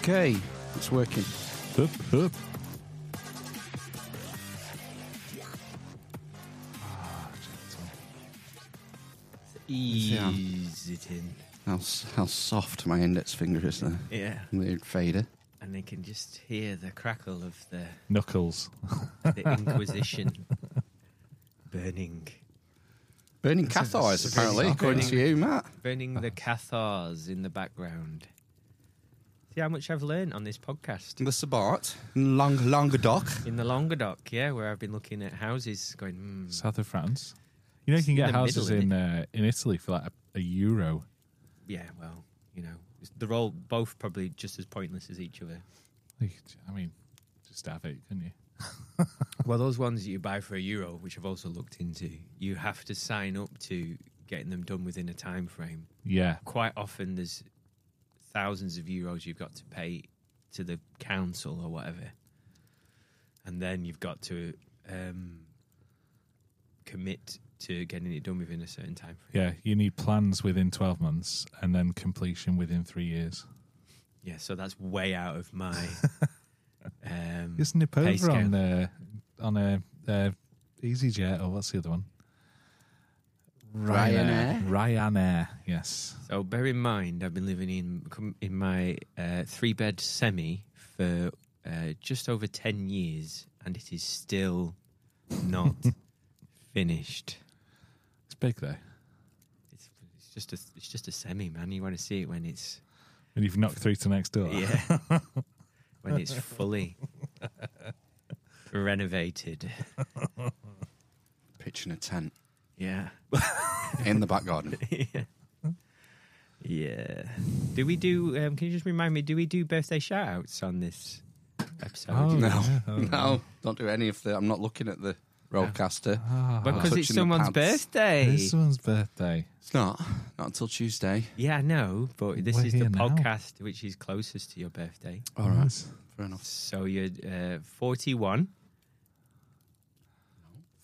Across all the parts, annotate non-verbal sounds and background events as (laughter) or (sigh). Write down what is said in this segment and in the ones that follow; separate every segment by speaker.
Speaker 1: Okay, it's working.
Speaker 2: Hup, hup.
Speaker 3: Ease it in.
Speaker 1: How, s- how soft my index finger is there.
Speaker 3: Yeah.
Speaker 1: Weird fader.
Speaker 3: And they can just hear the crackle of the,
Speaker 2: Knuckles.
Speaker 3: the (laughs) Inquisition burning.
Speaker 1: Burning
Speaker 2: This is-
Speaker 1: cathars,
Speaker 2: this is
Speaker 1: apparently,
Speaker 2: soft.
Speaker 1: according to you, Matt.
Speaker 3: Burning the Cathars in the background. See how much I've learned on this podcast.
Speaker 1: The Sabart. Long, Languedoc.
Speaker 3: In the Languedoc, yeah, where I've been looking at houses, going, hmm,
Speaker 2: South of France. You know, you
Speaker 3: It's
Speaker 2: can
Speaker 3: in
Speaker 2: get
Speaker 3: the
Speaker 2: houses
Speaker 3: middle,
Speaker 2: in
Speaker 3: isn't
Speaker 2: uh, in Italy for like a, a euro.
Speaker 3: yeah, well, you know, it's- they're all both probably just as pointless as each other.
Speaker 2: Like, I mean, just have it, couldn't you?
Speaker 3: Well, those ones that you buy for a euro, which I've also looked into, you have to sign up to getting them done within a time frame.
Speaker 2: Yeah.
Speaker 3: Quite often, there's thousands of euros you've got to pay to the council or whatever, and then you've got to um, commit to getting it done within a certain time frame.
Speaker 2: Yeah. You need plans within 12 months and then completion within three years.
Speaker 3: Yeah, so that's way out of my. um,
Speaker 2: Isn't it
Speaker 3: Pay
Speaker 2: over on,
Speaker 3: scale.
Speaker 2: uh, on a, uh EasyJet or what's the other one?
Speaker 1: Ryanair?
Speaker 2: Ryanair, yes.
Speaker 3: So bear in mind, I've been living in com- in my uh, three bed semi for uh, just over ten years, and it is still not finished.
Speaker 2: It's big though.
Speaker 3: It's, it's just a it's just a semi, man. You want to see it when it's
Speaker 2: And you've knocked through to next door. (laughs)
Speaker 3: yeah, when it's fully renovated.
Speaker 1: Pitching a tent
Speaker 3: Yeah,
Speaker 1: in the back garden.
Speaker 3: yeah. Do we do? Um, can you just remind me? Do we do birthday shout outs on this episode?
Speaker 2: Oh,
Speaker 1: (laughs) No,
Speaker 2: yeah. Oh,
Speaker 1: no, don't do any of the. I'm not looking at the roadcaster.
Speaker 2: Ah,
Speaker 3: because it's
Speaker 1: Touching the
Speaker 3: someone's
Speaker 1: pants.
Speaker 3: birthday.
Speaker 2: it's someone's birthday.
Speaker 1: It's not. Not until Tuesday.
Speaker 3: Yeah, I know, but this
Speaker 2: We're
Speaker 3: is the
Speaker 2: here now.
Speaker 3: podcast which is closest to your birthday.
Speaker 1: All right. Fair enough.
Speaker 3: So you're uh, 41.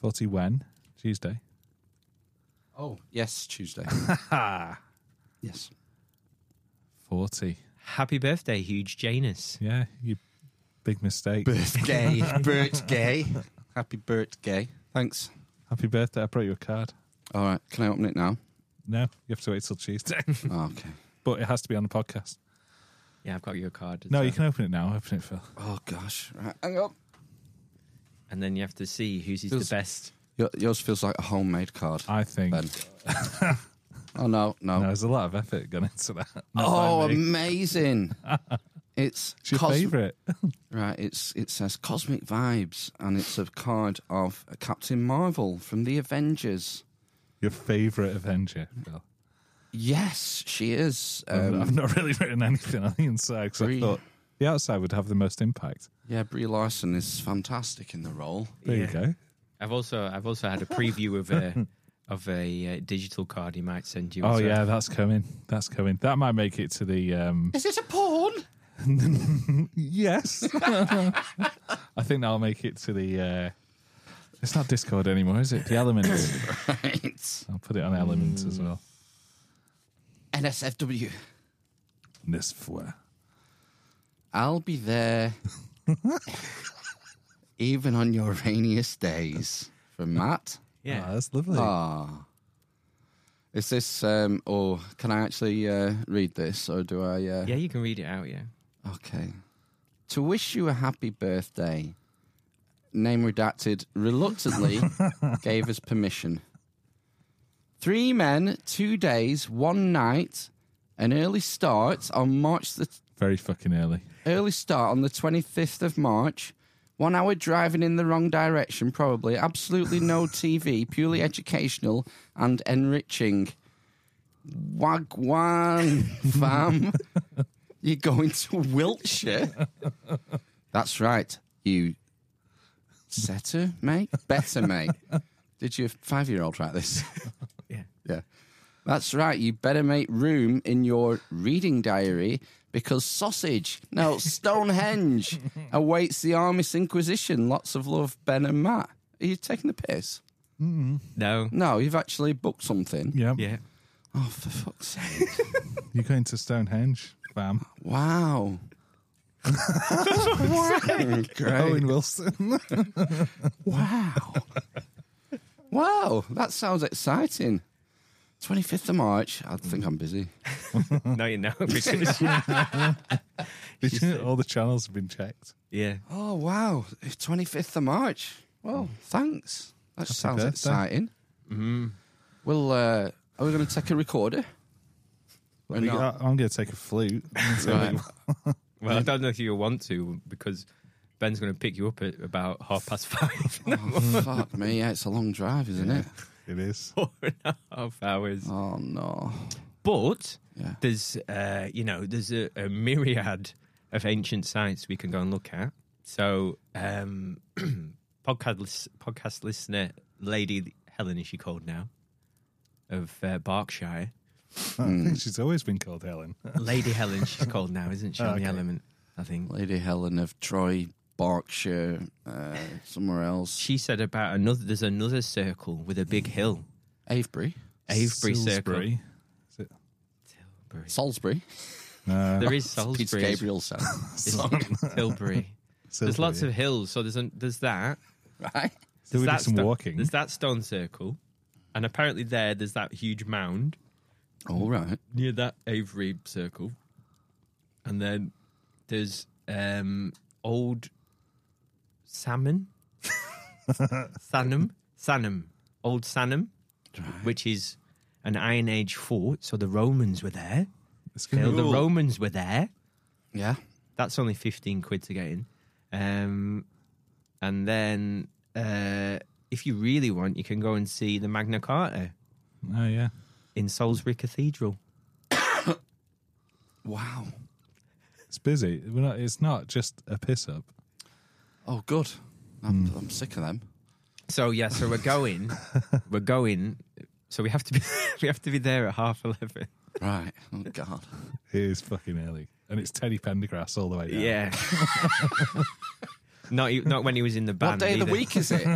Speaker 2: 40 when? Tuesday.
Speaker 1: Oh yes, (laughs) Tuesday. yes.
Speaker 2: 40.
Speaker 3: Happy birthday, huge Janus.
Speaker 2: Yeah, you big mistake.
Speaker 1: Birthday. birthday. Happy birthday. Thanks.
Speaker 2: Happy birthday. I brought you a card.
Speaker 1: All right. Can I open it (laughs) now?
Speaker 2: No, you have to wait till Tuesday. (laughs)
Speaker 1: Oh, okay.
Speaker 2: but it has to be on the podcast.
Speaker 3: Yeah, I've got your card. as
Speaker 2: No, you
Speaker 3: well.
Speaker 2: can open it now. Open it, Phil.
Speaker 1: Oh gosh. Right. Hang on.
Speaker 3: And then you have to see whose is
Speaker 1: Feels-
Speaker 3: the best.
Speaker 1: Your- Yours feels like a homemade card.
Speaker 2: I think.
Speaker 1: Ben. oh no, no.
Speaker 2: No, there's a lot of effort gone into that. (laughs) Not
Speaker 1: oh,
Speaker 2: by me. (laughs)
Speaker 1: amazing. It's
Speaker 2: It's your
Speaker 1: cos-
Speaker 2: favourite.
Speaker 1: Right, it's it says Cosmic Vibes and it's a card of Captain Marvel from the Avengers.
Speaker 2: (laughs) Your favourite Avenger, Phil.
Speaker 1: Yes, she is.
Speaker 2: I've-
Speaker 1: Um,
Speaker 2: I've not really written anything on the inside because I
Speaker 1: Brie-
Speaker 2: thought the outside would have the most impact.
Speaker 1: yeah, Brie Larson is fantastic in the role.
Speaker 2: There
Speaker 3: Yeah.
Speaker 2: you go.
Speaker 3: I've also I've also had a preview of a of a uh, digital card he might send you.
Speaker 2: Oh
Speaker 3: as well.
Speaker 2: yeah, that's coming. That's coming. That might make it to the. Um,
Speaker 1: Is it a porn? (laughs)
Speaker 3: (laughs)
Speaker 2: yes, I think that'll make it to the. Uh, it's not Discord anymore, is it? The Elements.
Speaker 1: Right.
Speaker 2: I'll put it on Elements as well.
Speaker 1: NSFW.
Speaker 2: This fois.
Speaker 1: I'll be
Speaker 2: (laughs)
Speaker 1: there even on your rainiest days. From Matt.
Speaker 3: yeah.
Speaker 2: Ah, that's lovely.
Speaker 1: Ah. Is this, um, or can I actually uh, read this, or do I? Uh...
Speaker 3: yeah, you can read it out. Yeah,
Speaker 1: Okay. To wish you a happy birthday, name redacted reluctantly gave us permission. Three men, two days, one night, an early start on March the
Speaker 2: Very fucking early.
Speaker 1: early start on the 25th of March. One hour driving in the wrong direction, probably. Absolutely no TV, purely educational and enriching. Wagwan, fam. You're going to Wiltshire? That's right. You setter, mate? Better, mate. Did your five year old write this?
Speaker 3: yeah.
Speaker 1: Yeah. That's right. You better make room in your reading diary because sausage, no, Stonehenge awaits the Armist Inquisition. Lots of love, Ben and Matt. Are you taking the piss?
Speaker 3: No.
Speaker 1: No, you've actually booked something.
Speaker 2: Yeah.
Speaker 3: Yeah.
Speaker 1: Oh, for fuck's sake.
Speaker 2: You're going to Stonehenge. Bam.
Speaker 1: Wow. (laughs) Great.
Speaker 2: Owen
Speaker 3: (laughs)
Speaker 2: Wilson.
Speaker 1: Wow. wow. That sounds exciting. 25th of March. I think I'm busy.
Speaker 3: no, you know. (laughs) because-
Speaker 2: All the channels have been checked.
Speaker 3: yeah.
Speaker 1: Oh, wow. 25th of March. Well, thanks. That sounds
Speaker 2: birthday.
Speaker 1: exciting. Well, uh, are we going to take a recorder? Or
Speaker 2: We
Speaker 1: not?
Speaker 2: got- I'm going to take a flute.
Speaker 1: Right.
Speaker 3: Well, I don't know if you want to because Ben's going to pick you up at about half past (laughs) five.
Speaker 1: Oh, fuck me. Yeah, it's a long drive, isn't it?
Speaker 2: It
Speaker 3: (laughs)
Speaker 2: is.
Speaker 3: Four and a half hours.
Speaker 1: Oh, no.
Speaker 3: But
Speaker 1: Yeah.
Speaker 3: there's, uh, you know, there's a, a myriad of ancient sites we can go and look at. So, um, (clears throat) podcast lis- podcast listener, Lady Helen, is she called now, of uh, Berkshire?
Speaker 2: I
Speaker 3: Hmm.
Speaker 2: think she's always been called Helen.
Speaker 3: Lady Helen, she's called now, isn't she? on
Speaker 2: Okay.
Speaker 3: The element, I think.
Speaker 1: Lady Helen of Troy, Berkshire, uh, somewhere else.
Speaker 3: She said about another. There's another circle with a big hill,
Speaker 1: Avebury.
Speaker 3: Avebury Circle.
Speaker 2: Salisbury. Is it?
Speaker 3: Tilbury.
Speaker 1: Salisbury.
Speaker 2: No.
Speaker 3: There is
Speaker 1: Peter
Speaker 3: Salisbury.
Speaker 1: Gabriel's son.
Speaker 3: It's Tilbury. There's
Speaker 2: Salisbury.
Speaker 3: lots of hills, so there's a, there's that.
Speaker 1: right?
Speaker 2: So we
Speaker 3: There's
Speaker 2: did
Speaker 3: that
Speaker 2: some
Speaker 3: sto-
Speaker 2: walking.
Speaker 3: There's that stone circle, and apparently there there's that huge mound
Speaker 1: All right.
Speaker 3: near that Avery circle, and then there's um old
Speaker 2: (laughs)
Speaker 3: salmon, Sanum, Sanum, old Sanum, which is an Iron Age fort. So the Romans were there.
Speaker 2: It's gonna
Speaker 3: Phil,
Speaker 2: be-
Speaker 3: the Romans were there.
Speaker 1: Yeah.
Speaker 3: That's only 15 quid to get in. Um, and then, uh, if you really want, you can go and see the Magna Carta
Speaker 2: Oh yeah.
Speaker 3: in Salisbury Cathedral.
Speaker 1: Wow.
Speaker 2: It's busy. We're not, it's not just a piss up.
Speaker 1: Oh, good. I'm, I'm sick of them.
Speaker 3: So yeah, so we're (laughs) going, we're going. So we have to be, (laughs) we have to be there at half eleven.
Speaker 1: Right. Oh, God.
Speaker 2: It is fucking early, and it's Teddy Pendergrass all the way down.
Speaker 3: Yeah. (laughs) not e- not when he was in the
Speaker 1: What
Speaker 3: band.
Speaker 1: day of the
Speaker 3: either.
Speaker 1: week is (laughs) it?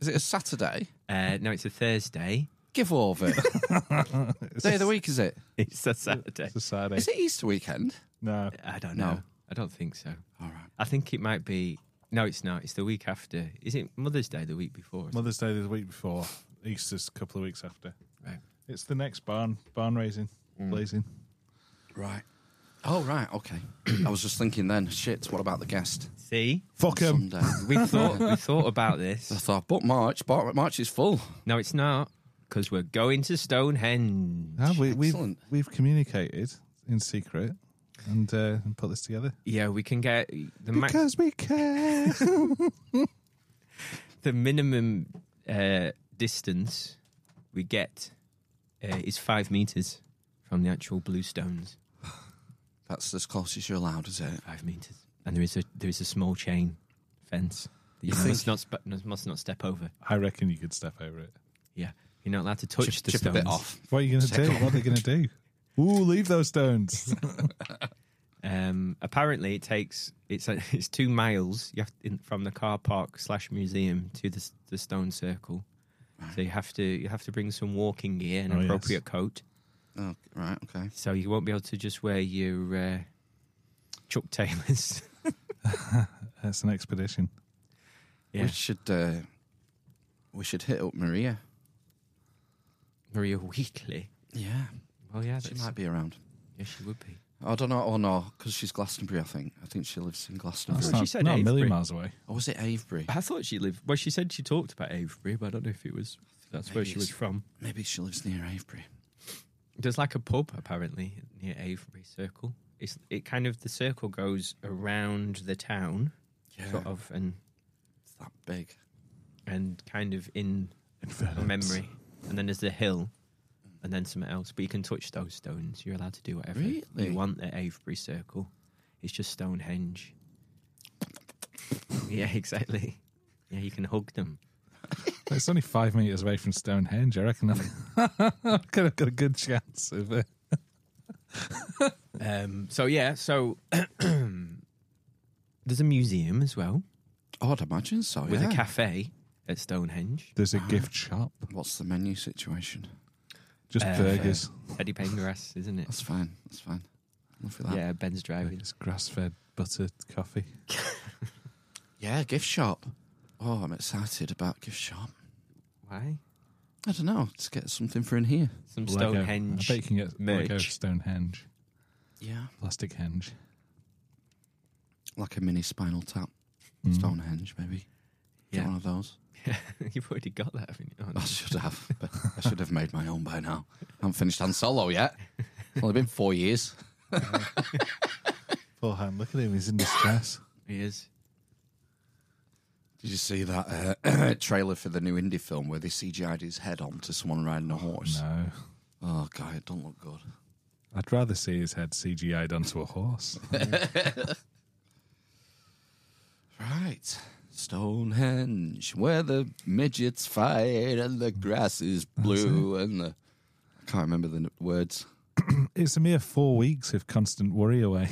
Speaker 1: is it a Saturday?
Speaker 3: Uh, no, it's a Thursday.
Speaker 1: Give over. (laughs) day of the week is it?
Speaker 3: It's a Saturday.
Speaker 2: It's a Saturday.
Speaker 1: Is it Easter weekend?
Speaker 2: No,
Speaker 3: I don't
Speaker 1: No.
Speaker 3: know. I don't think so.
Speaker 1: All right.
Speaker 3: I think it might be. No, it's not. It's the week after. Is it Mother's Day the week before?
Speaker 2: Mother's Day the week before. Easter's a couple of weeks after.
Speaker 3: Right.
Speaker 2: It's the next barn barn raising,
Speaker 3: Mm.
Speaker 2: blazing.
Speaker 1: Right. Oh, right. Okay. I was just thinking then, shit, what about the guest?
Speaker 3: See,
Speaker 2: Fuck 'em.
Speaker 1: Sunday.
Speaker 3: we thought we thought about
Speaker 1: I
Speaker 3: this.
Speaker 1: thought, but March, but March is full.
Speaker 3: No, it's not because we're going to Stonehenge.
Speaker 2: No, we, we've
Speaker 1: Excellent.
Speaker 2: we've communicated in secret and uh, and put this together
Speaker 3: Yeah, we can get the max,
Speaker 2: because we care.
Speaker 3: (laughs) the minimum uh, distance we get uh, is five meters from the actual bluestones.
Speaker 1: That's as close as you're allowed, is it?
Speaker 3: Five meters, and there is a there is a small chain fence. that You,
Speaker 1: You
Speaker 3: must
Speaker 1: think-
Speaker 3: not spe- must not step over.
Speaker 2: I reckon you could step over it.
Speaker 3: Yeah, you're not allowed to touch
Speaker 1: chip
Speaker 3: the
Speaker 1: chip a
Speaker 3: stones.
Speaker 1: bit off.
Speaker 2: What are you going to
Speaker 1: Check
Speaker 2: do?
Speaker 1: on.
Speaker 2: What are they going to do? Ooh, leave those stones.
Speaker 3: Um, apparently, it takes it's (laughs) it's two miles. You have in, from the car park slash museum to the the stone circle. So you have to you have to bring some walking gear and
Speaker 2: Oh, yes.
Speaker 3: appropriate coat.
Speaker 1: Oh, right. Okay.
Speaker 3: So you won't be able to just wear your uh, Chuck Taylors. (laughs)
Speaker 2: That's an expedition.
Speaker 3: yeah,
Speaker 1: We should uh, we should hit up Maria.
Speaker 3: Maria Wheatley.
Speaker 1: Yeah,
Speaker 3: Oh yeah,
Speaker 1: she
Speaker 3: that's-
Speaker 1: might be around.
Speaker 3: yeah, she would be.
Speaker 1: I don't know. Oh no, because she's Glastonbury. I think. I think she lives in Glastonbury.
Speaker 2: That's
Speaker 3: Oh, she
Speaker 2: not,
Speaker 3: said
Speaker 2: not a
Speaker 3: Avebury.
Speaker 2: million miles away.
Speaker 1: Or was it Avebury?
Speaker 3: I thought she lived. Well, she said she talked about Avebury, but I don't know if it was that's where
Speaker 1: Maybe
Speaker 3: she was
Speaker 1: it's-
Speaker 3: from.
Speaker 1: Maybe she lives near Avebury.
Speaker 3: There's like a pub apparently near Avebury Circle. It's it kind of the circle goes around the town,
Speaker 1: Yeah,
Speaker 3: sort of, and
Speaker 1: it's that big.
Speaker 3: and kind of in memory. And then there's the hill, and then something else. But you can touch those stones. You're allowed to do whatever
Speaker 1: Really?
Speaker 3: you want at Avebury Circle. It's just Stonehenge. (laughs) yeah, exactly. Yeah, you can hug them.
Speaker 2: It's only five meters away from Stonehenge. I reckon I've, (laughs) I could have got a good chance of it.
Speaker 3: Um, so yeah, so (clears throat) there's a museum as well
Speaker 1: Oh, I'd imagine so.
Speaker 3: with
Speaker 1: yeah.
Speaker 3: a cafe at Stonehenge.
Speaker 2: There's a gift shop,
Speaker 1: What's the menu situation?
Speaker 2: just
Speaker 3: Uh,
Speaker 2: burgers.
Speaker 3: Teddy Pendergrass, isn't it?
Speaker 1: That's fine. That's fine. Look at that.
Speaker 3: Yeah, Ben's driving.
Speaker 2: It's grass fed buttered coffee.
Speaker 1: Yeah, gift shop. Oh, I'm excited about gift shop.
Speaker 3: Why?
Speaker 1: I don't know. Let's get something for in here.
Speaker 3: Some
Speaker 2: Lego.
Speaker 3: Stonehenge.
Speaker 2: I bet you can get Lego
Speaker 3: merch.
Speaker 2: Stonehenge,
Speaker 1: Yeah,
Speaker 2: plastic henge.
Speaker 1: like a mini Spinal Tap,
Speaker 2: Mm.
Speaker 1: Stonehenge, maybe. Get
Speaker 3: Yeah.
Speaker 1: one of those.
Speaker 3: (laughs) You've already got that, haven't you? Oh, no.
Speaker 1: I should have. but I should have made my own by now. I haven't finished on solo yet. It's only been four years.
Speaker 2: Full hand. Look at him. He's in distress.
Speaker 3: He is.
Speaker 1: Did you see that uh, (clears throat) trailer for the new indie film where they CGI'd his head onto someone riding a horse?
Speaker 2: (coughs) no.
Speaker 1: Oh god, it don't look good.
Speaker 2: I'd rather see his head CGI'd onto a horse.
Speaker 1: Right. Stonehenge, where the midgets fight and the grass is blue and the. I can't remember the n- words.
Speaker 2: (coughs) it's a mere four weeks of constant worry away.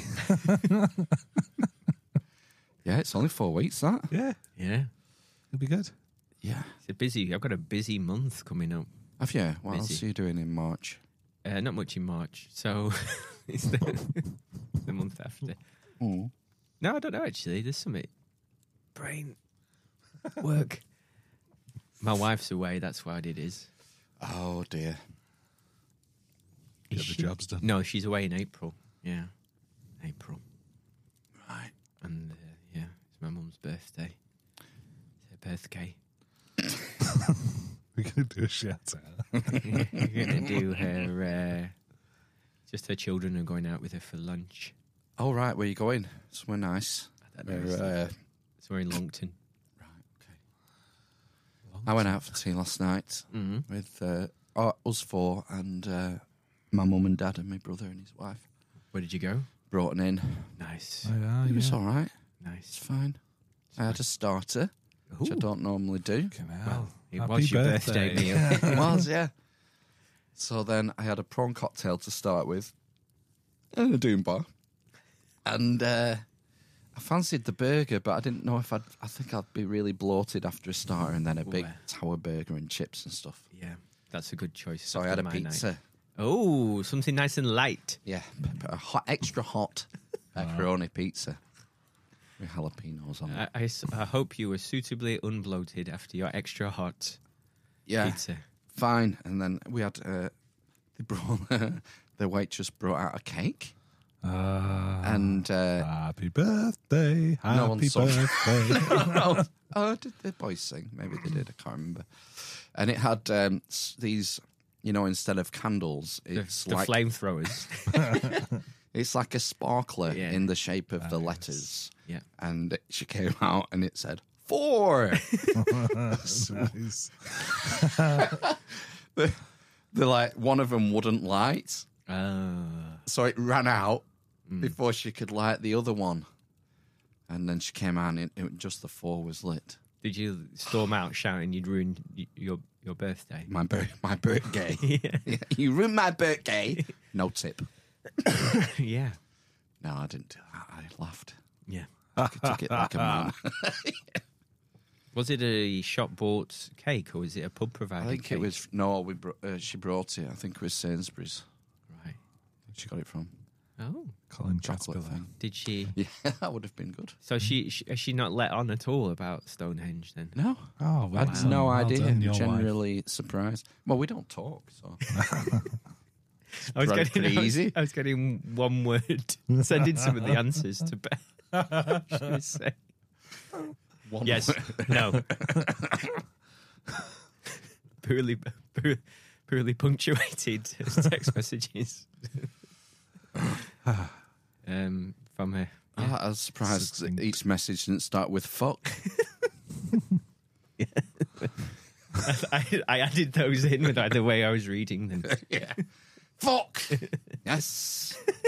Speaker 1: Yeah, it's only four weeks, that.
Speaker 2: Yeah.
Speaker 3: Yeah.
Speaker 2: It'll be good.
Speaker 1: Yeah.
Speaker 3: It's a busy. I've got a busy month coming up.
Speaker 1: Have you? What else are
Speaker 3: Busy.
Speaker 1: you doing in March?
Speaker 3: Uh, not much in March, so (laughs) it's the, (laughs) the month after.
Speaker 1: Oh.
Speaker 3: No, I don't know actually. There's something brain work. My wife's away. That's why I did is.
Speaker 1: Oh, dear.
Speaker 2: Get
Speaker 3: Is
Speaker 2: the
Speaker 3: she-
Speaker 2: job's done.
Speaker 3: No, she's away in April. Yeah, April,
Speaker 1: Right.
Speaker 3: and uh, yeah, it's my mum's birthday. It's her birthday. (laughs)
Speaker 2: We're going to do a shout out.
Speaker 3: We're gonna do her. Uh, just her children are going out with her for lunch.
Speaker 1: All right, where you going? Somewhere nice.
Speaker 3: I don't know.
Speaker 1: Where, uh,
Speaker 3: So we're in Longton.
Speaker 1: I went out for tea last night
Speaker 3: Mm-hmm.
Speaker 1: with uh, uh, us four and uh, my mum and dad and my brother and his wife.
Speaker 3: Where did you go?
Speaker 1: Brought 'em in.
Speaker 3: Nice,
Speaker 2: Oh, yeah,
Speaker 1: it was
Speaker 2: yeah.
Speaker 1: all right. It's
Speaker 3: nice.
Speaker 1: fine. I had a starter, which I
Speaker 3: Ooh.
Speaker 1: don't normally (laughs) do.
Speaker 2: Fucking hell.
Speaker 3: Well, it
Speaker 2: Happy
Speaker 3: was your
Speaker 2: (laughs)
Speaker 3: birthday, meal.
Speaker 1: it was, yeah. So then I had a prawn cocktail to start with and a doom bar. And uh, I fancied the burger, but I didn't know if I'd. I think I'd be really bloated after a starter and then a big
Speaker 3: Where?
Speaker 1: tower burger and chips and stuff.
Speaker 3: Yeah, that's a good choice.
Speaker 1: So I
Speaker 3: after
Speaker 1: had a
Speaker 3: my
Speaker 1: pizza.
Speaker 3: Night. Oh, something nice and light.
Speaker 1: Yeah, pepper, a hot, extra hot pepperoni pizza with jalapenos on it.
Speaker 3: I, I s- I hope you were suitably unbloated after your extra hot
Speaker 1: yeah,
Speaker 3: pizza.
Speaker 1: fine. And then we had uh, they brought (laughs) the waitress brought out a cake,
Speaker 2: Ah,
Speaker 1: and uh,
Speaker 2: happy birthday. Happy
Speaker 1: No one saw.
Speaker 2: birthday.
Speaker 1: (laughs)
Speaker 2: (laughs)
Speaker 1: oh, oh, did the boys sing? Maybe they did. I can't remember. And it had um, s- these, you know, instead of candles,
Speaker 3: The,
Speaker 1: it's
Speaker 3: the
Speaker 1: like
Speaker 3: flamethrowers.
Speaker 1: (laughs) it's like a sparkler
Speaker 3: Yeah. Oh,
Speaker 1: in the shape of the
Speaker 2: Nice.
Speaker 1: letters.
Speaker 3: yeah.
Speaker 1: And it- she came (laughs) out and it said
Speaker 3: (laughs)
Speaker 1: four.
Speaker 2: nice.
Speaker 1: They're like one of them wouldn't light.
Speaker 3: Uh,
Speaker 1: so it ran out
Speaker 3: Mm.
Speaker 1: before she could light the other one. And then she came out, and it, it- just the four was lit.
Speaker 3: did you storm out shouting you'd ruined y- your your birthday?
Speaker 1: My bir- my birthday.
Speaker 3: (laughs)
Speaker 1: (laughs)
Speaker 3: yeah.
Speaker 1: you ruined my birthday. No tip.
Speaker 3: yeah,
Speaker 1: No, I didn't. do that. I laughed.
Speaker 3: yeah.
Speaker 1: I took it like a (laughs) man.
Speaker 3: Was it a shop bought cake or was it a pub provided?
Speaker 1: I think
Speaker 3: cake?
Speaker 1: it was no. We br- uh, she brought it. I think it was Sainsbury's.
Speaker 3: right.
Speaker 1: She got it from (laughs)
Speaker 3: Oh,
Speaker 2: Colin
Speaker 1: chocolate
Speaker 2: Chatsbiller.
Speaker 1: thing.
Speaker 3: did she?
Speaker 1: Yeah, that would have been good.
Speaker 3: So she, she has she not let on at all about Stonehenge then?
Speaker 1: No,
Speaker 2: Oh, well
Speaker 1: I had
Speaker 2: done,
Speaker 1: no
Speaker 2: well
Speaker 1: idea.
Speaker 2: done, your wife.
Speaker 1: Generally surprised. Well, we don't talk,
Speaker 2: (laughs)
Speaker 1: so
Speaker 3: I was
Speaker 1: Right,
Speaker 3: getting
Speaker 1: pretty
Speaker 3: I was-
Speaker 1: easy.
Speaker 3: I was getting one word. (laughs) Sending some of the answers to Ben. (laughs) She was saying,
Speaker 1: one
Speaker 3: yes, no. (laughs) poorly, poor- poorly punctuated text messages. um, from her. (laughs)
Speaker 1: Ah, I was surprised that
Speaker 2: Succinct.
Speaker 1: each message didn't start with fuck.
Speaker 3: I, I added those in with the way I was reading them.
Speaker 1: (laughs) yeah. (laughs) Fuck! yes! (laughs)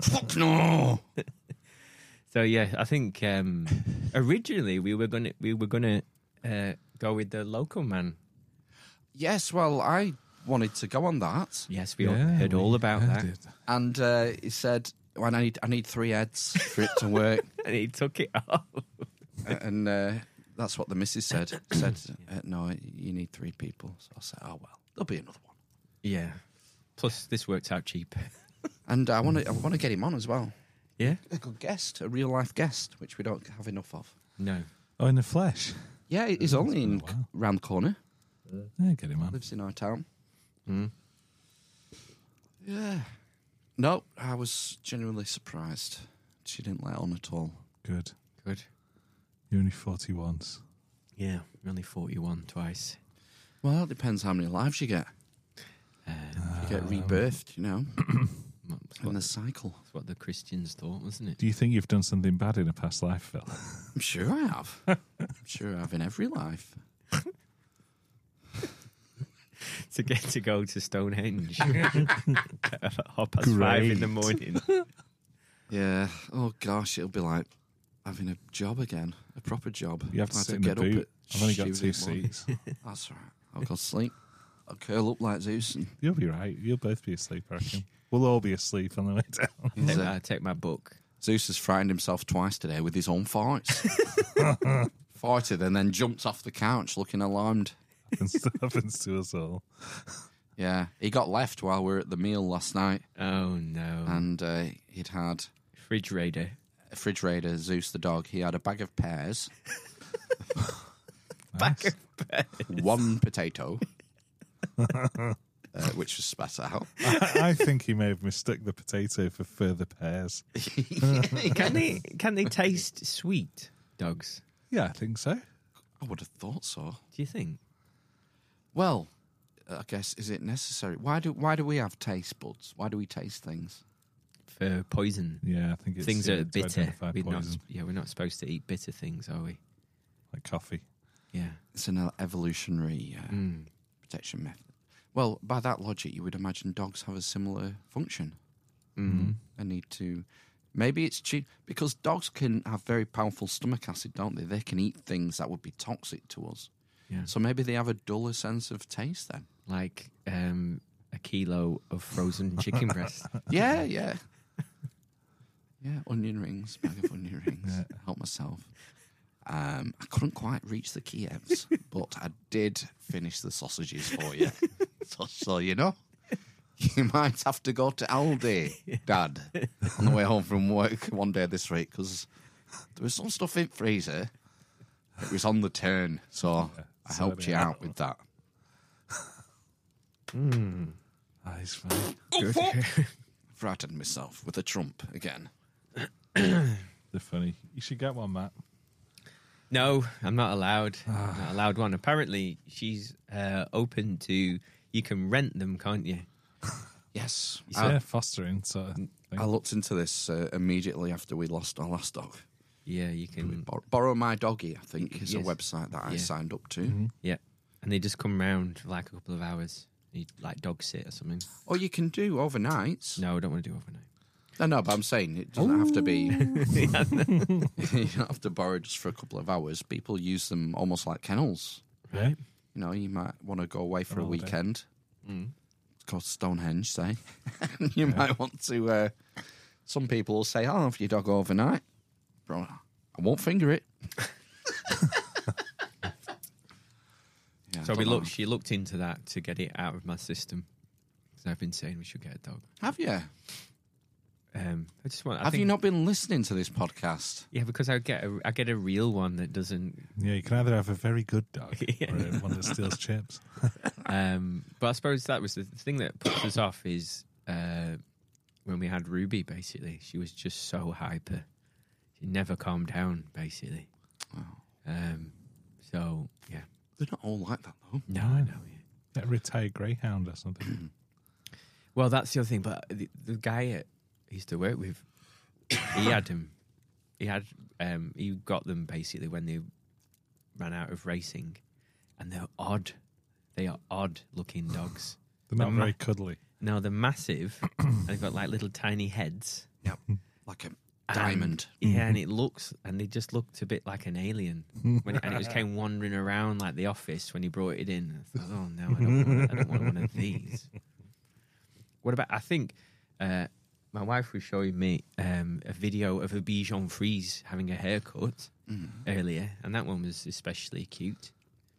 Speaker 1: fuck no!
Speaker 3: So yeah, I think (laughs) um, originally we were gonna we were gonna uh, go with the local man.
Speaker 1: Yes, well, I wanted to go on that.
Speaker 3: Yes, we all
Speaker 2: Yeah,
Speaker 3: heard
Speaker 2: we
Speaker 3: all about
Speaker 2: heard
Speaker 3: that.
Speaker 2: it.
Speaker 1: And uh, he said, well, I, need, I need three heads for it to work.
Speaker 3: (laughs) and he took it off.
Speaker 1: A- and uh, that's what the missus said. said, uh, no, you need three people. So I said, oh, well, there'll be another one.
Speaker 3: Yeah. Plus, this worked out cheap.
Speaker 1: And I want to I want to get him on as well.
Speaker 3: Yeah?
Speaker 1: A good guest, a real life guest, which we don't have enough of.
Speaker 3: No.
Speaker 2: Oh, in the flesh.
Speaker 1: Yeah, he- he's only in
Speaker 2: been a while.
Speaker 1: round the corner.
Speaker 2: Yeah, get him on.
Speaker 1: Lives in our town.
Speaker 3: Mm.
Speaker 1: Yeah. No, I was genuinely surprised. She didn't let on at all.
Speaker 2: Good.
Speaker 3: Good.
Speaker 2: You're only 40 once.
Speaker 3: Yeah, we're only 41 twice.
Speaker 1: Well, it depends how many lives you get.
Speaker 3: Um,
Speaker 1: You get rebirthed, you know,
Speaker 3: that's, what,
Speaker 1: in the cycle.
Speaker 3: that's what the Christians thought, wasn't it?
Speaker 2: Do you think you've done something bad in a past life, Phil? (laughs)
Speaker 1: I'm sure I have. (laughs) I'm sure I have in every life.
Speaker 3: (laughs) to get to go to (laughs) Stonehenge. Half past five in the (laughs) morning.
Speaker 1: Yeah. Oh gosh, it'll be like having a job again, a proper job.
Speaker 2: You have to
Speaker 1: I
Speaker 2: sit in the boot.
Speaker 1: at
Speaker 2: I've only got
Speaker 1: shoes
Speaker 2: two
Speaker 1: in the morning.
Speaker 2: (laughs) seats.
Speaker 1: That's all right. I'll go sleep. I'll curl up like Zeus
Speaker 2: (laughs)
Speaker 1: and
Speaker 2: You'll be right. You'll both be asleep, I reckon. We'll all be asleep on the way down. (laughs)
Speaker 1: he's,
Speaker 3: Take
Speaker 1: uh,
Speaker 3: my- I take my book.
Speaker 1: Zeus has frightened himself twice today with his own
Speaker 2: (laughs)
Speaker 1: farts. Farted and then jumped off the couch looking alarmed.
Speaker 2: happens, to, happens to us all.
Speaker 1: Yeah, he got left while we were at the meal last night,
Speaker 3: Oh no.
Speaker 1: and uh, he'd had
Speaker 3: Fridge Raider.
Speaker 1: a fridge raider, Zeus the dog. He had a bag of
Speaker 2: (laughs)
Speaker 1: pears,
Speaker 2: Back
Speaker 1: one
Speaker 2: (laughs)
Speaker 1: potato, uh, which was spat out.
Speaker 2: I, I think he may have mistook the potato for further pears.
Speaker 3: (laughs) Can they (laughs) can they taste sweet dogs?
Speaker 2: Yeah, I think so.
Speaker 1: I would have thought so.
Speaker 3: Do you think?
Speaker 1: Well, I guess is it necessary? Why do why do we have taste buds? Why do we taste things?
Speaker 3: For poison.
Speaker 2: Yeah, I think it's
Speaker 3: things
Speaker 2: yeah,
Speaker 3: that are uh,
Speaker 2: to
Speaker 3: bitter.
Speaker 2: identify
Speaker 3: We're not,
Speaker 2: poison,
Speaker 3: yeah, we're not supposed to eat bitter things, are we?
Speaker 2: like coffee.
Speaker 3: Yeah.
Speaker 1: It's an evolutionary uh,
Speaker 3: Mm.
Speaker 1: protection method. Well, by that logic, you would imagine dogs have a similar function.
Speaker 3: Mm.
Speaker 1: I need to. Maybe it's cheap because dogs can have very powerful stomach acid, don't they? They can eat things that would be toxic to us.
Speaker 3: Yeah.
Speaker 1: So maybe they have a duller sense of taste then.
Speaker 3: Like um, a kilo of (laughs) frozen chicken breast.
Speaker 1: Yeah, yeah. Yeah, onion rings, bag of onion rings.
Speaker 2: (laughs) Yeah.
Speaker 1: Help myself. Um, I couldn't quite reach the Kievs, but I did finish the sausages for
Speaker 2: (laughs)
Speaker 1: you. so, so, you know, you might have to go to
Speaker 2: (laughs)
Speaker 1: Aldi, Dad, on the way home from work one day this week because there was some stuff in freezer. It was on the turn, so
Speaker 2: Yeah,
Speaker 1: I
Speaker 2: so
Speaker 1: helped
Speaker 2: they
Speaker 1: you
Speaker 2: had
Speaker 1: out
Speaker 2: that
Speaker 1: with that.
Speaker 2: Ah, he's fine.
Speaker 3: Good.
Speaker 1: Frightened myself with a trump again.
Speaker 2: They're funny. You should get one, Matt.
Speaker 3: (laughs) No, I'm not allowed. I'm not allowed one. Apparently, she's uh, open to. You can rent them, can't you?
Speaker 1: Yes,
Speaker 2: It's yeah, fostering sort of thing.
Speaker 1: I looked into this uh, immediately after we lost our last dog.
Speaker 3: Yeah, you can.
Speaker 1: Bor- Borrow My Doggy, I think, is
Speaker 3: Yes.
Speaker 1: a website that I
Speaker 3: Yeah. Mm-hmm.
Speaker 1: signed up to.
Speaker 3: Yeah, and they just come round for like a couple of hours. You like dog sit or something.
Speaker 1: Or you can do overnights.
Speaker 3: No, I don't want to do overnight.
Speaker 1: No, no, but I'm saying it doesn't have to be. (laughs)
Speaker 3: (laughs)
Speaker 1: you don't have to borrow just for a couple of hours. People use them almost like kennels.
Speaker 2: Right?
Speaker 1: You know, you might want to go away for a
Speaker 2: holiday.
Speaker 1: weekend.
Speaker 3: Mm.
Speaker 1: It's called Stonehenge, say. (laughs) you might want to. Uh, some people will say, "I'll have your dog overnight." Bro, I won't finger
Speaker 3: (laughs)
Speaker 1: it. Yeah, I
Speaker 3: so we
Speaker 1: don't know.
Speaker 3: looked. She looked into that to get it out of my system. 'Cause I've been saying we should get a dog.
Speaker 1: Have you?
Speaker 3: Um, I just want. I
Speaker 1: Have
Speaker 3: think,
Speaker 1: you not been listening to this podcast?
Speaker 3: Yeah, because I get a, I get a real one that (laughs) doesn't.
Speaker 2: Yeah, you can either have a very good
Speaker 3: (laughs)
Speaker 2: dog or uh, one that steals chips.
Speaker 3: Um, but I suppose that was the the thing that puts us off is uh, when we had Ruby. Basically, she was just so hyper. She never calmed down. Basically. Um, so yeah.
Speaker 1: They're not all like that, though.
Speaker 3: No, I know. Yeah.
Speaker 2: Get a retired greyhound or something.
Speaker 3: Well, that's the other thing. But the, the guy at- I used to work with, he had them. He had um, he got them basically when they ran out of racing, and they're odd. They are odd looking dogs.
Speaker 2: They're not
Speaker 3: Um,
Speaker 2: very cuddly.
Speaker 3: Now they're massive. and they've got like little tiny heads.
Speaker 1: Yeah, like a
Speaker 3: and-
Speaker 1: diamond.
Speaker 3: yeah,
Speaker 2: Mm-hmm.
Speaker 3: and it looks and they just looked a bit like an alien when it, and it just came wandering around like the office when he brought it in. I thought, oh no, I don't, want, I don't want one of these. What about? I think uh, my wife was showing me um, a video of a Bichon Frise having a haircut
Speaker 1: mm,
Speaker 3: earlier, and that one was especially cute.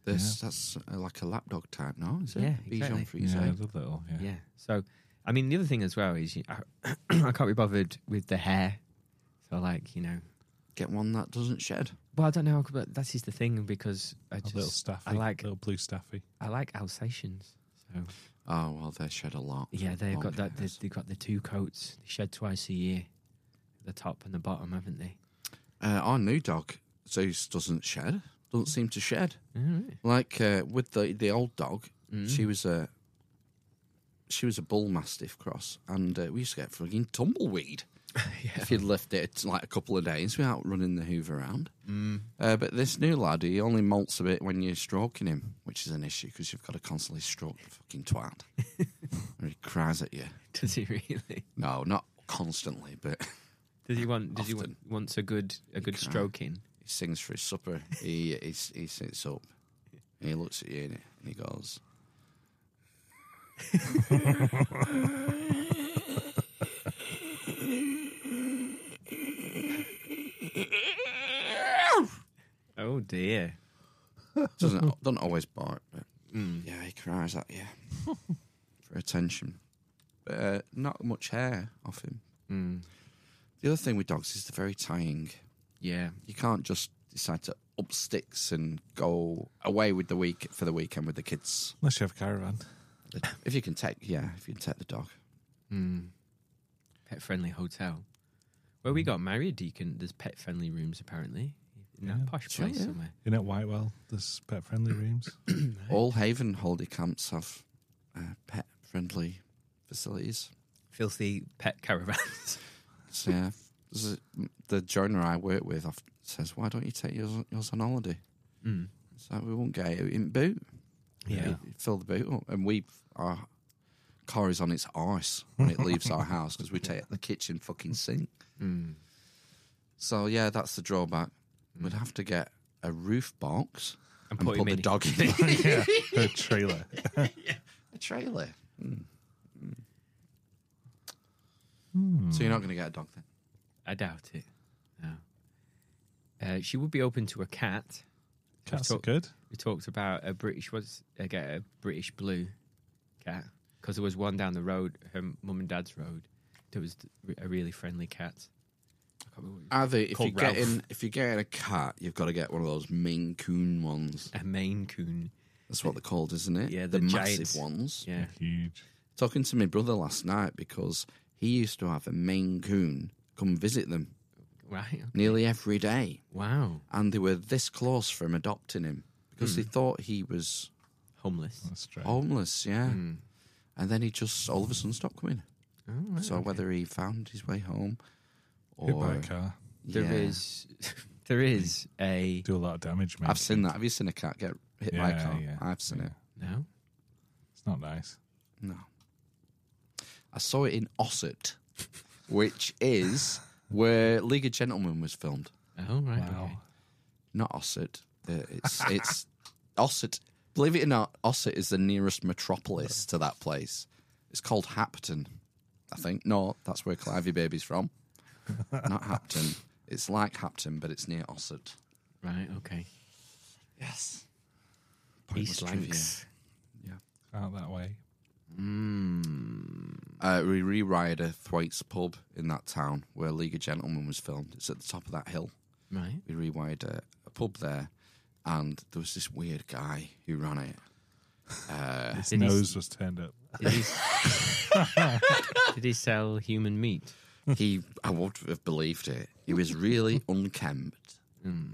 Speaker 1: This that's uh, like a lapdog type, no? Is it?
Speaker 3: Yeah,
Speaker 1: Bichon
Speaker 3: exactly.
Speaker 1: Frise.
Speaker 2: yeah, the little. Yeah.
Speaker 3: Yeah. So I mean, the other thing as well is you, I, (clears throat) I can't be bothered with the hair. So, like, you know,
Speaker 1: Get one that doesn't shed.
Speaker 3: well, I don't know, but that is the thing because I
Speaker 2: A
Speaker 3: just
Speaker 2: little staffy.
Speaker 3: I like
Speaker 2: little blue staffy.
Speaker 3: I like Alsatians. So
Speaker 1: Oh well, they shed a lot.
Speaker 3: yeah, they've
Speaker 1: Long
Speaker 3: got that. They,
Speaker 1: hairs.
Speaker 3: they've got the two coats. They shed twice a year, the top and the bottom, haven't they?
Speaker 1: Uh, our new dog Zeus doesn't shed. Doesn't seem to shed.
Speaker 3: All (laughs) right.
Speaker 1: Like uh, with the the old dog,
Speaker 3: Mm.
Speaker 1: she was a she was a bull mastiff cross, and uh, we used to get fucking tumbleweed. If you'd left it like a couple of days without running the Hoover around.
Speaker 3: Mm.
Speaker 1: Uh, but this new lad, he only molts a bit when you're stroking him, which is an issue because you've got to constantly stroke the fucking twat. or he cries at you.
Speaker 3: Does he really?
Speaker 1: No, not constantly, but
Speaker 3: Does he want? Does he want,
Speaker 1: Often.
Speaker 3: wants a good a good
Speaker 1: can.
Speaker 3: stroking?
Speaker 1: he sings for his supper. He he, s- he sits up. And he looks at you and he- and he goes,
Speaker 3: Oh dear.
Speaker 1: doesn't doesn't always bark, but
Speaker 3: Mm.
Speaker 1: yeah, he cries at you for attention. But uh, not much hair off him.
Speaker 3: Mm.
Speaker 1: The other thing with dogs is they're very tying.
Speaker 3: Yeah.
Speaker 1: You can't just decide to up sticks and go away with the week for the weekend with the kids.
Speaker 2: Unless you have a caravan.
Speaker 1: If you can take, yeah, if you can take the dog.
Speaker 3: Mm. Pet friendly hotel. Where we got married, you can. There's pet friendly rooms apparently in
Speaker 2: Yeah.
Speaker 3: that posh
Speaker 1: Sure,
Speaker 3: place
Speaker 1: yeah.
Speaker 3: somewhere.
Speaker 2: In at Whitewell, there's pet friendly rooms.
Speaker 1: All Haven holiday camps have uh, pet friendly facilities.
Speaker 3: Filthy pet caravans. (laughs)
Speaker 1: So, yeah, there's a- the joiner I work with oft- says, "Why don't you take yours, yours on holiday?"
Speaker 3: mm.
Speaker 1: So we won't get out in boot.
Speaker 3: Yeah.
Speaker 1: You fill the boot up, and we our car is on its ice when it leaves
Speaker 3: (laughs)
Speaker 1: our house because we take out the kitchen fucking sink.
Speaker 3: Mm.
Speaker 1: So yeah, that's the drawback. We'd have to get a roof box and
Speaker 3: And Mm.
Speaker 1: put,
Speaker 3: put, him
Speaker 1: the
Speaker 3: in it.
Speaker 1: dog
Speaker 3: (laughs)
Speaker 1: in it.
Speaker 2: yeah, a trailer.
Speaker 1: a trailer. Mm.
Speaker 3: Hmm.
Speaker 1: So you're not going to get a dog then.
Speaker 3: I doubt it. No. Uh, she would be open to a cat.
Speaker 2: Cats are good.
Speaker 3: We talked about a British was uh, get a British blue cat because there was one down the road, her mum and dad's road. There was th- a really friendly cat. I can't remember what
Speaker 1: Either if
Speaker 3: Called
Speaker 1: you're
Speaker 3: Ralph.
Speaker 1: getting if you're getting a cat, you've got to get one of those Maine Coon ones.
Speaker 3: it- a Maine Coon.
Speaker 1: That's what they're called, isn't it?
Speaker 3: Yeah,
Speaker 1: the,
Speaker 3: the
Speaker 1: massive
Speaker 3: giants.
Speaker 1: ones.
Speaker 3: Yeah,
Speaker 2: Huge.
Speaker 1: Talking to my brother last night because he used to have a Maine Coon come visit them
Speaker 3: right.
Speaker 1: nearly every day,
Speaker 3: Wow,
Speaker 1: and they were this close from adopting him because
Speaker 3: Hmm.
Speaker 1: they thought he was
Speaker 3: homeless.
Speaker 2: That's strange.
Speaker 1: Oh, homeless. Yeah,
Speaker 3: Hmm.
Speaker 1: and then he just all of a sudden stopped coming.
Speaker 3: All right.
Speaker 1: So whether he found his way home
Speaker 2: Hit
Speaker 1: or
Speaker 2: by a car.
Speaker 3: There is, (laughs) there is a
Speaker 2: Do a lot of damage, mate.
Speaker 1: I've seen that. Have you seen a cat get hit by a
Speaker 2: Yeah,
Speaker 1: car?
Speaker 2: yeah,
Speaker 1: I've seen it.
Speaker 3: no.
Speaker 2: It's not nice.
Speaker 1: No. I saw it in
Speaker 3: (laughs)
Speaker 1: Osset, which is where League of Gentlemen was filmed.
Speaker 3: Oh right.
Speaker 2: Wow.
Speaker 3: okay.
Speaker 1: Not Osset. Uh, It's
Speaker 3: (laughs)
Speaker 1: it's Osset. Believe it or not, Osset is the nearest metropolis to that place. It's called Hapton, I think. No, that's where Clivey Baby's from. Not Hapton. It's like Hapton, but it's near Osset.
Speaker 3: Right. Okay.
Speaker 1: Yes.
Speaker 3: East Lancs.
Speaker 2: Out that way.
Speaker 3: Mm.
Speaker 1: Uh, we rewired a Thwaites pub in that town where League of Gentlemen was filmed. It's at the top of that hill.
Speaker 3: Right.
Speaker 1: we rewired a, a pub there, and there was this weird guy who ran it. Uh,
Speaker 2: His
Speaker 3: Did he-
Speaker 2: nose was turned
Speaker 3: (laughs)
Speaker 2: up.
Speaker 3: Did he,
Speaker 2: (laughs)
Speaker 3: did he sell human meat?
Speaker 1: he, I would have believed it. He was really unkempt.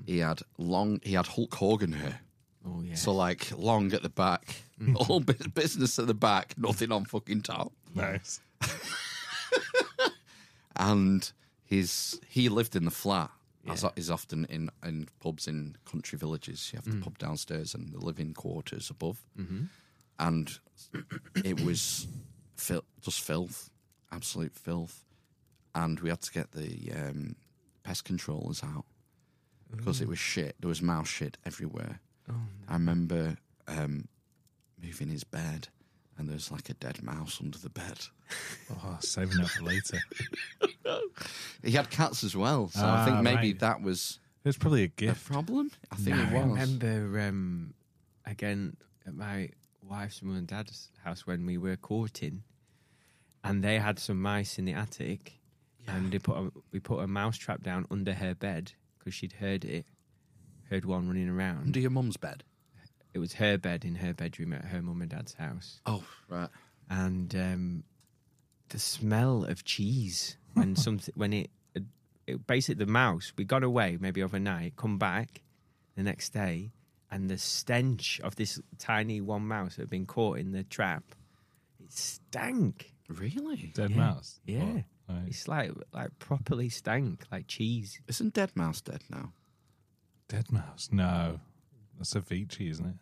Speaker 1: He had long, he had Hulk Hogan hair,
Speaker 3: Oh yeah.
Speaker 1: so like long at the back, (laughs) all bu- business at the back, nothing on fucking top.
Speaker 2: Nice.
Speaker 1: And his, he lived in the flat. As o- is often in, in pubs in country villages, you have the
Speaker 2: Mm.
Speaker 1: pub downstairs and the living quarters above.
Speaker 3: mm-hmm.
Speaker 1: and it was fil- just filth, absolute filth. And we had to get the um, pest controllers out because it
Speaker 2: Mm.
Speaker 1: was shit. There was mouse shit everywhere.
Speaker 3: Oh, no.
Speaker 1: I remember um, moving his bed, and there was like a dead mouse under the bed.
Speaker 2: Oh, saving that for later.
Speaker 1: He had cats as well, so I think
Speaker 2: Ah,
Speaker 1: maybe
Speaker 2: right.
Speaker 1: that was
Speaker 2: It was probably a
Speaker 1: the
Speaker 2: gift.
Speaker 1: problem. I think
Speaker 2: No,
Speaker 1: it
Speaker 2: I
Speaker 1: was.
Speaker 3: remember um, again at my wife's mum and dad's house when we were courting, and they had some mice in the attic, and they put a, we put a mouse trap down under her bed because she'd heard it, heard one running around.
Speaker 1: Under your mum's bed.
Speaker 3: It was her bed in her bedroom at her mum and dad's house,
Speaker 1: Oh, right.
Speaker 3: and um, the smell of cheese (laughs) when something when it, uh, it basically the mouse we got away maybe overnight, come back the next day, and the stench of this tiny one mouse that had been caught in the trap, it stank.
Speaker 1: Really?
Speaker 2: Dead
Speaker 3: Yeah.
Speaker 2: mouse.
Speaker 3: Yeah.
Speaker 2: Or- right.
Speaker 3: It's like like properly stank, like cheese.
Speaker 1: Isn't Dead Mouse dead now?
Speaker 2: Dead mouse. No, that's Avicii, isn't it?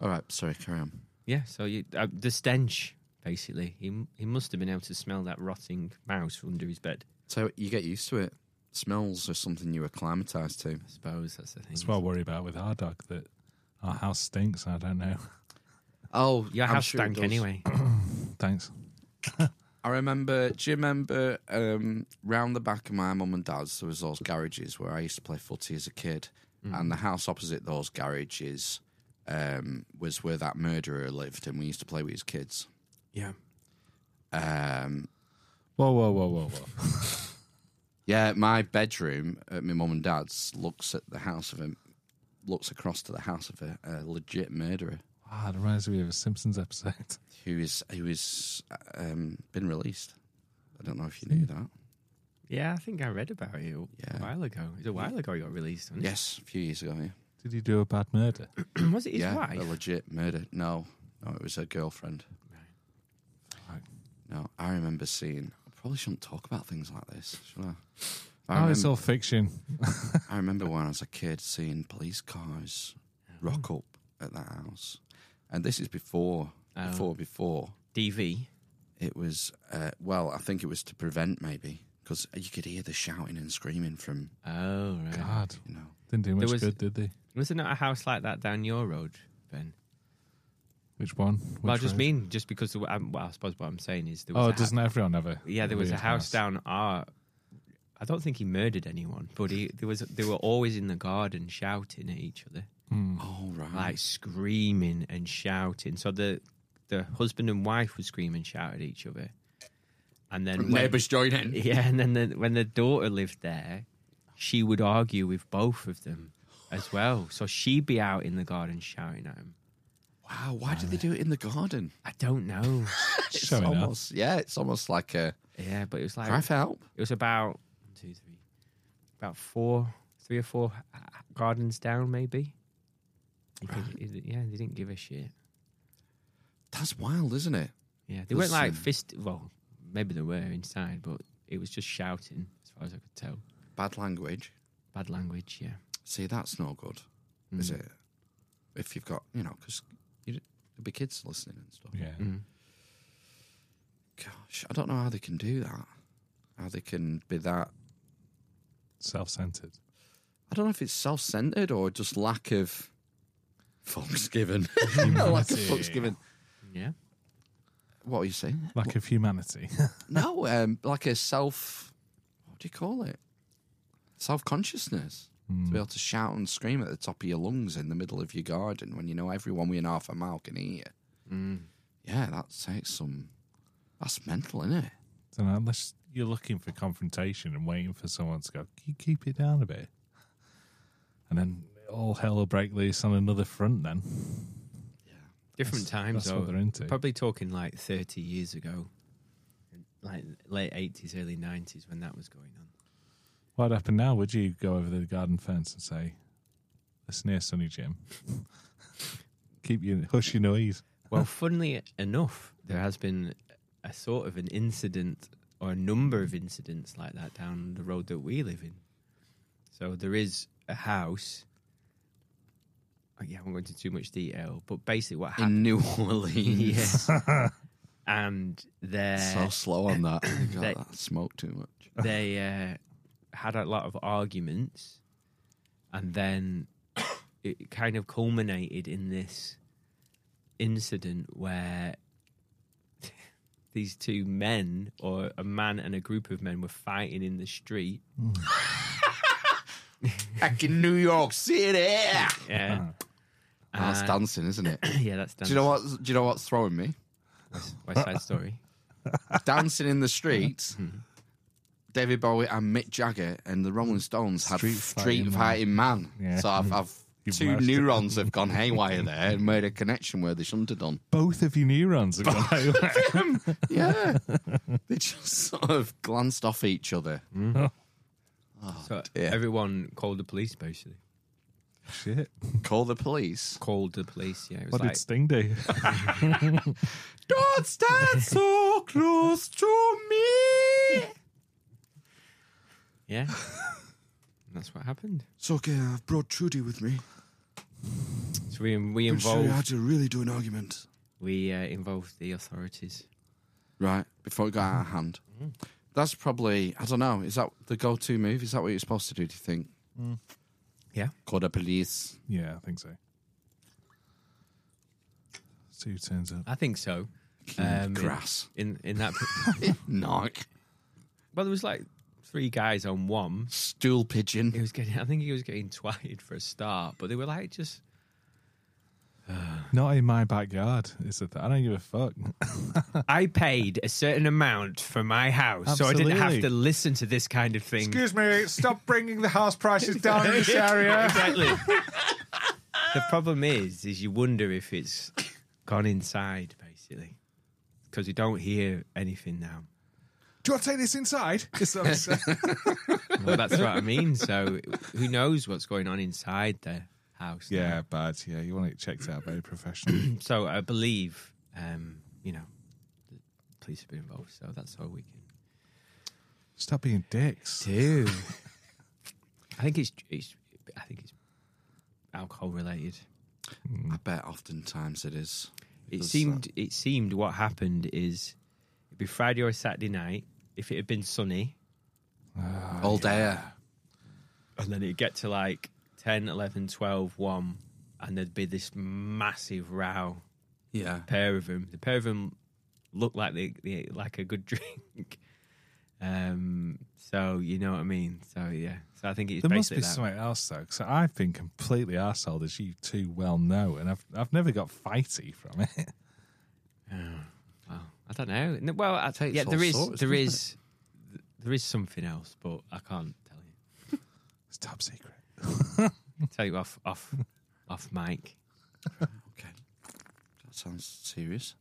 Speaker 1: All right, sorry, carry on.
Speaker 3: Yeah, so you, uh, the stench basically. He he must have been able to smell that rotting mouse under his bed.
Speaker 1: So you get used to it. Smells are something you acclimatise to.
Speaker 3: I suppose that's the thing.
Speaker 2: That's what I worry about with our dog. That our house stinks. I don't know. (laughs)
Speaker 1: Oh,
Speaker 3: Your
Speaker 1: I'm
Speaker 3: house
Speaker 1: sure it
Speaker 3: stank
Speaker 1: does. (coughs)
Speaker 3: anyway.
Speaker 2: Thanks.
Speaker 1: I remember, do you remember um, round the back of my mum and dad's, there was those garages where I used to play footy as a kid. And the house opposite those garages um, was where that murderer lived, and we used to play with his kids.
Speaker 3: yeah.
Speaker 1: Um,
Speaker 2: Whoa, whoa, whoa, whoa, whoa.
Speaker 1: yeah, my bedroom at my mum and dad's looks at the house of him, looks across to the house of a, a legit murderer
Speaker 2: Ah, it reminds me of a Simpsons episode. (laughs)
Speaker 1: who is who is um, been released. I don't know if you knew that.
Speaker 3: Yeah, I think I read about it a
Speaker 1: Yeah.
Speaker 3: while ago. It was a while ago you got released. wasn't it?
Speaker 1: Yes, a few years ago. Yeah.
Speaker 2: Did he do a bad murder?
Speaker 3: (clears throat) was it his
Speaker 1: yeah,
Speaker 3: wife?
Speaker 1: a legit murder. No, no, it was her girlfriend.
Speaker 2: Right.
Speaker 1: No, I remember seeing. I probably shouldn't talk about things like this. Should I? I,
Speaker 2: Oh,
Speaker 1: remember,
Speaker 2: it's all fiction.
Speaker 1: I remember when I was a kid seeing police cars rock up at that house, and this is before,
Speaker 3: Oh.
Speaker 1: before, before.
Speaker 3: DV.
Speaker 1: It was uh, well, I think it was to prevent maybe because you could hear the shouting and screaming from
Speaker 3: Oh right.
Speaker 2: God,
Speaker 1: you know.
Speaker 2: didn't do much
Speaker 3: There was-
Speaker 2: good, did they?
Speaker 3: Was there not a house like that down your road, Ben?
Speaker 2: Which one?
Speaker 3: well, I
Speaker 2: Which
Speaker 3: just
Speaker 2: road?
Speaker 3: mean just because the, um, well, I suppose what I'm saying is there was
Speaker 2: Oh,
Speaker 3: a hou-
Speaker 2: doesn't everyone have a?
Speaker 3: Yeah, there was a
Speaker 2: weird
Speaker 3: house down our. I don't think he murdered anyone, but he there was they were always in the garden shouting at each other,
Speaker 2: Hmm.
Speaker 1: Oh right,
Speaker 3: Mm. like screaming and shouting. So the the husband and wife would scream and shout at each other, and then when-
Speaker 1: neighbours joining.
Speaker 3: (laughs) yeah, and then the, when the daughter lived there, she would argue with both of them as well. So she'd be out in the garden shouting at him.
Speaker 1: Wow, why did they do it in the garden?
Speaker 3: I don't know.
Speaker 1: It's
Speaker 2: Showing up.
Speaker 1: almost yeah, it's almost like a
Speaker 3: yeah, but it was like
Speaker 1: cry for help.
Speaker 3: It was about one, two, three, about four, three or four uh, gardens down, maybe. He could- he- yeah, they didn't give a shit.
Speaker 1: That's wild, isn't it?
Speaker 3: Yeah, they weren't like
Speaker 1: Listen.
Speaker 3: fist. Well, maybe they were inside, but it was just shouting, as far as I could tell.
Speaker 1: Bad language.
Speaker 3: Bad language. Yeah,
Speaker 1: See, that's no good, is
Speaker 3: Mm.
Speaker 1: it? If you've got, you know, because there'll be kids listening and stuff.
Speaker 2: Yeah.
Speaker 3: Mm.
Speaker 1: Gosh, I don't know how they can do that. How they can be that.
Speaker 2: Self-centered.
Speaker 1: I don't know if it's self centered or just lack of fucks given. lack of fucks given.
Speaker 3: yeah.
Speaker 1: What are you saying?
Speaker 2: Lack of humanity.
Speaker 1: No, um, like a self. What do you call it? Self consciousness. To be able to shout and scream at the top of your lungs in the middle of your garden when you know everyone within half a mile can hear you.
Speaker 3: Mm.
Speaker 1: Yeah, that takes some. That's mental, isn't it?
Speaker 2: So unless you're looking for confrontation and waiting for someone to go, can you keep it down a bit? And then all hell will break loose on another front then.
Speaker 3: Different
Speaker 2: That's-
Speaker 3: times.
Speaker 2: that's what
Speaker 3: though.
Speaker 2: they're into.
Speaker 3: Probably talking like thirty years ago, like late eighties, early nineties, when that was going on.
Speaker 2: What'd happen now? Would you go over the garden fence and say, listen here, Sonny
Speaker 3: (laughs)
Speaker 2: Jim, keep your, hush your noise.
Speaker 3: Well, funnily enough, there has been a sort of an incident or a number of incidents like that down the road that we live in. So there is a house. Oh, I haven't gone into too much detail, but basically
Speaker 1: (laughs)
Speaker 3: what happened.
Speaker 1: In New Orleans.
Speaker 3: Yes. (laughs) and there.
Speaker 1: So slow on (coughs) that. God,
Speaker 3: They-
Speaker 1: Uh, that smoke too much.
Speaker 4: (laughs)
Speaker 3: they uh, had a lot of arguments, and then (coughs) it kind of culminated in this incident where (laughs) these two men, or a man and a group of men, were fighting in
Speaker 4: (laughs)
Speaker 3: the street.
Speaker 1: Back in New York City. Uh,
Speaker 3: Yeah,
Speaker 1: that's
Speaker 3: Uh,
Speaker 1: Oh, dancing, isn't it?
Speaker 3: (coughs) yeah, that's.
Speaker 1: Do you know what? Do you know what's throwing me?
Speaker 3: West, West Side Story.
Speaker 1: Dancing (laughs) in the Streets, David Bowie and Mick Jagger and the Rolling Stones had
Speaker 2: Street
Speaker 1: Street,
Speaker 2: Fighting
Speaker 1: Fighting Man.
Speaker 2: Yeah.
Speaker 1: So I've, (laughs) I've
Speaker 2: You've
Speaker 1: two
Speaker 2: merged it.
Speaker 1: neurons have (laughs) gone haywire there and made a connection where they shouldn't have done.
Speaker 2: Both of your neurons are gone haywire.
Speaker 1: Yeah. (laughs) they just sort of glanced off each other.
Speaker 3: so
Speaker 1: dear.
Speaker 3: everyone called the police basically.
Speaker 2: (laughs) Shit.
Speaker 1: Call the police.
Speaker 3: Called the police. Yeah, it was
Speaker 2: What
Speaker 3: like
Speaker 2: did Sting do? (laughs)
Speaker 1: Don't stand so close to me.
Speaker 3: yeah. And that's what happened.
Speaker 4: It's okay, I've brought Trudy with me.
Speaker 3: So we we
Speaker 4: Pretty sure you had
Speaker 3: involved
Speaker 4: to really do an argument.
Speaker 3: we uh, involved the authorities.
Speaker 1: Right, before it got out of hand. That's probably, I don't know, is that the go to move? Is that what you're supposed to do, do you think?
Speaker 3: Yeah.
Speaker 1: Call the police.
Speaker 2: yeah, I think so. See who turns up.
Speaker 3: I think so. Um, in-
Speaker 1: grass.
Speaker 3: in
Speaker 2: (laughs)
Speaker 3: in that.
Speaker 1: Knock.
Speaker 3: well, there was like three guys on one.
Speaker 1: Stool pigeon.
Speaker 3: He was getting. I think he was getting twatted for a start, but they were like just.
Speaker 2: Not in my backyard. It's a th- I don't give a fuck.
Speaker 3: I paid a certain amount for my house, so I didn't have
Speaker 2: Absolutely.
Speaker 3: to listen to this kind of thing.
Speaker 2: me. Stop bringing the house prices down in (laughs) this
Speaker 3: Yeah,
Speaker 2: area.
Speaker 3: exactly.
Speaker 2: (laughs)
Speaker 3: the problem is, is you wonder if it's gone inside, basically, because you don't hear anything now.
Speaker 2: Do you want to take this inside?
Speaker 3: Well, that's what I mean. So, who knows what's going on inside their house?
Speaker 2: (laughs)
Speaker 3: now.
Speaker 2: yeah, bad. Yeah, you want it checked out very (clears throat) professionally.
Speaker 3: So I believe, um, you know, the police have been involved. So that's all we can
Speaker 2: Stop being dicks.
Speaker 3: do. I think it's, it's, I think it's alcohol related.
Speaker 1: I bet oftentimes it is.
Speaker 3: It
Speaker 1: does
Speaker 3: seemed it seemed what happened is it'd be Friday or Saturday night if it had been sunny
Speaker 1: All day.
Speaker 3: and then it'd get to like 10, 11, 12, 1 and there'd be this massive row
Speaker 1: Yeah.
Speaker 3: pair of them the pair of them looked like they, they like a good (laughs) drink um so you know what I mean so yeah so I think it's
Speaker 2: There must
Speaker 3: basically
Speaker 2: be
Speaker 3: that.
Speaker 2: something else though, because I've been completely arsehole, as you too well know, and I've I've never got fighty from it. (laughs)
Speaker 3: Well, I don't know No, well I,
Speaker 1: Takes
Speaker 3: yeah
Speaker 1: all
Speaker 3: there is
Speaker 1: sorts,
Speaker 3: there
Speaker 1: doesn't
Speaker 3: is there is something else but I can't tell you
Speaker 2: It's top secret.
Speaker 3: tell you off
Speaker 2: (laughs)
Speaker 3: off off mic
Speaker 1: Okay. That sounds serious.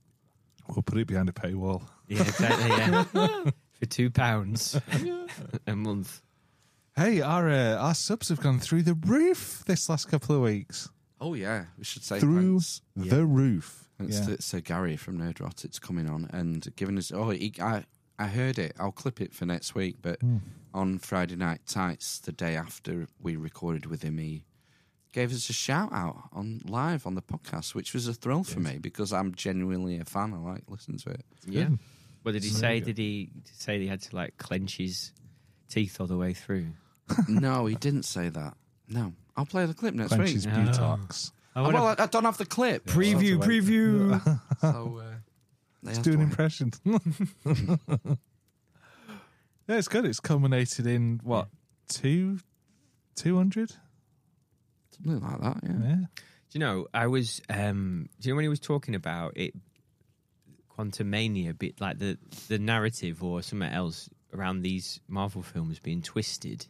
Speaker 2: We'll put it behind a paywall.
Speaker 3: Yeah, exactly. Yeah,
Speaker 2: (laughs)
Speaker 3: for two pounds (laughs) a month.
Speaker 2: Hey, our uh, our subs have gone through the roof this last couple of weeks.
Speaker 1: Oh, yeah. We should say
Speaker 2: through
Speaker 1: thanks.
Speaker 2: the roof.
Speaker 1: Thanks
Speaker 2: Yeah.
Speaker 1: to Sir Gary from Nerd Rot. It's coming on and giving us. Oh, he, I, I heard it. I'll clip it for next week. But
Speaker 2: Hmm.
Speaker 1: on Friday Night Tights, the day after we recorded with him, he gave us a shout out on live on the podcast, which was a thrill for me because I'm genuinely a fan. I like listening to
Speaker 2: (laughs)
Speaker 1: it.
Speaker 3: Yeah.
Speaker 2: good.
Speaker 3: What did he say? Did he say he had to like clench his teeth all the way through?
Speaker 1: no, he didn't say that. No. I'll play the clip next week.
Speaker 2: (laughs) Clench's buttocks.
Speaker 1: well, I, I don't have the clip.
Speaker 2: Preview, (laughs) preview.
Speaker 1: so uh, they have to
Speaker 2: Do an
Speaker 1: wait.
Speaker 2: impression. (laughs) yeah, it's good. It's culminated in what two, two hundred.
Speaker 1: something like that. Yeah.
Speaker 2: Yeah,
Speaker 3: do you know? I was. um Do you know when he was talking about it? Quantum Mania, bit like the the narrative or something else around these Marvel films being twisted.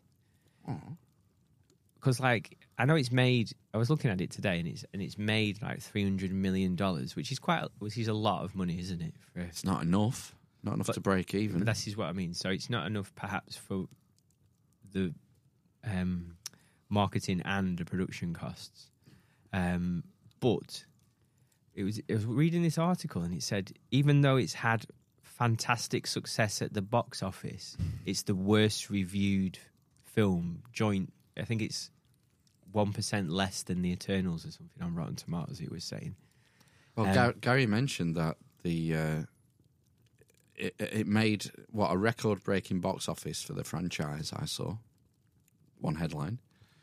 Speaker 3: Because like I know it's made. I was looking at it today, and it's and it's made like three hundred million dollars, which is quite, which is a lot of money, isn't it? For a
Speaker 1: It's not enough. Not enough
Speaker 3: But-
Speaker 1: to break even.
Speaker 3: But this is what I mean. So it's not enough, perhaps, for the um, marketing and the production costs. Um, but it was, I was reading this article, and it said even though it's had fantastic success at the box office, it's the worst reviewed film joint. I think it's one percent less than the Eternals or something on Rotten Tomatoes. It was saying.
Speaker 1: Well,
Speaker 3: Um,
Speaker 1: Gar- Gary mentioned that the uh, it, it made what a record-breaking box office for the franchise. I saw one headline: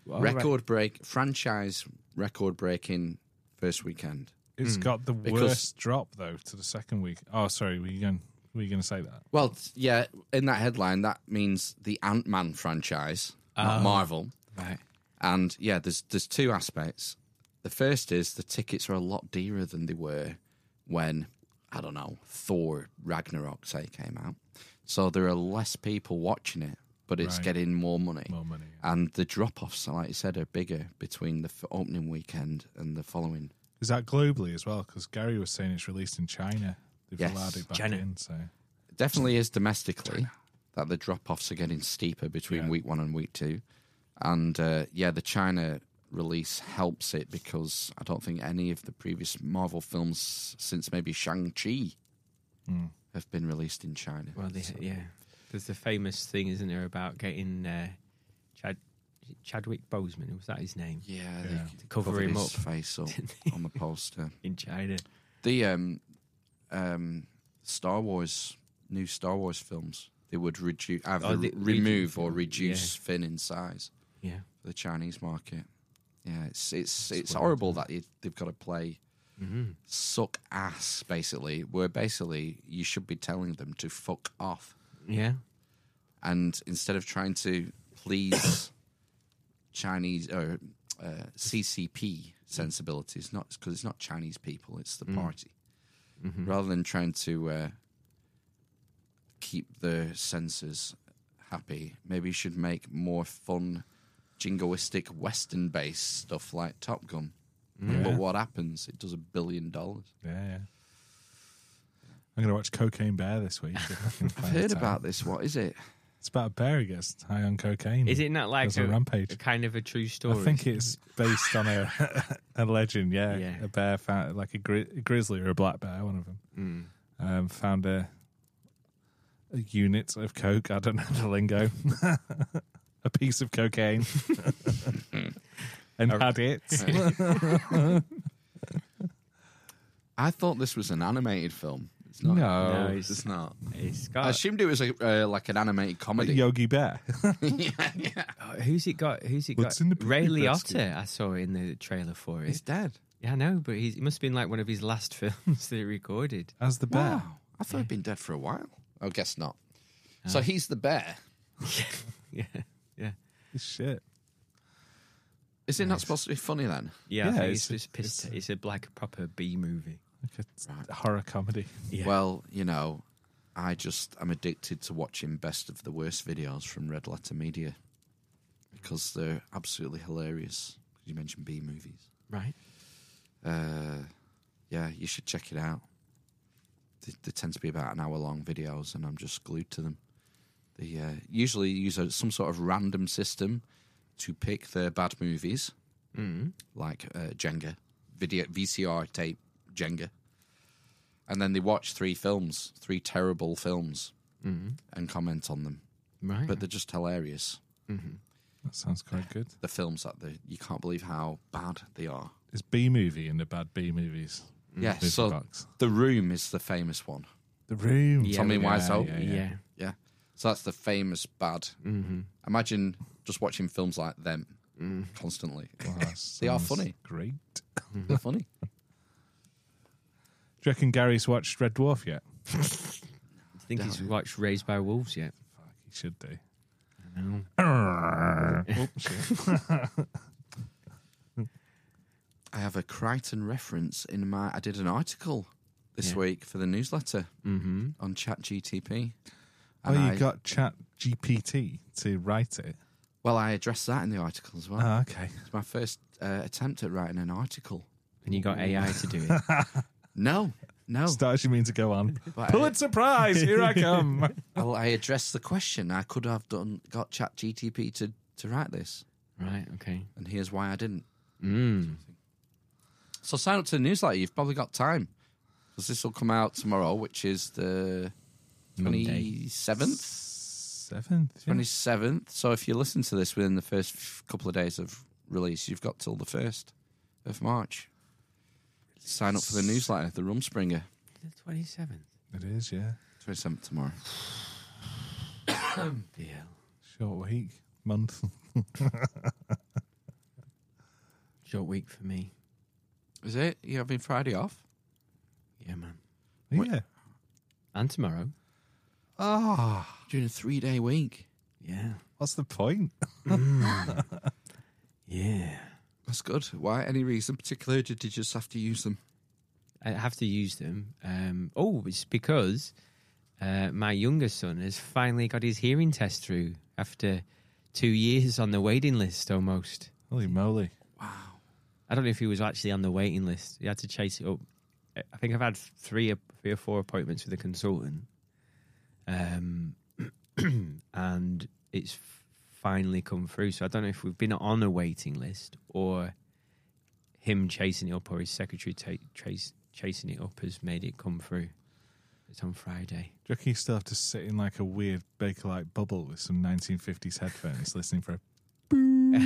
Speaker 1: record break franchise record-breaking first weekend.
Speaker 2: It's got the
Speaker 1: Hmm. Because-
Speaker 2: worst drop though to the second week. Oh, sorry, were you going? Were you going to say that?
Speaker 1: Well, t- yeah, in that headline, that means the Ant Man franchise, not Marvel.
Speaker 3: Right.
Speaker 1: And yeah, there's there's two aspects. The first is the tickets are a lot dearer than they were when I don't know, Thor Ragnarok, say, came out. So there are less people watching it, but it's
Speaker 2: Right.
Speaker 1: getting more money.
Speaker 2: More money.
Speaker 1: And the drop offs, like you said, are bigger between the f- opening weekend and the following.
Speaker 2: Is that globally as well? Because Gary was saying it's released in China. They've
Speaker 1: Yes,
Speaker 2: allowed it back
Speaker 3: China.
Speaker 2: in. So
Speaker 1: It definitely is domestically that the drop offs are getting steeper between
Speaker 2: Yeah.
Speaker 1: week one and week two. And uh, yeah, the China release helps it because I don't think any of the previous Marvel films since maybe Shang-Chi
Speaker 2: Mm.
Speaker 1: have been released in China.
Speaker 3: Hmm. Well, they,
Speaker 1: So-
Speaker 3: yeah. There's the famous thing, isn't there, about getting uh, Chad, is it Chadwick Boseman? Was that his name?
Speaker 1: Yeah, they
Speaker 2: Yeah.
Speaker 1: c-
Speaker 3: To cover
Speaker 1: covered
Speaker 3: him
Speaker 1: his
Speaker 3: up. (laughs)
Speaker 1: face up on the poster.
Speaker 3: in China.
Speaker 1: The um, um, Star Wars new Star Wars films they would reduce either
Speaker 3: Oh, they-
Speaker 1: remove
Speaker 3: reduce-
Speaker 1: or reduce Finn in size
Speaker 3: Yeah.
Speaker 1: for the Chinese market. Yeah, it's it's
Speaker 2: That's
Speaker 1: it's
Speaker 2: what
Speaker 1: horrible that you, they've got to play
Speaker 3: Mm-hmm.
Speaker 1: suck ass basically. Where basically you should be telling them to fuck off,
Speaker 3: Yeah.
Speaker 1: and instead of trying to please (coughs) Chinese or uh, CCP sensibilities, not because it's not Chinese people, it's the party.
Speaker 3: Mhm.
Speaker 1: rather than trying to uh, keep the senses happy, maybe you should make more fun, jingoistic, Western based stuff like Top Gun. But
Speaker 2: Yeah.
Speaker 1: what happens? It does a billion dollars.
Speaker 2: yeah, yeah. I'm going to watch Cocaine Bear this week.
Speaker 1: (laughs)
Speaker 2: if I can
Speaker 1: I've
Speaker 2: find
Speaker 1: heard
Speaker 2: the time.
Speaker 1: about this. What is it?
Speaker 2: It's about a bear who gets high on cocaine.
Speaker 3: Hmm. Is it not like
Speaker 2: There's a
Speaker 3: a,
Speaker 2: rampage.
Speaker 3: a kind of a true story?
Speaker 2: I think it's based on a (laughs) a legend. Yeah,
Speaker 3: Yeah.
Speaker 2: a bear found like a, gri- a grizzly or a black bear, one of them,
Speaker 3: Mm.
Speaker 2: um, found a a unit of coke. I don't (laughs) know the lingo. a piece
Speaker 1: (laughs)
Speaker 2: of cocaine, and had it.
Speaker 1: (laughs) I thought this was an animated film. It's not.
Speaker 2: No.
Speaker 3: No,
Speaker 1: it's not.
Speaker 3: It's
Speaker 1: I
Speaker 3: got.
Speaker 1: assumed it was a, uh, like an animated comedy.
Speaker 2: Yogi Bear.
Speaker 1: Yeah, (laughs) yeah.
Speaker 3: oh, who's it got? Who's it
Speaker 2: What's
Speaker 3: got?
Speaker 2: in the
Speaker 3: Ray
Speaker 2: piggy basket?
Speaker 3: Liotta. I saw in the trailer for
Speaker 1: It's
Speaker 3: it.
Speaker 1: dead.
Speaker 3: Yeah, I know, but he's, it must have been like one of his last (laughs) films that he recorded.
Speaker 2: As the bear.
Speaker 1: Wow. I thought he'd been dead for a while. I guess not. So he's the bear.
Speaker 3: Yeah. Yeah.
Speaker 2: Shit.
Speaker 1: Is it not supposed to be funny then?
Speaker 3: Yeah, I
Speaker 2: Yeah,
Speaker 3: think
Speaker 2: it's-
Speaker 3: it's, just pissed.
Speaker 2: it's-
Speaker 3: It's, a like a proper B movie.
Speaker 2: Like a
Speaker 1: Right.
Speaker 2: horror comedy.
Speaker 3: Yeah.
Speaker 1: Well, you know, I just am addicted to watching best of the worst videos from Red Letter Media because they're absolutely hilarious. You mentioned B movies.
Speaker 3: right.
Speaker 1: Uh, yeah, you should check it out. They, they tend to be about an hour long videos, and I'm just glued to them. They uh, usually use a, some sort of random system to pick their bad movies,
Speaker 3: Mm.
Speaker 1: like uh, Jenga, video VCR tape Jenga, and then they watch three films, three terrible films,
Speaker 3: Mm.
Speaker 1: and comment on them.
Speaker 3: Right.
Speaker 1: But they're just hilarious.
Speaker 3: mm-hmm.
Speaker 2: That sounds quite good.
Speaker 1: The films that they you can't believe how bad they are.
Speaker 2: It's B movie and the bad B movies.
Speaker 1: Yeah,
Speaker 2: Movie
Speaker 1: so
Speaker 2: box.
Speaker 1: The Room is the famous one.
Speaker 2: The room.
Speaker 3: Yeah,
Speaker 1: Tommy
Speaker 3: yeah,
Speaker 1: Wiseau.
Speaker 2: yeah,
Speaker 3: yeah.
Speaker 1: Yeah. So that's the famous bad.
Speaker 3: Mm-hmm.
Speaker 1: Imagine just watching films like them constantly.
Speaker 2: Wow, that
Speaker 1: They are
Speaker 2: sounds
Speaker 1: funny.
Speaker 2: Great.
Speaker 1: They're funny.
Speaker 2: Do you reckon Gary's watched Red Dwarf yet?
Speaker 3: I think he's watched Raised by Wolves yet.
Speaker 2: Fuck, he should do. Oh,
Speaker 3: No.
Speaker 1: I have a Crichton reference in my. I did an article this
Speaker 3: Yeah.
Speaker 1: week for the newsletter
Speaker 3: Mm-hmm.
Speaker 1: on ChatGTP.
Speaker 2: Oh,
Speaker 1: And
Speaker 2: you
Speaker 1: I,
Speaker 2: got Chat GPT to write it.
Speaker 1: well, I addressed that in the article as well.
Speaker 2: Oh, okay.
Speaker 1: it's my first uh, attempt at writing an article.
Speaker 3: And you got AI to do it.
Speaker 1: No, no.
Speaker 2: Start you mean to go on.
Speaker 1: But I,
Speaker 2: Pulitzer (laughs) Prize, here I come.
Speaker 1: well, I addressed the question. I could have done got ChatGTP to to write this,
Speaker 3: right. Okay.
Speaker 1: and here's why I didn't.
Speaker 3: Mm.
Speaker 1: So sign up to the newsletter. You've probably got time because this will come out tomorrow, which is the
Speaker 3: Monday.
Speaker 1: twenty seventh.
Speaker 2: Seventh. yeah.
Speaker 1: Twenty seventh. So if you listen to this within the first f- couple of days of release, you've got till the first of March. Sign up for the newsletter, the Rumspringer,
Speaker 3: The twenty seventh.
Speaker 2: It is, yeah.
Speaker 1: twenty seventh tomorrow.
Speaker 3: Yeah.
Speaker 2: Short week, month. (laughs)
Speaker 3: Short week for me.
Speaker 1: Is it? You having Friday off?
Speaker 3: Yeah, man.
Speaker 1: Wait.
Speaker 2: Yeah.
Speaker 3: And tomorrow.
Speaker 1: Ah, doing a three day week.
Speaker 3: Yeah.
Speaker 2: What's the point?
Speaker 3: Yeah.
Speaker 1: That's good. Why? Any reason particular? Did you just have to use them?
Speaker 3: I have to use them. Um, oh, it's because uh, my younger son has finally got his hearing test through after two years on the waiting list almost.
Speaker 2: Holy moly.
Speaker 3: I don't know if he was actually on the waiting list. He had to chase it up. I I think I've had three, three or four appointments with a consultant, um, (clears throat) and it's finally come through. So I don't know if we've been on a waiting list or him chasing it up, or his secretary ta- trace, chasing it up has made it come through. It's on Friday.
Speaker 2: Do you reckon you still have to sit in like a weird Bakelite bubble with some 1950s headphones listening for a. (laughs)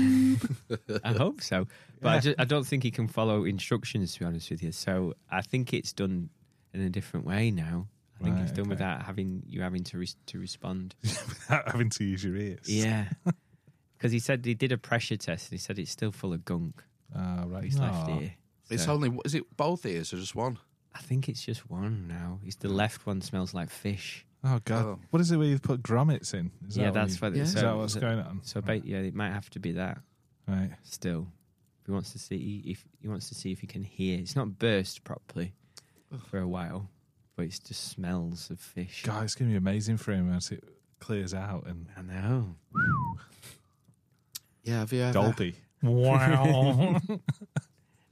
Speaker 3: I hope so, but I, ju- I don't think he can follow instructions. To be honest with you, so I think it's done in a different way now. I think
Speaker 2: Right,
Speaker 3: it's done
Speaker 2: okay.
Speaker 3: without having you having to res-
Speaker 2: (laughs)
Speaker 3: to respond.
Speaker 2: without having to use your ears?
Speaker 3: Yeah, because he said he did a pressure test and he said it's still full of gunk.
Speaker 2: Ah, right.
Speaker 3: His left
Speaker 2: Aw.
Speaker 3: ear.
Speaker 4: It's
Speaker 3: So,
Speaker 4: only is it both ears or just one?
Speaker 3: I think it's just one now. It's the left one smells like fish.
Speaker 2: Oh, God.
Speaker 4: Oh.
Speaker 2: What is it where you put grommets in? Is
Speaker 3: yeah,
Speaker 2: that
Speaker 3: that's
Speaker 2: what.
Speaker 3: what.
Speaker 4: Yeah.
Speaker 2: You,
Speaker 3: So,
Speaker 2: is that what's
Speaker 3: so,
Speaker 2: going on?
Speaker 3: so ba- yeah, it might have to be that
Speaker 2: Right.
Speaker 3: still. He wants to see if he wants to see if he can hear. It's not burst properly for a while, but it's just smells of fish.
Speaker 2: God, it's going to be amazing for him as it clears out and
Speaker 3: I know.
Speaker 4: Yeah, have you ever?
Speaker 2: Dolby. Wow.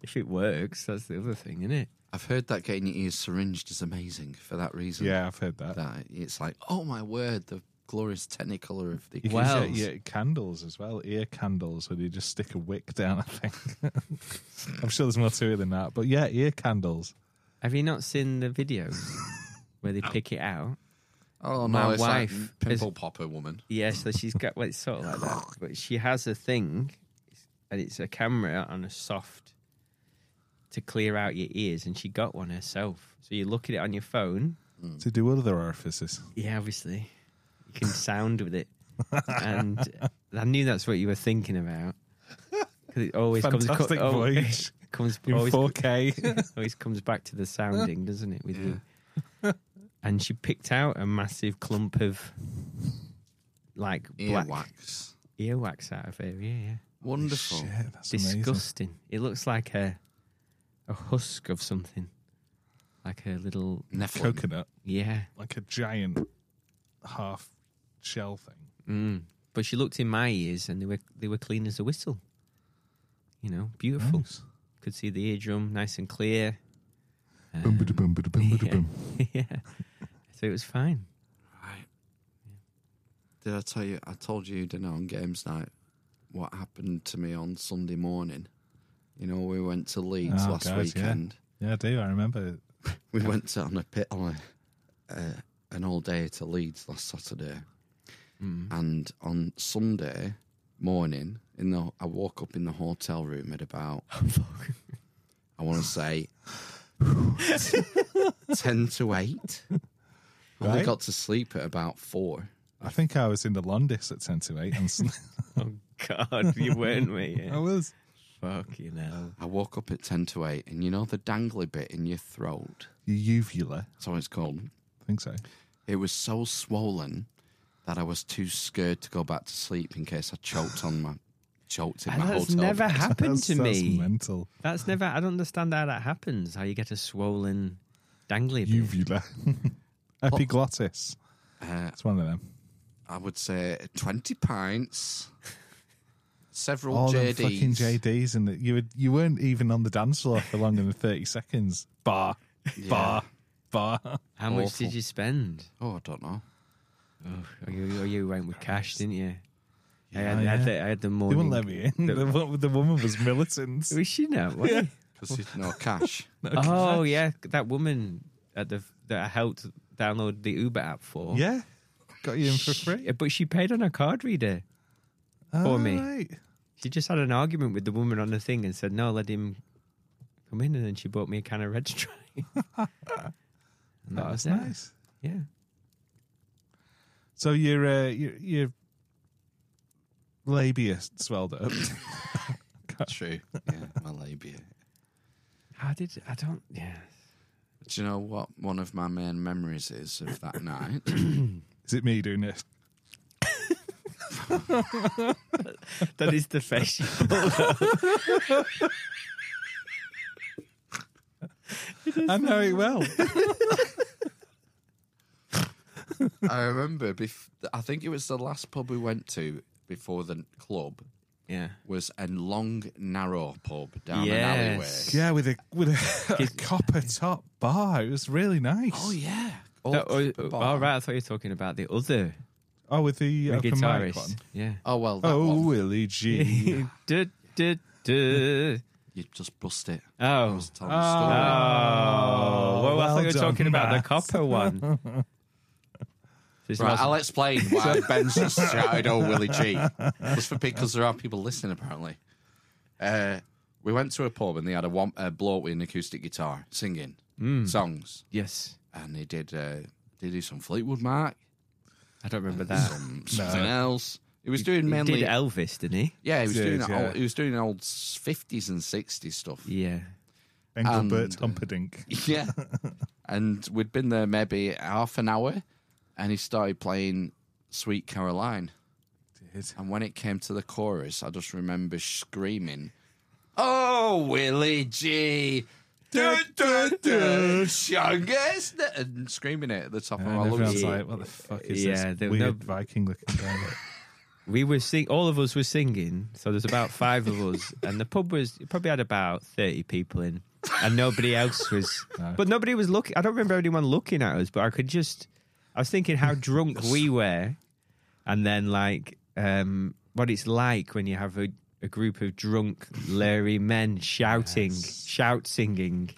Speaker 3: If it works, that's the other thing, isn't it?
Speaker 1: I've heard that getting your ears syringed is amazing for that reason.
Speaker 2: (laughs) yeah, I've heard that.
Speaker 1: That it's like, oh my word, the glorious technicolor of the
Speaker 2: You can
Speaker 3: Wow.
Speaker 2: set your candles as well, ear candles, where you just stick a wick down, I think. (laughs) I'm sure there's more to it than that. But yeah, ear candles.
Speaker 3: Have you not seen the (laughs) videos where they pick it out?
Speaker 1: Oh no,
Speaker 3: My
Speaker 1: it's like
Speaker 3: wife
Speaker 1: pimple popper woman.
Speaker 3: Yeah, so she's got well, it's sort of like that, but she has a thing, and it's a camera on a soft to clear out your ears, and she got one herself. So you look at it on your phone.
Speaker 2: To do other orifices.
Speaker 3: Yeah, obviously, you can sound with it, and I knew that's what you were thinking about. 'Cause it always comes,
Speaker 2: Fantastic
Speaker 3: co- oh,
Speaker 2: voyage.
Speaker 3: (laughs) comes
Speaker 2: In
Speaker 3: always
Speaker 2: 4K.
Speaker 3: (laughs) always comes back to the sounding, doesn't it? With you. And she picked out a massive clump of like black
Speaker 1: Earwax.
Speaker 3: earwax out of her. Yeah, yeah.
Speaker 1: Wonderful.
Speaker 2: Shit, that's amazing.
Speaker 3: Disgusting. It looks like a a husk of something, like a little
Speaker 1: Nephilim.
Speaker 2: Coconut,
Speaker 3: yeah.
Speaker 2: like a giant half shell thing.
Speaker 3: Mm. But she looked in my ears, and they were they were clean as a whistle. You know, beautiful.
Speaker 2: Nice.
Speaker 3: Could see the eardrum, nice and clear.
Speaker 2: Boom,
Speaker 3: Um,
Speaker 2: ba-da, boom, ba-da, boom, ba-da,
Speaker 3: yeah.
Speaker 2: boom.
Speaker 3: (laughs) yeah. So it was fine.
Speaker 1: Right. Did I tell you? I told you, didn't I, on games night, what happened to me on Sunday morning. You know, we went to Leeds
Speaker 2: Oh,
Speaker 1: last
Speaker 2: God, yeah.
Speaker 1: weekend.
Speaker 2: Yeah, I do. I remember.
Speaker 1: We went to- on a pit on a, uh, an all day to Leeds last Saturday, and on Sunday morning, in the I woke up in the hotel room at about I want to say ten to eight. Probably
Speaker 2: Right.
Speaker 1: got to sleep at about four.
Speaker 2: I think I was in the Londis at 10 to 8. On,
Speaker 3: (laughs)
Speaker 2: Sun-
Speaker 3: Oh God, you weren't
Speaker 2: (laughs)
Speaker 3: me.
Speaker 2: I was.
Speaker 3: Fucking hell.
Speaker 1: I woke up at 10 to 8, and you know the dangly bit in your throat?
Speaker 2: Uvula.
Speaker 1: That's what it's called.
Speaker 2: I think so.
Speaker 1: It was so swollen that I was too scared to go back to sleep in case I choked on my choked in my
Speaker 3: that's
Speaker 1: hotel.
Speaker 2: (laughs)
Speaker 3: never happened
Speaker 2: That's-
Speaker 3: to
Speaker 2: that's
Speaker 3: me.
Speaker 2: mental.
Speaker 3: That's never. I don't understand how that happens. How you get a swollen, dangly. bit.
Speaker 2: Uvula. (laughs) Epiglottis.
Speaker 1: Uh,
Speaker 2: It's one of them.
Speaker 1: I would say 20 pints, several
Speaker 2: All them
Speaker 1: JDs.
Speaker 2: fucking JDs, and that you were, you weren't even on the dance floor for longer than thirty seconds. Bar, bar, bar.
Speaker 3: How much
Speaker 1: Awful.
Speaker 3: did you spend?
Speaker 1: Oh, I don't know.
Speaker 3: Oh, you, oh, you went with cash, didn't you? I, had,
Speaker 2: Yeah,
Speaker 3: I, had
Speaker 2: yeah.
Speaker 3: the, I had the
Speaker 2: They
Speaker 3: morning.
Speaker 2: wouldn't let me
Speaker 3: (laughs)
Speaker 2: in. The, wo- the woman was militant.
Speaker 3: Was
Speaker 2: (laughs)
Speaker 3: she not? What?
Speaker 1: Because there's no cash.
Speaker 3: Oh yeah, that woman at the that I helped download the Uber app for.
Speaker 2: yeah, got you in for free
Speaker 3: She- but she paid on her card reader.
Speaker 2: All
Speaker 3: me.
Speaker 2: right.
Speaker 3: She just had an argument with the woman on the thing and said, "No, let him come in," and then she bought me a can of Red Stripe.
Speaker 2: (laughs)
Speaker 3: (laughs) and that
Speaker 2: That's
Speaker 3: was it.
Speaker 2: nice.
Speaker 3: Yeah.
Speaker 2: So your uh, your your labia swelled up.
Speaker 1: True. Yeah, my labia.
Speaker 3: How did I don't?
Speaker 2: (laughs)
Speaker 3: Yeah.
Speaker 1: Do you know what one of my main memories is of that night? (coughs)
Speaker 2: Is it me doing it?
Speaker 3: That is
Speaker 2: (laughs)
Speaker 3: the face.
Speaker 2: I know it well.
Speaker 1: I remember. Bef- I think it was the last pub we went to before the club
Speaker 3: Yeah.
Speaker 1: was a long, narrow pub down
Speaker 3: Yes.
Speaker 1: an alleyway.
Speaker 2: yeah, with a with
Speaker 3: (laughs)
Speaker 2: a, a (laughs) copper top bar. It was really nice.
Speaker 1: Oh yeah. oh,
Speaker 3: That was-
Speaker 1: Old bar.
Speaker 3: oh, all right, I thought you were talking about the other
Speaker 2: Oh, with the
Speaker 3: the
Speaker 2: open mic one.
Speaker 3: guitarist. Yeah.
Speaker 1: Oh well. That
Speaker 2: Oh,
Speaker 1: one,
Speaker 2: Willie
Speaker 3: (laughs)
Speaker 2: G.
Speaker 3: Du- du- du.
Speaker 1: you just bust it. I
Speaker 3: Oh. Ah.
Speaker 1: was telling the story.
Speaker 3: Oh, well, I thought you were
Speaker 2: done,
Speaker 3: talking about the
Speaker 2: Matt.
Speaker 3: copper one. Just
Speaker 1: Right,
Speaker 3: wasn't-
Speaker 1: I'll
Speaker 3: (laughs)
Speaker 1: explain why Ben's just shouted, "Oh, Willie G!" Just for because there are people listening, apparently. Uh, we went to a pub and they had a, one, a bloke with an acoustic guitar singing
Speaker 3: Hmm.
Speaker 1: songs,
Speaker 3: yes.
Speaker 1: and he did uh, did he do some Fleetwood
Speaker 3: (laughs)
Speaker 1: Mac,
Speaker 3: I don't remember (laughs) that.
Speaker 1: some something else. He was doing
Speaker 3: He
Speaker 1: mainly
Speaker 3: did Elvis, didn't he?
Speaker 1: yeah, he was
Speaker 2: Did,
Speaker 1: doing that
Speaker 2: yeah.
Speaker 1: old, he was doing old fifties and sixties stuff.
Speaker 3: Yeah.
Speaker 2: Engelbert
Speaker 3: Um,
Speaker 1: And, uh,
Speaker 2: Humperdinck.
Speaker 1: (laughs) Yeah. and we'd been there maybe half an hour and he started playing Sweet Caroline. And when it came to the chorus, I just remember screaming, Oh, Willie G! Du, du, du, youngest! And screaming it at the top of
Speaker 2: And
Speaker 1: my lungs.
Speaker 2: everyone's like, what the fuck is
Speaker 3: Yeah,
Speaker 2: this
Speaker 3: there-
Speaker 2: weird
Speaker 3: no-
Speaker 2: Viking looking
Speaker 3: (laughs)
Speaker 2: guy?
Speaker 3: We were sing. All of us were singing. So there's about five of us, and the pub was it probably had about thirty people in, and nobody else was. But nobody was looking. I don't remember anyone looking at us, but I could just. I was thinking how drunk we were, and then like um, what it's like when you have a, a group of drunk, leery men shouting, shout singing,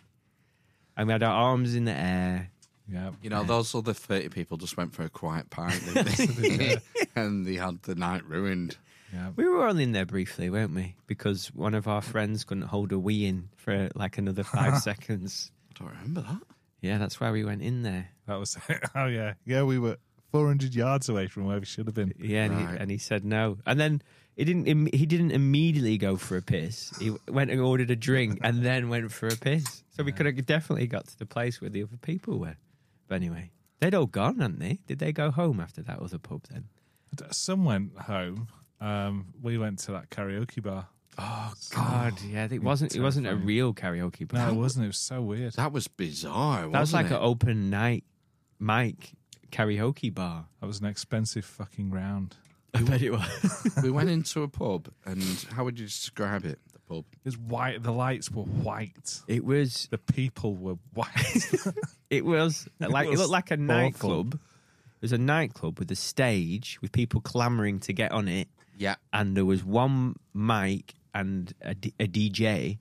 Speaker 3: and we had our arms in the air.
Speaker 2: yeah.
Speaker 1: You know, those other 30 people just went for a quiet pint. didn't they? (laughs) and they had the night ruined.
Speaker 2: Yeah.
Speaker 3: We were all in there briefly, weren't we? Because one of our friends couldn't hold a wee in for like another five seconds.
Speaker 1: I don't remember that.
Speaker 3: Yeah, that's why we went in there.
Speaker 2: That was (laughs) Oh, yeah. Yeah, we were 400 yards away from where we should have been.
Speaker 3: Yeah, and, he,
Speaker 1: Right.
Speaker 3: and he said no, and then he didn't. Im- he didn't immediately go for a piss. He went and ordered a drink, and then went for a piss. So we could have definitely got to the place where the other people were. But anyway, they'd all gone, hadn't they? Did they go home after that other pub then?
Speaker 2: Some went home. Um, we went to that karaoke bar.
Speaker 3: God, yeah, it wasn't. It wasn't a
Speaker 2: terrifying.
Speaker 3: real karaoke bar.
Speaker 2: No, it wasn't. It was so weird.
Speaker 1: That was bizarre.
Speaker 3: that was
Speaker 1: wasn't
Speaker 3: like
Speaker 1: it?
Speaker 3: an open night mic karaoke bar.
Speaker 2: That was an expensive fucking round.
Speaker 3: I bet it was.
Speaker 1: we went into a pub, and how would you describe it? The pub.
Speaker 2: It was white. The lights were white.
Speaker 3: (laughs) It was.
Speaker 2: The people were white.
Speaker 3: It was like it,
Speaker 2: was
Speaker 3: looked like a
Speaker 2: awful.
Speaker 3: nightclub. It was a nightclub with a stage with people clamoring to get on it,
Speaker 1: Yeah.
Speaker 3: and there was one mic and a, D- a DJ,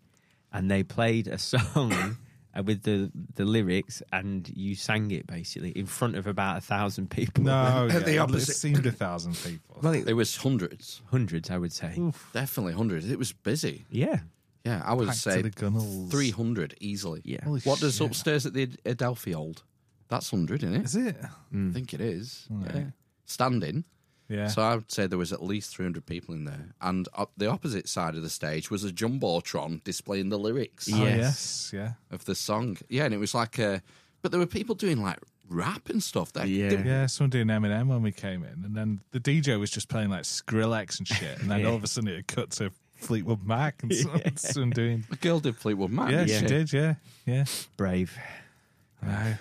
Speaker 3: and they played a (laughs) song uh, with the the lyrics, and you sang it basically in front of about a thousand
Speaker 2: (laughs) (laughs)
Speaker 3: people.
Speaker 2: no, oh, yeah,
Speaker 1: The
Speaker 2: it
Speaker 1: opposite.
Speaker 2: seemed a thousand people.
Speaker 3: well, it,
Speaker 1: There was hundreds,
Speaker 3: (laughs) hundreds, I would say.
Speaker 1: definitely hundreds. It was busy.
Speaker 3: Yeah,
Speaker 1: Yeah, I would
Speaker 2: Packed to
Speaker 1: say
Speaker 2: the gunnels.
Speaker 1: three hundred easily.
Speaker 3: Yeah.
Speaker 2: Holy
Speaker 1: What does
Speaker 2: shit.
Speaker 1: upstairs at the Ad- Adelphi hold? That's hundred, isn't it?
Speaker 2: Is it?
Speaker 1: I think it is. Yeah. Standing.
Speaker 2: Yeah.
Speaker 1: So I would say there was at least three hundred people in there, and up the opposite side of the stage was a jumbotron displaying the lyrics
Speaker 2: Oh,
Speaker 3: Yes.
Speaker 2: yes. Yeah.
Speaker 1: of the song. Yeah, and it was like a, but there were people doing like rap and stuff. There,
Speaker 3: Yeah.
Speaker 1: They-
Speaker 2: Yeah, someone doing Eminem when we came in, and then the DJ was just playing like Skrillex and shit, and then all of a sudden it cut to Fleetwood Mac and someone, someone doing.
Speaker 1: the girl did Fleetwood Mac.
Speaker 2: Yeah,
Speaker 3: Yeah.
Speaker 2: she did. Yeah, yeah.
Speaker 3: brave.
Speaker 2: No.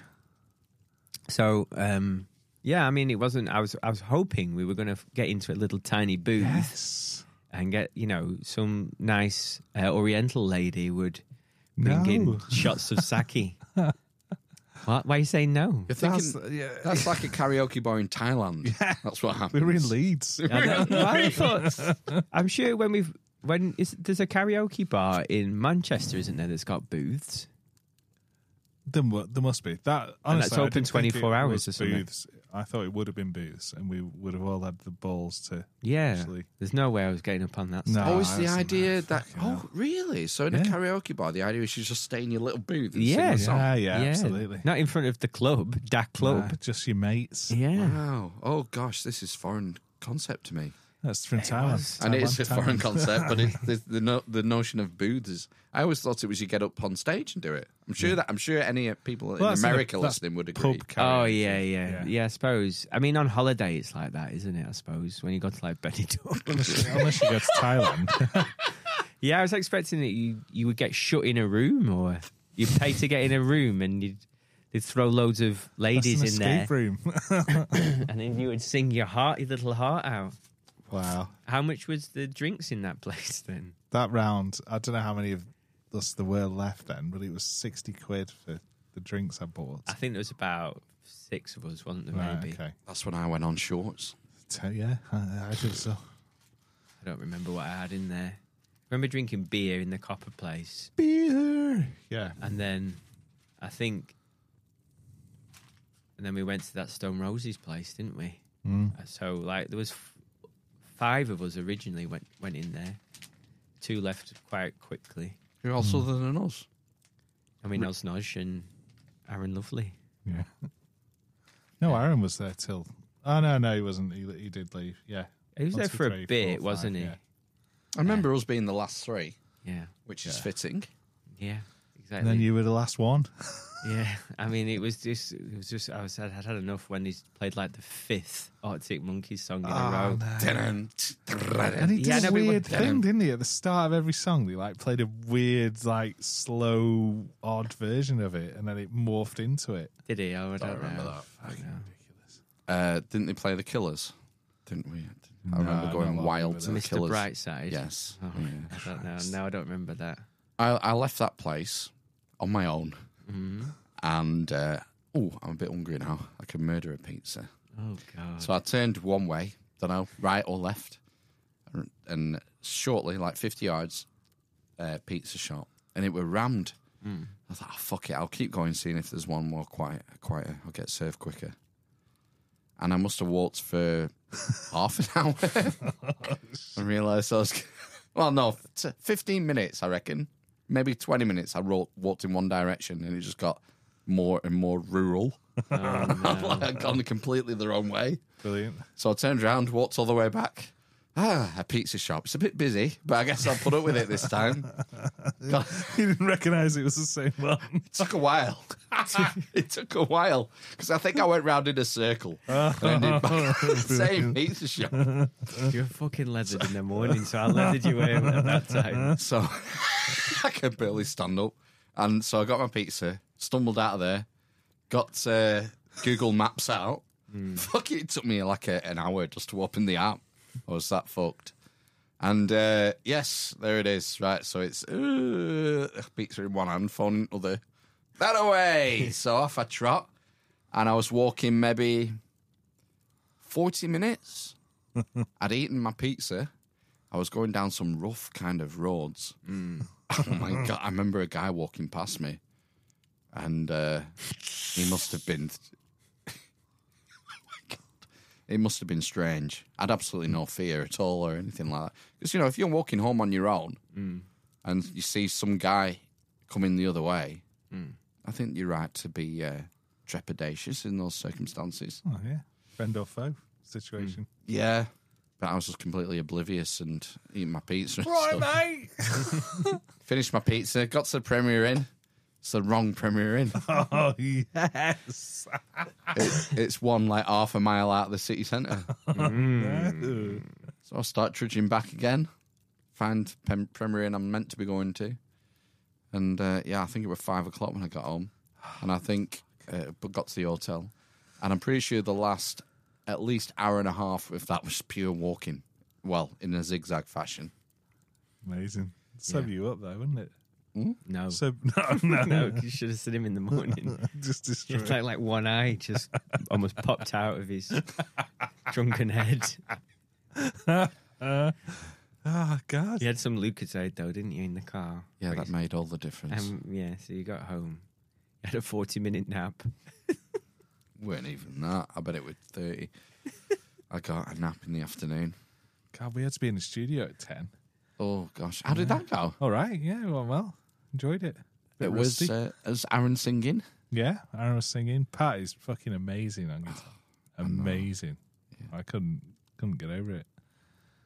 Speaker 3: So, um, yeah, I mean, it wasn't. I was I was hoping we were going to get into a little tiny booth.
Speaker 2: Yes.
Speaker 3: and get you know some nice uh, Oriental lady would bring
Speaker 2: No.
Speaker 3: in (laughs) shots
Speaker 2: (laughs)
Speaker 3: of sake. what? Why are you saying no?
Speaker 1: You're thinking,
Speaker 2: That's- uh, yeah.
Speaker 1: That's like a karaoke bar in
Speaker 2: (laughs)
Speaker 1: Thailand. That's what
Speaker 2: We
Speaker 1: happened.
Speaker 2: were in Leeds.
Speaker 3: I don't- well, I thought- I'm sure when we've when is, there's a karaoke bar in Manchester, isn't there? That's got booths.
Speaker 2: There, mu- there must be that. Honestly,
Speaker 3: that's
Speaker 2: I
Speaker 3: open
Speaker 2: didn't think
Speaker 3: 24
Speaker 2: it
Speaker 3: hours
Speaker 2: was
Speaker 3: or something.
Speaker 2: Booths. I thought it would have been booths, and we would have all had the balls to.
Speaker 3: Yeah,
Speaker 2: Actually.
Speaker 3: there's no way I was getting up on that.
Speaker 2: No.
Speaker 3: stuff.
Speaker 1: Oh, is
Speaker 2: I
Speaker 1: the
Speaker 2: was in
Speaker 1: idea
Speaker 2: that,
Speaker 1: that?
Speaker 2: fucking
Speaker 1: Oh,
Speaker 2: hell.
Speaker 1: really? So in a
Speaker 2: Yeah.
Speaker 1: karaoke bar, the idea is you just stay in your little booth. And
Speaker 3: Yeah.
Speaker 1: yeah. Sing a song.
Speaker 2: Yeah, yeah, absolutely.
Speaker 3: Not in front of the club, da
Speaker 2: Nah,
Speaker 3: club.
Speaker 2: just your mates.
Speaker 3: Yeah,
Speaker 1: Wow. Oh gosh, this is foreign concept to me.
Speaker 2: That's from Thailand.
Speaker 1: And it is a
Speaker 2: Thailand,
Speaker 1: foreign
Speaker 2: Thailand.
Speaker 1: concept, but it, the the, no, the notion of booths is. I always thought it was you get up on stage and do it. I'm sure that I'm sure any uh, people
Speaker 2: (laughs) Well,
Speaker 1: in
Speaker 2: that's in a-
Speaker 1: America
Speaker 2: that's
Speaker 1: listening would agree.
Speaker 2: Pub
Speaker 3: Oh
Speaker 2: karaoke.
Speaker 3: yeah, yeah, yeah,
Speaker 2: Yeah.
Speaker 3: I suppose. I mean, on holiday it's like that, isn't it? I suppose when you go to like Benidorm.
Speaker 2: Unless you go
Speaker 3: (laughs)
Speaker 2: to Thailand.
Speaker 3: yeah, I was expecting that you you would get shut in a room or You pay to get in a room, and you'd they'd throw loads of
Speaker 2: That's
Speaker 3: ladies
Speaker 2: an
Speaker 3: in there,
Speaker 2: escape room. (laughs)
Speaker 3: and then you would sing your heart, your little heart out.
Speaker 2: wow.
Speaker 3: How much was the drinks in that place then?
Speaker 2: That round, I don't know how many of us there were left then, but it was 60 quid for the drinks I bought.
Speaker 3: I think there was about six of us, wasn't there?
Speaker 2: Right,
Speaker 3: Ah, maybe
Speaker 2: okay.
Speaker 1: That's when I went on shorts.
Speaker 2: So, yeah, I, I did so.
Speaker 3: I don't remember what I had in there. I remember drinking beer in the copper place,
Speaker 2: Beer. Yeah.
Speaker 3: and then I think, and then we went to that Stone Roses place, didn't we? Uh,
Speaker 2: Mm.
Speaker 3: So like there was f- five of us originally went went in there. Two left quite quickly.
Speaker 1: Who else other than us?
Speaker 3: I mean, Els Nosh and Aaron Lovely.
Speaker 2: Yeah. No, Aaron was there till. Oh, no, no, he wasn't. He, he did leave. Yeah.
Speaker 3: He was
Speaker 2: One,
Speaker 3: there
Speaker 2: two,
Speaker 3: for
Speaker 2: three,
Speaker 3: a bit,
Speaker 2: four,
Speaker 3: wasn't
Speaker 2: five,
Speaker 3: he?
Speaker 2: yeah.
Speaker 1: I remember us being the last three,
Speaker 3: Yeah,
Speaker 1: which is
Speaker 2: Yeah.
Speaker 1: fitting.
Speaker 3: yeah, exactly.
Speaker 2: And then you were the last one.
Speaker 3: Yeah, (laughs) I mean, it was just, it was just. I was, I'd had enough when he's played like the fifth Arctic Monkeys song in a
Speaker 2: Ah,
Speaker 3: row.
Speaker 2: And he did
Speaker 3: Oh, Yeah,
Speaker 2: a
Speaker 3: no, but it
Speaker 2: weird
Speaker 3: was-
Speaker 2: thing, didn't he? At the start of every song, they like played a weird, like slow, odd version of it, and then it morphed into it.
Speaker 3: Did he? Oh, I don't,
Speaker 1: remember
Speaker 3: know.
Speaker 1: that.
Speaker 2: Fucking
Speaker 3: know.
Speaker 2: ridiculous.
Speaker 1: Uh, didn't they play the Killers? Didn't we? I
Speaker 2: No,
Speaker 1: remember
Speaker 2: I
Speaker 1: going
Speaker 2: don't
Speaker 1: wild
Speaker 2: remember
Speaker 1: to the
Speaker 3: Mr.
Speaker 1: Killers.
Speaker 3: Brightside.
Speaker 1: Yes.
Speaker 3: Oh,
Speaker 1: Yeah.
Speaker 3: I don't know. No, I don't remember that.
Speaker 1: I, I left that place on my own, and uh, oh, I'm a bit hungry now. I could murder a pizza.
Speaker 3: Oh God.
Speaker 1: So I turned one way, don't know, right or left, and shortly, like 50 yards, uh, pizza shop, and it were rammed. I thought, oh, fuck it, I'll keep going, seeing if there's one more quiet, quieter. I'll get served quicker. And I must have walked for half an hour. I realised I was, well, no, t- 15 minutes, I reckon, maybe 20 minutes. I ro- walked in one direction, and it just got more and more rural. (laughs) Like I'd gone completely the wrong way.
Speaker 2: Brilliant. (laughs)
Speaker 1: So I turned around, walked all the way back. Ah, a pizza shop. It's a bit busy, but I guess I'll put up with it this time. God,
Speaker 2: He didn't recognise it was the same one.
Speaker 1: it took a while. (laughs) it took a while because I think I went round in a circle and ended back at the same pizza shop.
Speaker 3: (laughs) You're fucking leathered in the morning, so I leathered you in at (laughs) that time.
Speaker 1: So (laughs) I could barely stand up. And so I got my pizza, stumbled out of there, got uh, Google Maps out. (laughs) Fuck it, it took me like a, an hour just to open the app. I was that fucked. And uh, yes, there it is. Right, so it's uh, pizza in one hand, phone in the other. That away! so off I trot. And I was walking maybe 40 minutes. I'd eaten my pizza. I was going down some rough kind of roads. (laughs) Oh my god! I remember a guy walking past me, and uh, he must have been. (laughs) Oh my God. It must have been strange. I'd absolutely no fear at all or anything like that. Because you know, if you're walking home on your own and you see some guy coming the other way, I think you're right to be uh, trepidatious in those circumstances.
Speaker 2: Oh yeah, friend or foe situation.
Speaker 1: Yeah, but I was just completely oblivious and eating my pizza. and stuff.
Speaker 2: mate.
Speaker 1: Finished my pizza, got to the Premier Inn. It's the wrong Premier Inn.
Speaker 2: (laughs) Oh yes.
Speaker 1: It- it's one like half a mile out of the city centre. So I'll start trudging back again, find Pem- Premier Inn I'm meant to be going to. And uh, yeah, I think it was five o'clock when I got home. And I think, uh, but got to the hotel. And I'm pretty sure the last at least hour and a half of that was pure walking. Well, in a zigzag fashion.
Speaker 2: Amazing. Sub you up though, wouldn't it?
Speaker 3: No, (laughs)
Speaker 2: Sub (laughs) no, no,
Speaker 3: no, you should have seen him in the (laughs) morning.
Speaker 2: just destroy.
Speaker 3: It's like like one eye just almost popped out of (laughs) his drunken head.
Speaker 2: Ah, God.
Speaker 3: You had some Lucasade though, didn't you, in the car?
Speaker 1: Yeah,
Speaker 3: Where
Speaker 1: that
Speaker 3: you-
Speaker 1: made all the difference.
Speaker 3: um, yeah. So you got home. You had a forty-minute nap.
Speaker 1: weren't even that. I bet it was 30. I got a nap in the afternoon.
Speaker 2: God, we had to be in the studio at ten.
Speaker 1: Oh, gosh. How did that go?
Speaker 2: All right. Yeah. Well, well, enjoyed it. Bit
Speaker 1: It was,
Speaker 2: rusty.
Speaker 1: uh, it was Aaron singing.
Speaker 2: Yeah, Aaron was singing. Pat is fucking amazing
Speaker 1: (sighs)
Speaker 2: on guitar. Amazing. I couldn't couldn't get over it.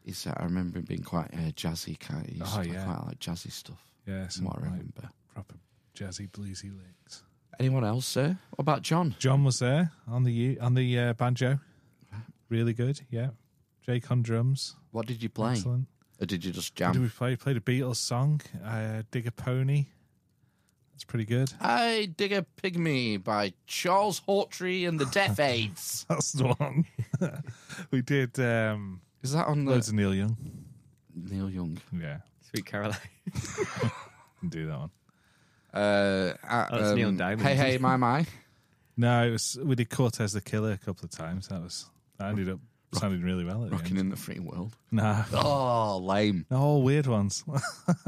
Speaker 1: He's, uh, I remember him being quite uh, jazzy. Kind of, he used
Speaker 2: Oh,
Speaker 1: to play
Speaker 2: yeah.
Speaker 1: quite like jazzy stuff.
Speaker 2: Yeah,
Speaker 1: That's
Speaker 2: some
Speaker 1: what I
Speaker 2: like,
Speaker 1: remember.
Speaker 2: proper jazzy bluesy licks.
Speaker 1: Anyone else, sir? What about John?
Speaker 2: John was there on the u- on the uh, banjo. Really good. Yeah. Jake on drums.
Speaker 1: What did you play?
Speaker 2: Excellent.
Speaker 1: Or did you just
Speaker 2: What Did
Speaker 1: jam?
Speaker 2: we play? Played a Beatles song. Uh, Dig a pony. It's pretty good. (laughs)
Speaker 1: I Dig a Pygmy by Charles Hawtrey
Speaker 2: (laughs)
Speaker 1: and the Deaf Aids.
Speaker 2: That's the one. (laughs) we did um,
Speaker 1: Is that on
Speaker 2: loads
Speaker 1: the
Speaker 2: of Neil Young.
Speaker 1: Neil Young?
Speaker 2: Yeah,
Speaker 3: Sweet Caroline.
Speaker 2: can do that one.
Speaker 1: Uh, uh,
Speaker 3: Oh, that's Neil Diamond.
Speaker 1: Hey, hey, my,
Speaker 2: (laughs)
Speaker 1: my.
Speaker 2: No, it was we did Cortez the Killer a couple of times. That was that ended up sounding really well. At the
Speaker 1: Rocking
Speaker 2: end.
Speaker 1: in the free world.
Speaker 2: Nah,
Speaker 1: Oh, lame.
Speaker 2: no, all weird ones. (laughs)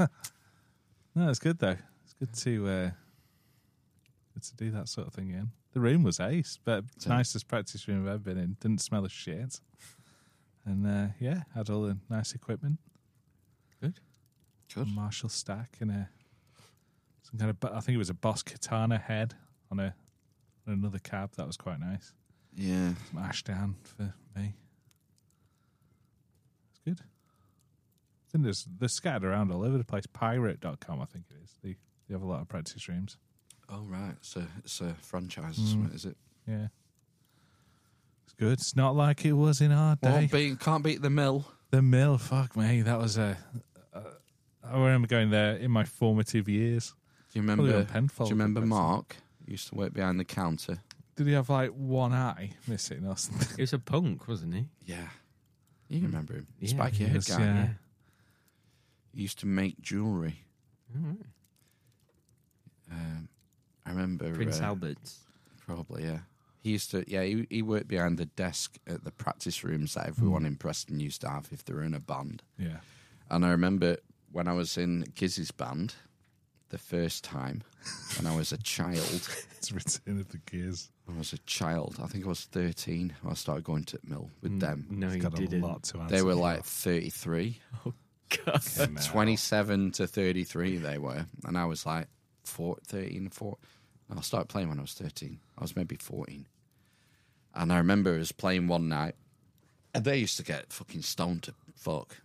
Speaker 2: no, it's good though. It's good to uh, good to do that sort of thing again. The room was ace, but nicest practice room I've ever been in. Didn't smell of shit, and uh, yeah, had all the nice equipment.
Speaker 3: Good.
Speaker 1: Good.
Speaker 2: A Marshall stack and a some kind of. bo- I think it was a Boss Katana head on a on another cab. That was quite nice.
Speaker 1: Yeah.
Speaker 2: Some ash down for me. It's good. I think there's they're scattered around all over the place. Pirate.com, I think it is. They they have a lot of practice rooms.
Speaker 1: Oh, right. So it's a franchise
Speaker 2: Mm.
Speaker 1: or something, is it?
Speaker 2: Yeah. It's good. It's not like it was in our day.
Speaker 1: Won't beat, can't beat the mill.
Speaker 2: The mill, fuck me. That was a. a I remember going there in my formative years.
Speaker 1: Do you
Speaker 2: Probably
Speaker 1: remember?
Speaker 2: on Penfold.
Speaker 1: Do you remember
Speaker 2: That's-
Speaker 1: Mark? He used to work behind the counter.
Speaker 2: Did he have like one eye missing or something? (laughs)
Speaker 3: (laughs) He was a punk, wasn't he?
Speaker 1: Yeah. You remember him?
Speaker 3: Yeah,
Speaker 1: Spiky
Speaker 2: Hmm. he
Speaker 1: head
Speaker 2: was,
Speaker 1: guy.
Speaker 2: yeah.
Speaker 1: He used to make jewellery.
Speaker 3: Alright.
Speaker 1: Um, I remember.
Speaker 3: Prince
Speaker 1: uh,
Speaker 3: Albert's.
Speaker 1: Probably, yeah. He used to, yeah, he, he worked behind the desk at the practice rooms that
Speaker 2: Hmm.
Speaker 1: everyone in Preston used to have if they were in a band.
Speaker 2: Yeah.
Speaker 1: And I remember when I was in Gizzy's band the first time when I was a
Speaker 2: (laughs)
Speaker 1: child.
Speaker 2: It's Return of the Gears.
Speaker 1: I was a child. I think I was 13 when I started going to Mill with
Speaker 2: Hmm.
Speaker 1: them.
Speaker 3: No,
Speaker 2: It's
Speaker 3: he
Speaker 2: got a
Speaker 3: didn't.
Speaker 2: lot to answer.
Speaker 1: They were
Speaker 2: for.
Speaker 1: like 33,
Speaker 3: (laughs) God.
Speaker 2: Fucking hell.
Speaker 1: 27 to 33 they were. And I was like four, 13, 4. I started playing when I was 13. I was maybe 14. And I remember I was playing one night and they used to get fucking stoned to fuck.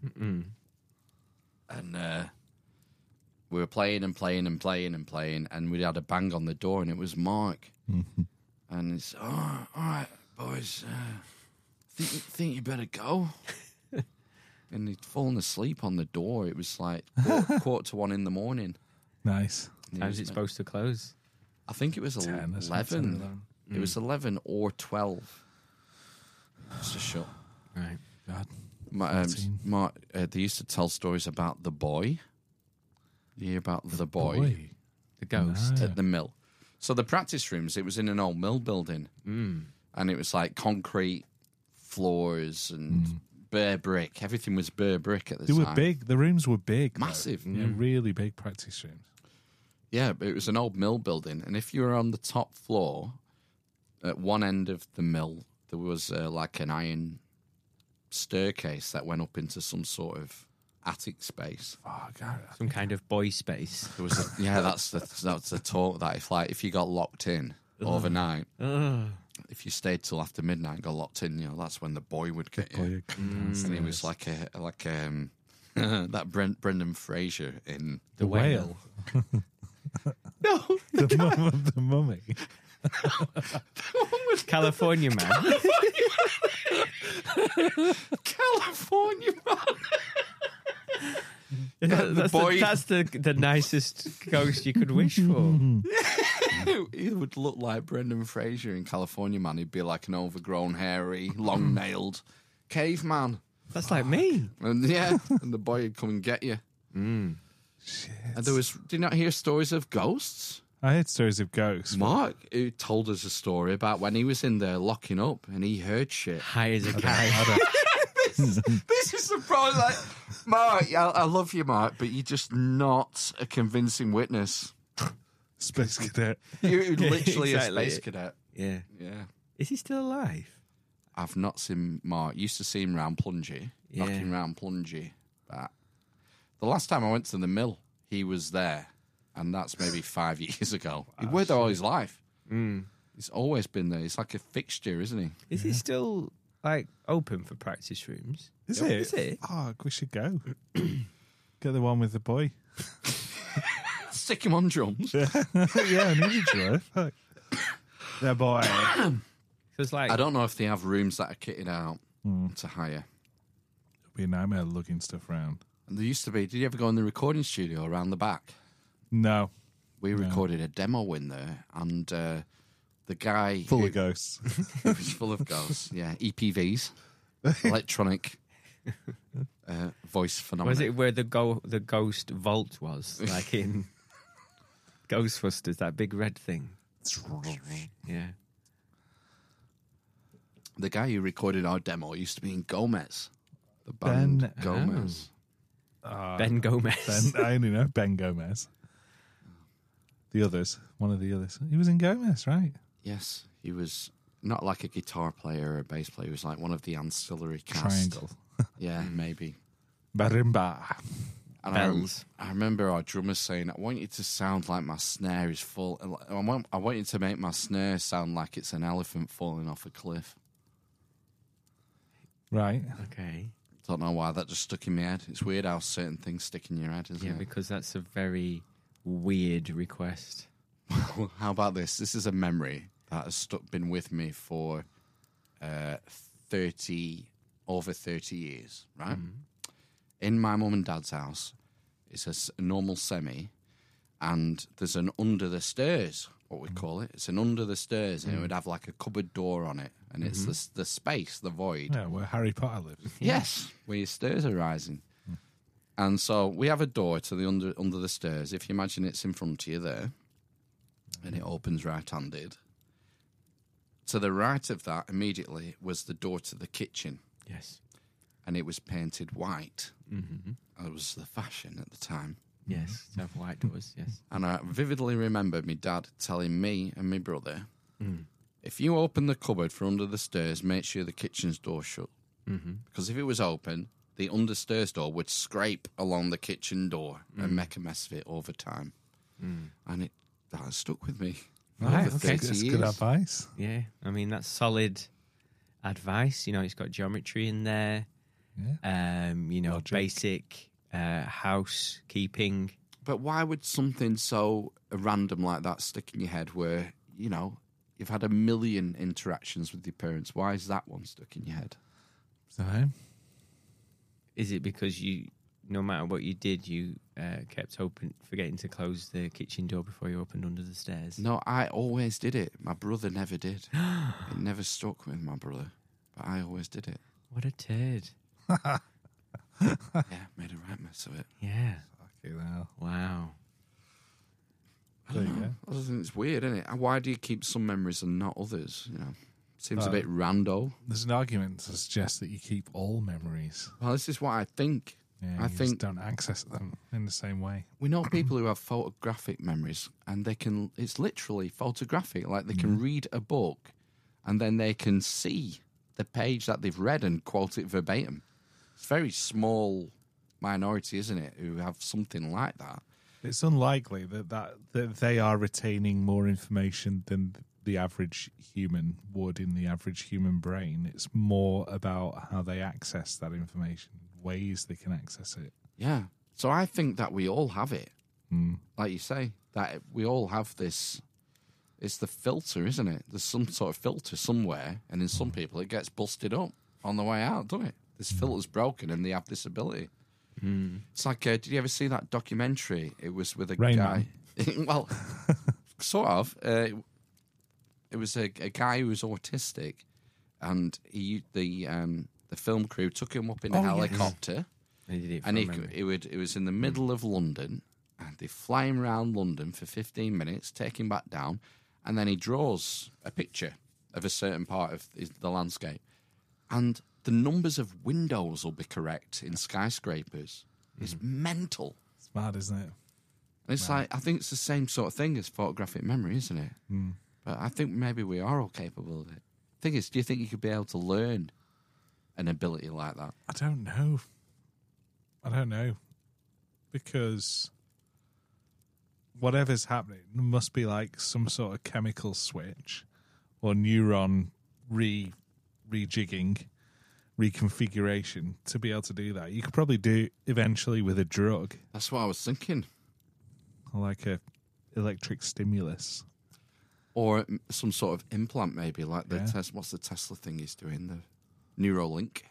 Speaker 1: And uh, we were playing and playing and playing and playing, and we had a bang on the door, and it was Mark. and it's, oh, all right, boys, uh, think, think you better go. and he'd fallen asleep on the door. It was like quarter, quarter to one in the morning.
Speaker 2: Nice.
Speaker 1: And he
Speaker 3: Time's
Speaker 1: was
Speaker 3: it
Speaker 1: ma-
Speaker 3: supposed to close?
Speaker 1: I think it was
Speaker 2: 10, that's right,
Speaker 1: 11.
Speaker 2: 10, 11.
Speaker 1: It was 11 or 12. It's a shot.
Speaker 3: Right.
Speaker 2: God.
Speaker 1: My, um,
Speaker 2: Fourteen.
Speaker 1: my, uh, they used to tell stories about the boy. You hear about the, boy,
Speaker 2: Boy.
Speaker 3: The ghost.
Speaker 2: No.
Speaker 1: at the mill. So the practice rooms, it was in an old mill building,
Speaker 3: Mm.
Speaker 1: and it was like concrete floors and bare brick. Everything was bare brick at the
Speaker 2: They
Speaker 1: time.
Speaker 2: were big. The rooms were big. though.
Speaker 1: massive.
Speaker 2: Yeah, really big practice rooms.
Speaker 1: Yeah, but it was an old mill building, and if you were on the top floor, at one end of the mill, there was uh, like an iron staircase that went up into some sort of attic space.
Speaker 2: Oh, God.
Speaker 3: Some kind of boy space.
Speaker 1: There was a, yeah, that's the that's the talk that if like if you got locked in overnight,
Speaker 3: Ugh.
Speaker 1: if you stayed till after midnight and got locked in, you know that's when the boy would get in.
Speaker 2: Boy,
Speaker 1: and he was like a like um (laughs) that Brent Brendan Fraser in
Speaker 2: the whale. no. (laughs) The mum of the mummy.
Speaker 3: California (laughs) man.
Speaker 1: California (laughs) Man.
Speaker 3: that's, the
Speaker 1: boy-
Speaker 3: The, that's the, the nicest ghost you could wish
Speaker 1: (laughs)
Speaker 3: for. (laughs)
Speaker 1: he would look like Brendan Fraser in California Man. He'd be like an overgrown, (laughs) hairy, long nailed caveman.
Speaker 3: That's like me.
Speaker 1: And (laughs) yeah, and the boy would come and get you. Hmm. And there was do you not hear stories of ghosts?
Speaker 2: I heard stories of ghosts.
Speaker 1: Mark who told us a story about when he was in there locking up and he heard shit.
Speaker 3: High as a (laughs) cat.
Speaker 2: I don't-
Speaker 1: (laughs) this is the problem. Like, Mark, I, I love you, Mark, but you're just not a convincing witness. (laughs)
Speaker 2: Space cadet.
Speaker 1: You're literally
Speaker 3: Exactly.
Speaker 1: a space cadet.
Speaker 3: Yeah.
Speaker 1: Yeah.
Speaker 3: Is he still alive?
Speaker 1: I've not seen Mark. Used to see him round Plungy,
Speaker 3: Yeah.
Speaker 1: knocking round Plungy. But the last time I went to the mill, he was there, and that's
Speaker 2: (sighs)
Speaker 1: maybe five years ago.
Speaker 2: Ah,
Speaker 1: he worked there all his life.
Speaker 2: Hmm.
Speaker 1: He's always been there. He's like a fixture, isn't he? (laughs)
Speaker 3: Is he still like open for practice rooms?
Speaker 2: Is
Speaker 3: Yep.
Speaker 2: it?
Speaker 3: Is it?
Speaker 2: Oh, we should go. (coughs) Get the one with the boy.
Speaker 1: Stick him on drums.
Speaker 2: yeah, I needed you. eh? Fuck. The boy.
Speaker 3: So it's like
Speaker 1: I don't know if they have rooms that are kitted out
Speaker 2: Hmm.
Speaker 1: to hire.
Speaker 2: be a nightmare lugging stuff round.
Speaker 1: And there used to be. Did you ever go in the recording studio around the back?
Speaker 2: No.
Speaker 1: we recorded a demo in there, and uh, the guy
Speaker 2: Full
Speaker 1: who,
Speaker 2: of ghosts.
Speaker 1: who was full of ghosts, yeah, EPVs, electronic uh, voice phenomenon.
Speaker 3: Was it where the go- the ghost vault was, like (laughs) in Ghostbusters, that big red thing? (laughs) Yeah.
Speaker 1: The guy who recorded our demo used to be in Gomez, the
Speaker 2: Ben-
Speaker 1: band Gomez.
Speaker 2: Ah,
Speaker 3: Uh, ben Gomez.
Speaker 2: Ben, I only know Ben Gomez. The others, one of the others. He was in Gomez, right?
Speaker 1: Yes, he was not like a guitar player or a bass player. He was like one of the ancillary cast.
Speaker 2: Triangle.
Speaker 1: Yeah, maybe.
Speaker 2: Barimba.
Speaker 1: And I, rem-
Speaker 3: Bells.
Speaker 1: I remember our drummer saying, "I want you to sound like my snare is full. I want, I want you to make my snare sound like it's an elephant falling off a cliff."
Speaker 2: Right.
Speaker 3: (laughs) Okay.
Speaker 1: Don't know why that just stuck in my head. It's weird how certain things stick in your head, isn't
Speaker 3: Yeah,
Speaker 1: it?
Speaker 3: because that's a very weird request.
Speaker 1: Well, how about this? This is a memory that has stuck, been with me for uh, 30, over 30 years, right? In my mum and dad's house, it's a s- a normal semi, and there's an under the stairs, what we call it. It's an under the stairs, and it would have like a cupboard door on it, and it's the, s- the space, the void.
Speaker 2: Yeah, where Harry Potter lives.
Speaker 1: Yes, where your stairs are rising. And so we have a door to the under under the stairs. If you imagine it's in front of you there, and it opens right-handed. To the right of that, immediately was the door to the kitchen,
Speaker 3: Yes.
Speaker 1: and it was painted white.
Speaker 3: Mm-hmm.
Speaker 1: That was the fashion at the time.
Speaker 3: Yes. To have white doors. Yes.
Speaker 1: And I vividly remember my dad telling me and my brother, "If you open the cupboard for under the stairs, make sure the kitchen's door shut."
Speaker 3: Mm-hmm.
Speaker 1: because if it was open, the understairs door would scrape along the kitchen door and make a mess of it over time. And it that has stuck with me.
Speaker 2: (laughs) Right,
Speaker 1: Over 30
Speaker 2: okay. That's
Speaker 1: years.
Speaker 2: good advice.
Speaker 3: Yeah. I mean, that's solid advice. You know, it's got geometry in there.
Speaker 2: Yeah.
Speaker 3: Um, you know,
Speaker 2: Logic.
Speaker 3: basic uh, housekeeping.
Speaker 1: But why would something so random like that stick in your head where, you know, you've had a million interactions with your parents? Why is that one stuck in your head?
Speaker 2: So, eh?
Speaker 3: Is it because you, no matter what you did, you uh, kept open, forgetting to close the kitchen door before you opened under the stairs?
Speaker 1: No, I always did it. My brother never did. it never stuck with my brother, but I always did it.
Speaker 3: What a turd!
Speaker 1: yeah, made a right mess of it.
Speaker 3: Yeah.
Speaker 2: okay, now.
Speaker 3: Wow.
Speaker 2: There you go.
Speaker 1: I just think it's weird, isn't it? Why do you keep some memories and not others? You know, seems
Speaker 2: Uh,
Speaker 1: a bit rando.
Speaker 2: There's an argument to suggest that you keep all memories.
Speaker 1: Well, this is what I think.
Speaker 2: Yeah,
Speaker 1: I
Speaker 2: you just
Speaker 1: think-
Speaker 2: don't access them in the same way.
Speaker 1: We know people who have photographic memories, and they can. It's literally photographic. Like they can read a book, and then they can see the page that they've read and quote it verbatim. It's a very small minority, isn't it, who have something like that?
Speaker 2: It's unlikely that, that that they are retaining more information than the average human would in the average human brain. It's more about how they access that information, ways they can access it.
Speaker 1: Yeah. So I think that we all have it.
Speaker 2: Hmm.
Speaker 1: Like you say, that we all have this. It's the filter, isn't it? There's some sort of filter somewhere, and in
Speaker 2: Hmm.
Speaker 1: some people, it gets busted up on the way out, doesn't it? This filter's broken, and they have this ability. It's like, uh, did you ever see that documentary? It was with a
Speaker 2: Hmm. Rain
Speaker 1: guy. (laughs)
Speaker 2: (laughs)
Speaker 1: well, sort of. Uh, it was a, a guy who was autistic, and he the um, the film crew took him up in a
Speaker 2: Oh, yes.
Speaker 1: helicopter
Speaker 3: They did it from
Speaker 1: and he,
Speaker 3: memory.
Speaker 1: it would it was in the middle of London, and they fly him around London for fifteen minutes, take him back down, and then he draws a picture of a certain part of his- the landscape, and the numbers of windows will be correct in skyscrapers. It's mental,
Speaker 2: It's mad, isn't it?
Speaker 1: and it's like I think it's the same sort of thing as photographic memory, isn't it? Mm. But I think maybe we are all capable of it. Thing is, do you think you could be able to learn an ability like that?
Speaker 2: I don't know. I don't know. Because whatever's happening must be like some sort of chemical switch or neuron re rejigging, reconfiguration to be able to do that. You could probably do eventually with a drug
Speaker 1: That's what I was thinking.
Speaker 2: or like a electric stimulus.
Speaker 1: or m- some sort of implant, maybe like the
Speaker 2: Yeah.
Speaker 1: Tes- What's the Tesla thing he's doing? The Neuralink.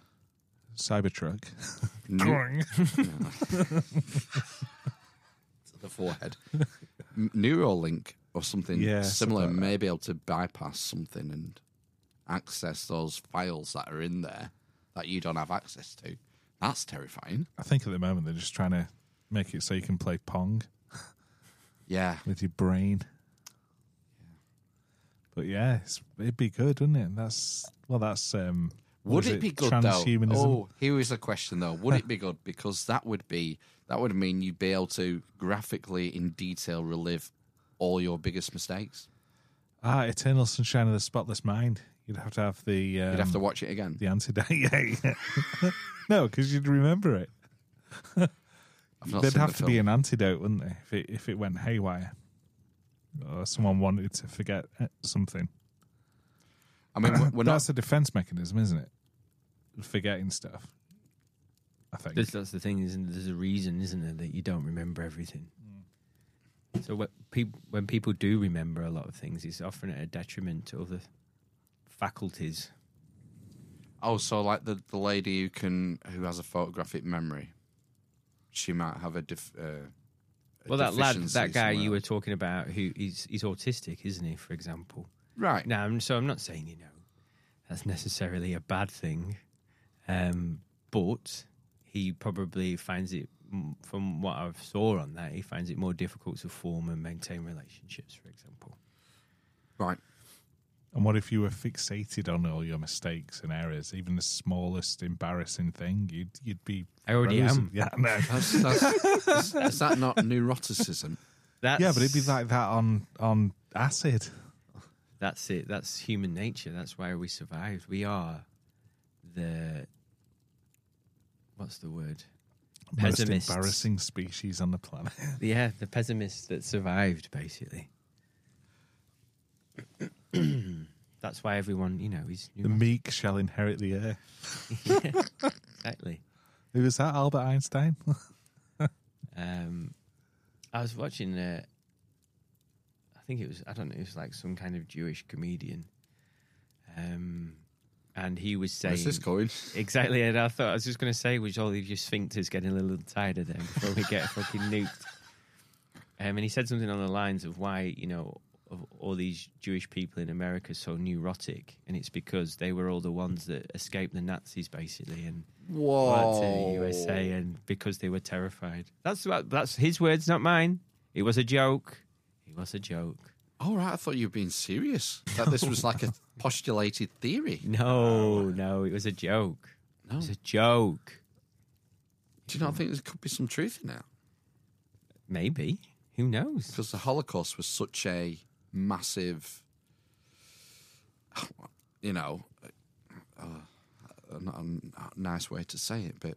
Speaker 2: Cybertruck.
Speaker 1: (laughs) Neu-
Speaker 2: Boing.
Speaker 1: the forehead. M- Neuralink or something
Speaker 2: Yeah, something
Speaker 1: similar
Speaker 2: like that.
Speaker 1: may be able to bypass something and access those files that are in there that you don't have access to. That's terrifying.
Speaker 2: (laughs) I think at the moment they're just trying to make it so you can play Pong
Speaker 1: Yeah.
Speaker 2: with your brain. But yeah, it's, it'd be good, wouldn't it? That's well, that's um. what
Speaker 1: Would
Speaker 2: is
Speaker 1: it be good though?
Speaker 2: transhumanism?
Speaker 1: Oh, here is a question though. Would it be good because that would be that would mean you'd be able to graphically in detail relive all your biggest mistakes.
Speaker 2: Ah, Eternal Sunshine of the Spotless Mind. You'd have to have the um,
Speaker 1: You'd have to watch it again.
Speaker 2: (laughs) the antidote. (laughs) yeah, yeah. no, because you'd remember it.
Speaker 1: I've not
Speaker 2: There'd
Speaker 1: seen
Speaker 2: have
Speaker 1: the
Speaker 2: to be
Speaker 1: film.
Speaker 2: an antidote, wouldn't there? If it if it went haywire, or someone wanted to forget eh, something.
Speaker 1: I mean, we're- we're not
Speaker 2: (clears throat) That's a defense mechanism, isn't it? Forgetting stuff. I think.
Speaker 3: That's, that's the thing, isn't there? There's a reason, isn't there, that you don't remember everything. So when, peop when people do remember a lot of things, it's often at a detriment to other faculties.
Speaker 1: Oh, so like the, the lady who can who has a photographic memory, she might have a, def, uh, a
Speaker 3: Well, that lad,
Speaker 1: deficiency
Speaker 3: that guy
Speaker 1: somewhere.
Speaker 3: you were talking about, who he's he's autistic, isn't he? For example.
Speaker 1: right.
Speaker 3: Now, I'm- so I'm not saying you know that's necessarily a bad thing, um, but he probably finds it, m- from what I've saw on that, he finds it more difficult to form and maintain relationships. For example.
Speaker 1: Right.
Speaker 2: And what if you were fixated on all your mistakes and errors, even the smallest embarrassing thing? You'd you'd be.
Speaker 3: I already
Speaker 2: frozen.
Speaker 3: am.
Speaker 2: Yeah, no.
Speaker 1: That's, that's, is, is that not
Speaker 2: (laughs)
Speaker 1: neuroticism?
Speaker 3: That's,
Speaker 2: yeah, but it'd be like that on on acid.
Speaker 3: That's it. That's human nature. That's why we survived. We are the what's the word?
Speaker 2: Most
Speaker 3: Pessimists.
Speaker 2: embarrassing species on the planet.
Speaker 3: Yeah, the pessimists that survived, basically. (clears throat) that's why everyone, you know, is
Speaker 2: the meek shall inherit the earth.
Speaker 3: exactly.
Speaker 2: Who was that? Albert Einstein. (laughs)
Speaker 3: Um, I was watching. Uh, I think it was. I don't know. It was like some kind of Jewish comedian, um, and he was saying
Speaker 1: Where's this going?
Speaker 3: Exactly, and I thought I was just going to say, was all of your sphincters getting a little tighter then before we get fucking nuked? (laughs) Um, and he said something on the lines of why you know of all these Jewish people in America are so neurotic, and it's because they were all the ones that escaped the Nazis basically and worked in
Speaker 1: Whoa.
Speaker 3: the USA, and because they were terrified. That's what, that's his words, not mine. It was a joke. It was a joke.
Speaker 1: All right. I thought you were being serious. That this was like a postulated theory.
Speaker 2: (laughs)
Speaker 3: No, Oh, no, it was a joke. It
Speaker 1: Oh.
Speaker 3: was a joke.
Speaker 1: Do you not think there could be some truth in that?
Speaker 3: Maybe. Who knows?
Speaker 1: Because the Holocaust was such a massive, you know, uh, not a n- nice way to say it, but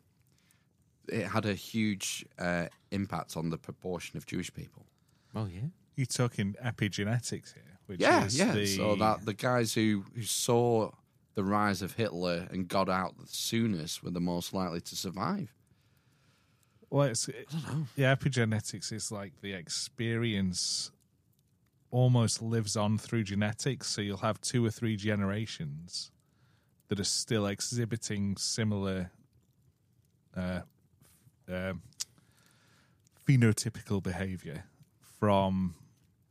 Speaker 1: it had a huge uh, impact on the proportion of Jewish people.
Speaker 3: Well, yeah.
Speaker 2: You're talking epigenetics here, which
Speaker 1: Yeah,
Speaker 2: is
Speaker 1: yeah.
Speaker 2: the
Speaker 1: So that the guys who, who saw the rise of Hitler and got out the soonest were the most likely to survive.
Speaker 2: Well, it's, yeah, epigenetics is like the experience almost lives on through genetics. So you'll have two or three generations that are still exhibiting similar uh, um, phenotypical behavior from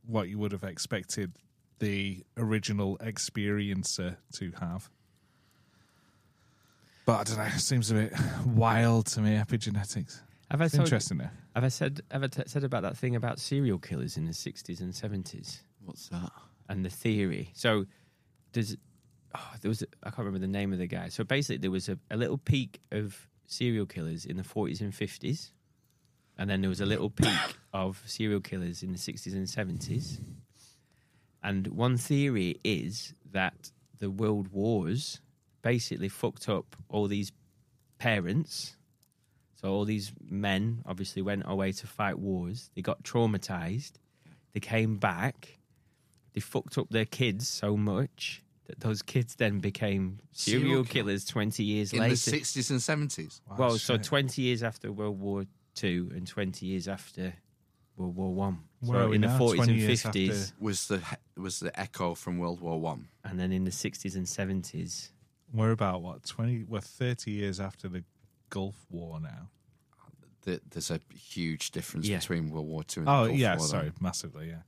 Speaker 2: what you would have expected the original experiencer to have. But I don't know, it seems a bit wild to me, epigenetics.
Speaker 3: Have I
Speaker 2: It's
Speaker 3: told,
Speaker 2: interesting there.
Speaker 3: Have I said have I t- said about that thing about serial killers in the sixties and seventies
Speaker 1: What's that?
Speaker 3: and the theory? So there's oh, there was I I can't remember the name of the guy. So basically, there was a, a little peak of serial killers in the forties and fifties, and then there was a little peak of serial killers in the sixties and seventies. And one theory is that the world wars basically fucked up all these parents so all these men obviously went away to fight wars. They got traumatized. They came back. They fucked up their kids so much that those kids then became serial,
Speaker 1: Serial killer.
Speaker 3: killers 20 years
Speaker 1: In
Speaker 3: later.
Speaker 1: the sixties and seventies.
Speaker 2: Wow,
Speaker 3: well, so
Speaker 2: Oh, shit.
Speaker 3: 20 years after World War Two and 20 years after World War One.
Speaker 2: Where are
Speaker 3: So
Speaker 2: we
Speaker 3: in the
Speaker 2: now?
Speaker 3: 40s
Speaker 2: 20
Speaker 3: and
Speaker 2: years
Speaker 3: 50s
Speaker 2: after-
Speaker 1: Was the was the echo from World War One?
Speaker 3: and then in the 60s and 70s.
Speaker 2: we're about what twenty, we're thirty years after the Gulf War now.
Speaker 1: that there's a huge difference
Speaker 3: Yeah.
Speaker 1: between World War Two and
Speaker 2: Oh
Speaker 1: the Gulf
Speaker 2: yeah,
Speaker 1: War.
Speaker 2: sorry, massively. Yeah,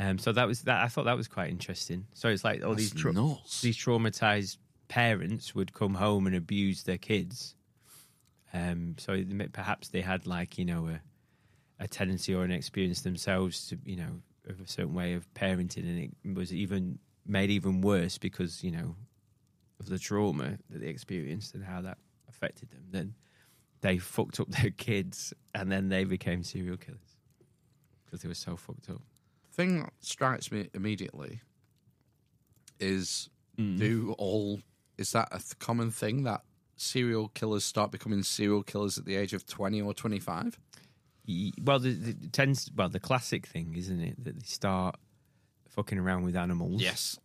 Speaker 3: Um, so that was that. I thought that was quite interesting. So it's like all
Speaker 1: That's
Speaker 3: these tra-
Speaker 1: nuts.
Speaker 3: these traumatized parents would come home and abuse their kids. Um, so it may- perhaps they had like you know a, a tendency or an experience themselves to you know of a certain way of parenting, and it was even made even worse because you know of the trauma that they experienced and how that affected them. Then they fucked up their (laughs) kids, and then they became serial killers because they were so fucked up.
Speaker 1: thing that strikes me immediately is do all is that a th- common thing that serial killers start becoming serial killers at the age of 20 or 25
Speaker 3: Y- well the, the the tends well the classic thing isn't it that they start fucking around with animals
Speaker 1: yes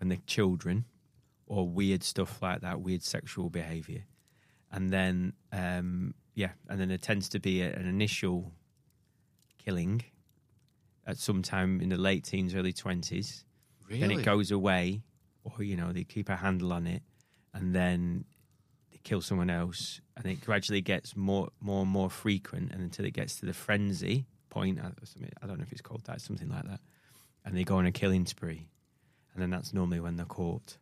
Speaker 3: when they're children or weird stuff like that weird sexual behavior and then um yeah and then there tends to be a, an initial killing at some time in the late teens early 20s
Speaker 1: really
Speaker 3: then it goes away or you know they keep a handle on it and then they kill someone else and it gradually gets more more and more frequent and until it gets to the frenzy point I- or something i don't know if it's called that something like that and they go on a killing spree and then that's normally when they're caught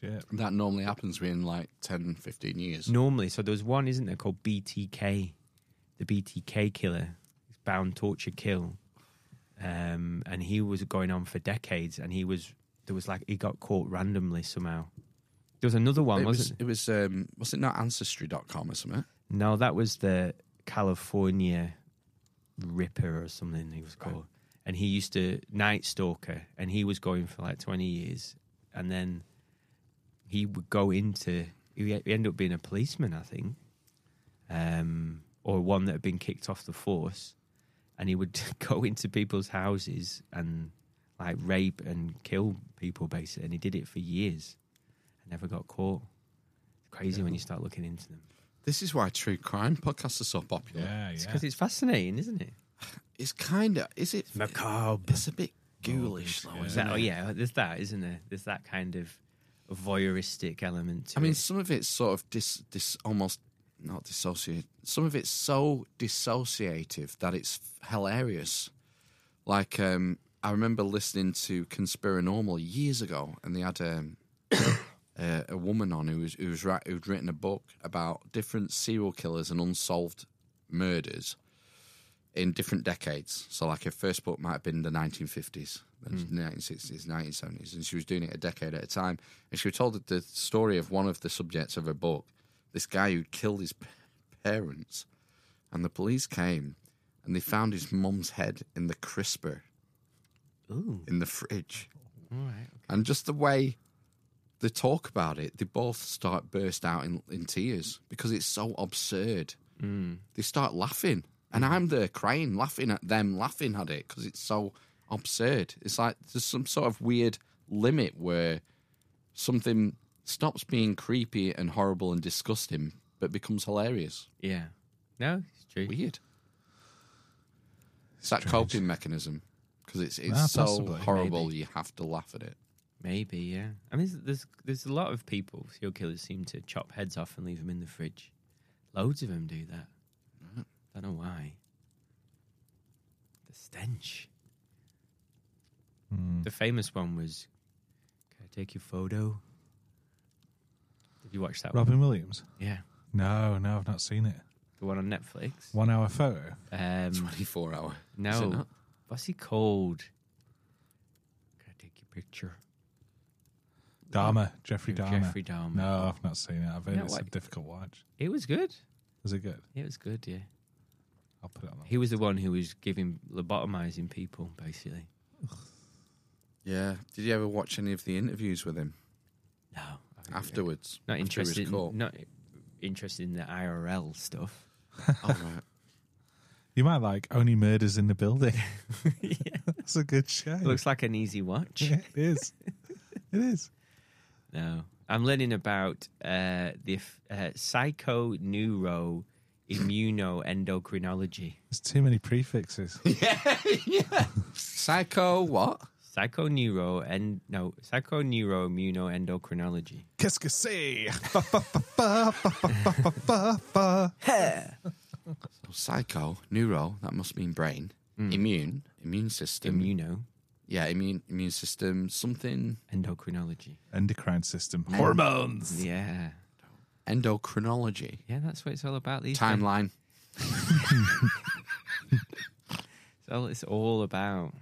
Speaker 2: shit.
Speaker 1: that normally happens within like 10 15 years
Speaker 3: normally so there's one isn't there called btk the btk killer it's bound torture kill um, and he was going on for decades and he was there was like he got caught randomly somehow there was another one
Speaker 1: it
Speaker 3: wasn't
Speaker 1: was it was um was it not ancestry.com or something
Speaker 3: No, that was the California Ripper or something he was called. And he used to Night Stalker, and he was going for like twenty years, and then he would go into he e, he ended up being a policeman, I think, um, or one that had been kicked off the force, and he would (laughs) go into people's houses and like rape and kill people basically, and he did it for years, and never got caught. It's crazy when you start looking into them.
Speaker 1: this is why true crime podcasts are so popular
Speaker 2: Yeah,
Speaker 3: It's
Speaker 2: yeah.
Speaker 3: because it's fascinating, isn't it?
Speaker 1: it's kind of is it
Speaker 3: Macabre.
Speaker 1: it's a bit ghoulish though
Speaker 3: Is
Speaker 1: isn't
Speaker 3: that,
Speaker 1: it
Speaker 3: oh yeah, there's that, isn't there? There's that kind of voyeuristic element to
Speaker 1: I mean,
Speaker 3: it.
Speaker 1: some of it's sort of dis, dis almost not dissociated. Some of it's so dissociative that it's hilarious. Like, um, I remember listening to Conspiranormal years ago, and they had um, (coughs) a, a woman on who was who was write, who'd written a book about different serial killers and unsolved murders in different decades. So, like, her first book might have been the 1950s, then 1960s, 1970s, and she was doing it a decade at a time. And she was told that the story of one of the subjects of her book, this guy who killed his p- parents, and the police came and they found his mum's head in the crisper
Speaker 3: Ooh,
Speaker 1: in the fridge.
Speaker 3: all right.
Speaker 1: And just the way they talk about it, they both start burst out in, in tears because it's so absurd.
Speaker 2: Hmm.
Speaker 1: Mm. They start laughing, and I'm there crying, laughing at them, laughing at it because it's so absurd. It's like there's some sort of weird limit where something stops being creepy and horrible and disgusting, but becomes hilarious.
Speaker 3: Yeah. No, it's true.
Speaker 1: Weird. It's that coping mechanism because it's it's
Speaker 2: Ah,
Speaker 1: so
Speaker 2: possibly.
Speaker 1: horrible you have to laugh at it.
Speaker 3: Maybe, yeah. I mean, there's, there's there's a lot of people serial killers seem to chop heads off and leave them in the fridge. Loads of them do that.
Speaker 1: Mm.
Speaker 3: Don't know why. The stench.
Speaker 2: Hmm.
Speaker 3: The famous one was, "Can I take your photo?" Did you watch that
Speaker 2: Robin Williams.
Speaker 3: one? Yeah,
Speaker 2: No, no, I've not seen it.
Speaker 3: the one on Netflix.
Speaker 2: One hour photo. Hmm.
Speaker 3: Um,
Speaker 1: Twenty four hour. Is it
Speaker 3: no,
Speaker 1: not?
Speaker 3: what's he called? Can I take your picture?
Speaker 2: Dharma, Jeffrey Dahmer.
Speaker 3: Jeffrey Dahmer.
Speaker 2: No, I've not seen it. I've heard
Speaker 3: No,
Speaker 2: it's
Speaker 3: why-
Speaker 2: a difficult watch.
Speaker 3: It was good.
Speaker 2: Is it good?
Speaker 3: It was good. Yeah,
Speaker 2: I'll put it on.
Speaker 3: he was the one who was giving lobotomizing people basically.
Speaker 1: Yeah. Did you ever watch any of the interviews with him
Speaker 3: No, I haven't-
Speaker 1: afterwards?
Speaker 3: Not
Speaker 1: After he was
Speaker 3: interested.
Speaker 1: caught? (laughs)
Speaker 3: In, not interested in the IRL stuff.
Speaker 1: Oh, right.
Speaker 2: You might like Only Murders in the
Speaker 3: (laughs)
Speaker 2: Building. That's a good show.
Speaker 3: It looks like an easy watch.
Speaker 2: (laughs) Yeah, it is. it is.
Speaker 3: No, I'm learning about uh, the f- uh, psycho neuro immunoendocrinology.
Speaker 2: There's too many
Speaker 3: (laughs)
Speaker 2: prefixes.
Speaker 1: Psycho. What?
Speaker 3: Psycho neuro and no psycho neuro immunoendocrinology.
Speaker 2: Qu'est-ce que c'est? Fa, fa, fa, fa, fa, fa, fa, fa, fa.
Speaker 1: So Oh, psycho, neuro, that must mean brain. Immune, Hmm. immune system.
Speaker 3: Immuno
Speaker 1: Yeah, immune immune system, something
Speaker 3: endocrinology.
Speaker 2: Endocrine system. Hormones.
Speaker 3: Yeah,
Speaker 1: endocrinology.
Speaker 3: yeah, that's what it's all about. These days.
Speaker 1: Timeline.
Speaker 3: It's all, it's all about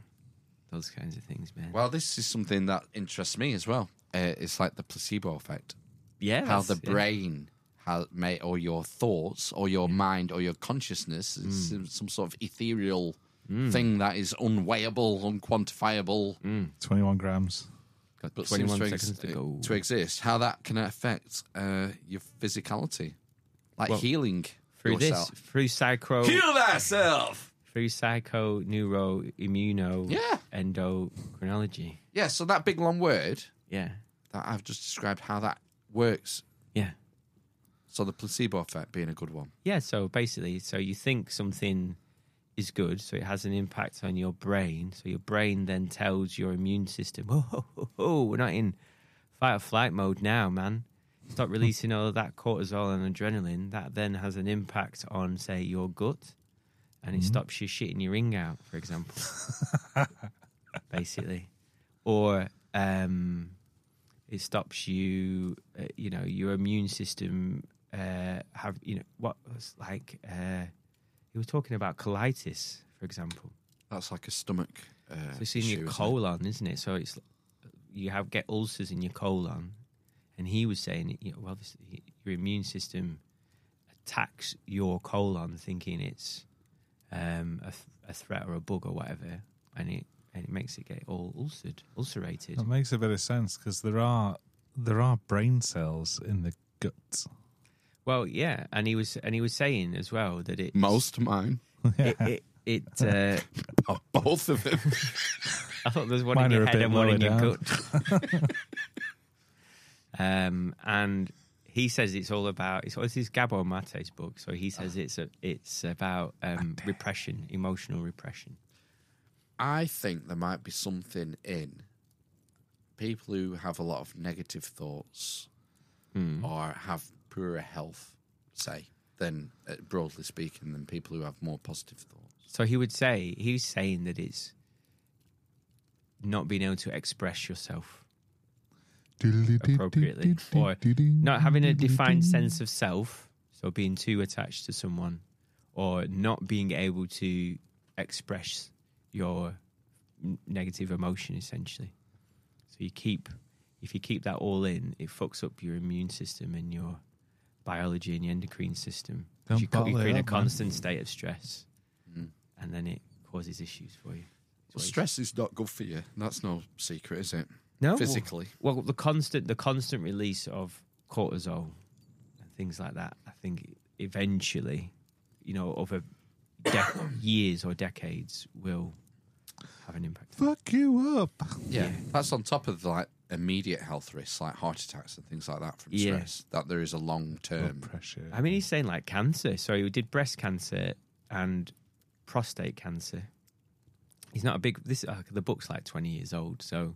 Speaker 3: those kinds of things, man.
Speaker 1: Well, this is something that interests me as well. Uh, it's like the placebo effect.
Speaker 3: yeah,
Speaker 1: how
Speaker 3: that's-
Speaker 1: the
Speaker 3: yeah.
Speaker 1: brain has made or your thoughts or your mind or your consciousness is some- some sort of ethereal thing that is unweighable, unquantifiable,
Speaker 2: 21 grams.
Speaker 3: Got
Speaker 1: but
Speaker 3: 21
Speaker 1: seems to,
Speaker 3: seconds to
Speaker 1: ex-
Speaker 3: go.
Speaker 1: to exist. How that can affect uh, your physicality, like healing
Speaker 3: through
Speaker 1: yourself.
Speaker 3: this, through psycho,
Speaker 1: Heal thyself.
Speaker 3: through psycho, neuro, immuno,
Speaker 1: Yeah.
Speaker 3: endocrinology.
Speaker 1: Yeah. So that big long word
Speaker 3: Yeah,
Speaker 1: that I've just described, how that works.
Speaker 3: yeah,
Speaker 1: So the placebo effect being a good one.
Speaker 3: yeah. So basically, so you think something is good, so it has an impact on your brain. So your brain then tells your immune system, "Oh, ho, ho, ho, we're not in fight or flight mode now, man." Stop releasing all of that cortisol and adrenaline. That then has an impact on, say, your gut, and it stops you shitting your ring out, for example. basically, or um, it stops you. Uh, you know, your immune system uh, have you know what was like. Uh, you were talking about colitis, for example.
Speaker 1: That's like a stomach. Uh,
Speaker 3: So it's in
Speaker 1: issue,
Speaker 3: your
Speaker 1: isn't it?
Speaker 3: colon, isn't it? So it's you have get ulcers in your colon, and he was saying, you know, well, this, your immune system attacks your colon, thinking it's um, a, th- a threat or a bug or whatever, and it and it makes it get all ulcered, ulcerated.
Speaker 2: That makes a bit of sense because there are there are brain cells in the gut.
Speaker 3: Well, yeah, and he was and he was saying as well that it
Speaker 1: Most of mine. (laughs)
Speaker 3: it it. it uh,
Speaker 2: (laughs)
Speaker 1: Both of them.
Speaker 3: I thought there's one
Speaker 2: Mine
Speaker 3: in
Speaker 2: are
Speaker 3: your
Speaker 2: a
Speaker 3: head
Speaker 2: bit
Speaker 3: and one in
Speaker 2: lower
Speaker 3: your gut. (laughs)
Speaker 2: (laughs)
Speaker 3: um, and he says it's all about it's, it's his Gabor Mate's book. So he says
Speaker 2: Ah.
Speaker 3: it's a, it's about um, repression, emotional repression.
Speaker 1: I think there might be something in people who have a lot of negative thoughts or have poorer health, say, than uh, broadly speaking, than people who have more positive thoughts.
Speaker 3: So he would say he's saying that it's not being able to express yourself appropriately or not having a defined sense of self so being too attached to someone or not being able to express your n- negative emotion essentially so you keep if you keep that all in it fucks up your immune system and your biology and your endocrine system 'Cause
Speaker 2: Don't
Speaker 3: you co-
Speaker 2: bottle
Speaker 3: you're
Speaker 2: it
Speaker 3: in a
Speaker 2: up, man.
Speaker 3: constant state of stress and then it causes issues for you
Speaker 1: Well, stress is not good for you. That's no secret, is it?
Speaker 3: no
Speaker 1: Physically.
Speaker 3: well the constant the constant release of cortisol and things like that i think eventually you know over de- (coughs) years or decades will have an impact
Speaker 2: Fuck you up.
Speaker 1: Yeah. That's on top of like immediate health risks, like heart attacks and things like that from
Speaker 3: Yeah.
Speaker 1: stress, that there is a long
Speaker 3: Um,
Speaker 1: term.
Speaker 2: Pressure.
Speaker 3: i mean he's saying like cancer so he did breast cancer and prostate cancer he's not a big this uh, the book's like 20 years old so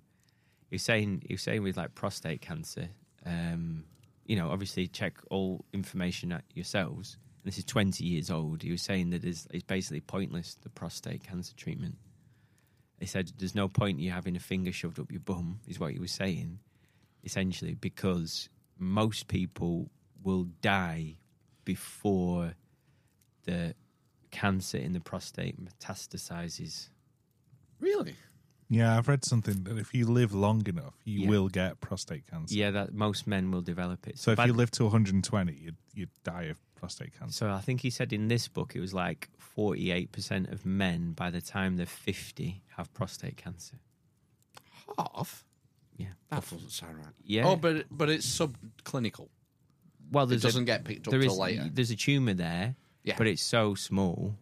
Speaker 3: he was saying he was saying with like prostate cancer um you know obviously check all information at yourselves and this is 20 years old he was saying that it's, it's basically pointless the prostate cancer treatment he said there's no point you having a finger shoved up your bum is what he was saying essentially because most people will die before the cancer in the prostate metastasizes
Speaker 1: Really?
Speaker 2: yeah, I've read something that if you live long enough, you
Speaker 3: Yeah.
Speaker 2: will get prostate cancer.
Speaker 3: Yeah, that most men will develop it.
Speaker 2: So if
Speaker 3: But-
Speaker 2: you live to 120, you'd, you'd die of prostate cancer.
Speaker 3: so I think he said in this book it was like forty-eight percent of men by the time they're fifty have prostate cancer.
Speaker 1: Half?
Speaker 3: Yeah.
Speaker 1: That doesn't sound right.
Speaker 3: Yeah.
Speaker 1: Oh, but but it's subclinical.
Speaker 3: Well,
Speaker 1: It
Speaker 3: there's
Speaker 1: doesn't
Speaker 3: a,
Speaker 1: get picked up
Speaker 3: there
Speaker 1: till
Speaker 3: is-
Speaker 1: later.
Speaker 3: There's a tumor there,
Speaker 1: Yeah.
Speaker 3: but it's so small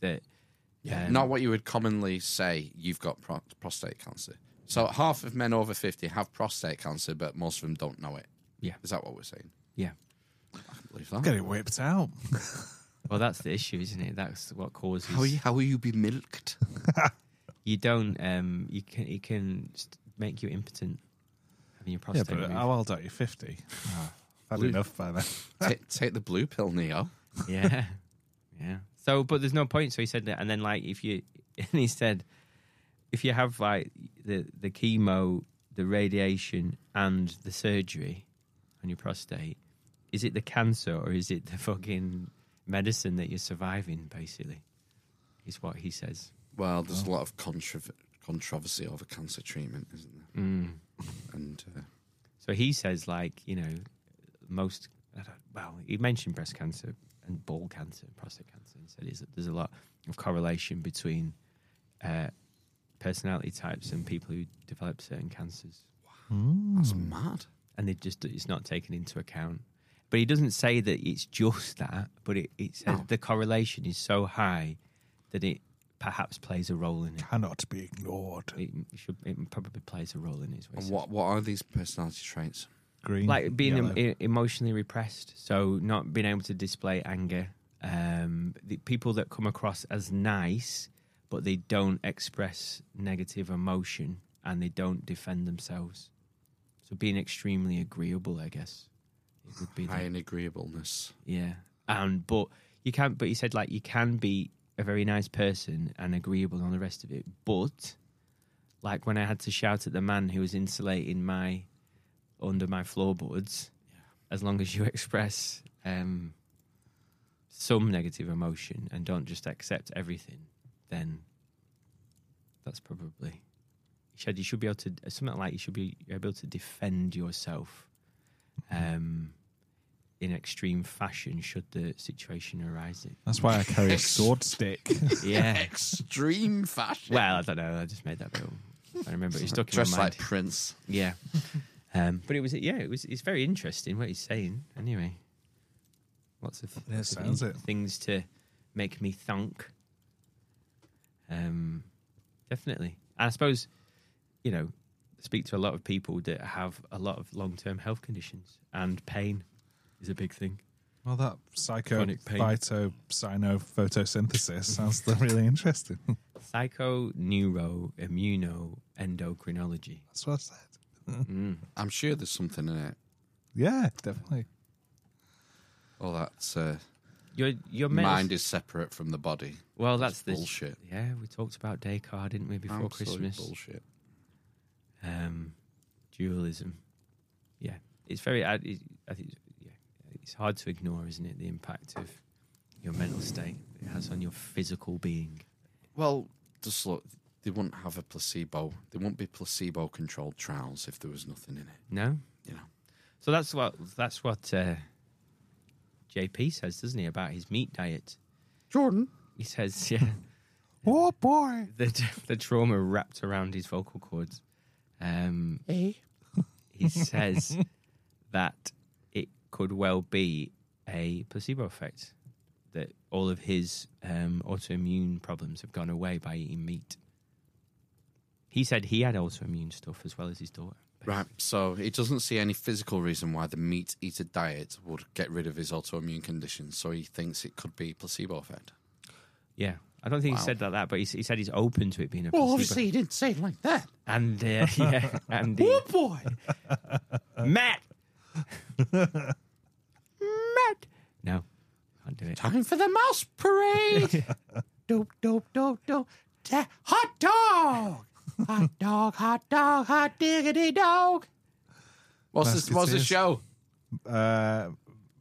Speaker 3: that um,
Speaker 1: Not what you would commonly say you've got pro- prostate cancer. So half of men over 50 have prostate cancer, but most of them don't know it.
Speaker 3: Yeah.
Speaker 1: Is that what we're saying?
Speaker 3: yeah.
Speaker 1: I can believe that.
Speaker 2: Get it whipped out.
Speaker 3: Well, that's the issue, isn't it? That's what causes
Speaker 1: How, you, how will you be (laughs) milked?
Speaker 3: you don't um you can it can st- make you impotent having your
Speaker 2: Yeah,
Speaker 3: prostate.
Speaker 2: but
Speaker 3: removed.
Speaker 2: how old are you?
Speaker 3: Ah.
Speaker 2: 50. I've had enough by then.
Speaker 1: Ta- take the blue pill, Neo.
Speaker 2: (laughs)
Speaker 3: yeah. Yeah. So, but there's no point. So he said that, and then like if you, (laughs) and he said, if you have like the the chemo, the radiation, and the surgery on your prostate, is it the cancer or is it the fucking medicine that you're surviving? Basically, is what he says.
Speaker 1: Well, there's a lot of controver- controversy over cancer treatment, isn't there?
Speaker 3: Mm.
Speaker 1: And uh,
Speaker 3: So he says, like, you know, most, I don't, well, he mentioned breast cancer and ball cancer and prostate cancer and said is that there's a lot of correlation between uh, personality types and people who develop certain cancers.
Speaker 1: Hmm. that's mad.
Speaker 3: And they just, it's not taken into account. But he doesn't say that it's just that, but it, it says
Speaker 1: Oh.
Speaker 3: the correlation is so high that it perhaps plays a role in it.
Speaker 2: Cannot be ignored.
Speaker 3: It, should, it probably plays a role in his
Speaker 1: And what what are these personality traits?
Speaker 2: Green,
Speaker 3: like being em-
Speaker 2: yellow.
Speaker 3: e- emotionally repressed so not being able to display anger um the people that come across as nice but they don't express negative emotion and they don't defend themselves so being extremely agreeable i guess it would be
Speaker 1: High
Speaker 3: the,
Speaker 1: in agreeableness.
Speaker 3: yeah and but you can but he said like you can be a very nice person and agreeable on the rest of it but like when i had to shout at the man who was insulating my under my floorboards as long as you (laughs) express um, some negative emotion and don't just accept everything, then that's probably. He said you should be able to something like you should be able to defend yourself um, in extreme fashion should the situation
Speaker 2: (laughs)
Speaker 3: arise.
Speaker 2: That's why I carry
Speaker 3: (laughs)
Speaker 2: a sword stick.
Speaker 3: Yeah.
Speaker 1: Extreme fashion.
Speaker 3: well, I don't know. I just made that bit. up. I remember it stuck in
Speaker 1: Dressed
Speaker 3: my mind.
Speaker 1: like Prince.
Speaker 2: (laughs)
Speaker 3: Yeah. Um, but it was yeah, it was it's very interesting what he's saying. Anyway, lots of,
Speaker 2: Yeah,
Speaker 3: lots of
Speaker 2: sounds
Speaker 3: in-
Speaker 2: it.
Speaker 3: things to make me thunk. Um, definitely. And I suppose you know, speak to a lot of people that have a lot of long-term health conditions, and pain is a big thing.
Speaker 2: well, that psycho
Speaker 3: Chronic pain.
Speaker 2: phyto cyno
Speaker 3: (laughs)
Speaker 2: photosynthesis sounds really interesting.
Speaker 3: Psycho, neuro, immuno, endocrinology.
Speaker 2: That's what I said.
Speaker 3: Mm.
Speaker 1: I'm sure there's something in it.
Speaker 2: Yeah, definitely.
Speaker 1: All that uh,
Speaker 3: Your your medis-
Speaker 1: mind is separate from the body.
Speaker 3: well, that's the
Speaker 1: bullshit.
Speaker 3: Yeah, we talked about Descartes, didn't we, before
Speaker 1: Absolute
Speaker 3: Christmas?
Speaker 1: bullshit.
Speaker 3: um, dualism. Yeah, it's very. I, it- I think it's- yeah, it's hard to ignore, isn't it? The impact of your mental state it has on your physical being.
Speaker 1: Well, just look, they wouldn't have a placebo. They wouldn't be placebo-controlled trials if there was nothing in it.
Speaker 3: No,
Speaker 1: Yeah.
Speaker 3: So that's what that's what uh, JP says, doesn't he, about his meat diet?
Speaker 1: Jordan,
Speaker 3: He says, (laughs) yeah,
Speaker 2: Oh boy.
Speaker 3: the (laughs) the trauma wrapped around his vocal cords. Um,
Speaker 1: (laughs)
Speaker 3: he says that it could well be a placebo effect that all of his um, autoimmune problems have gone away by eating meat. He said he had autoimmune stuff as well as his daughter.
Speaker 1: Right, so he doesn't see any physical reason why the meat eater diet would get rid of his autoimmune conditions, so he thinks it could be placebo effect.
Speaker 3: Yeah, I don't think
Speaker 1: Wow.
Speaker 3: he said that, that but he, s- he said he's open to it being a placebo.
Speaker 1: Well, obviously he didn't say it like that.
Speaker 3: and uh,
Speaker 1: (laughs)
Speaker 3: yeah, and
Speaker 1: Oh
Speaker 3: the,
Speaker 1: boy! (laughs)
Speaker 3: Matt, Matt, no, can't do it.
Speaker 1: Time for the mouse
Speaker 2: (laughs)
Speaker 1: parade! dope, dope, dope, dope. Ta- hot dog!
Speaker 2: (laughs)
Speaker 1: Hot dog, hot dog, hot diggity dog! What's, this, what's the
Speaker 2: Basketeers.
Speaker 1: show?
Speaker 2: Uh,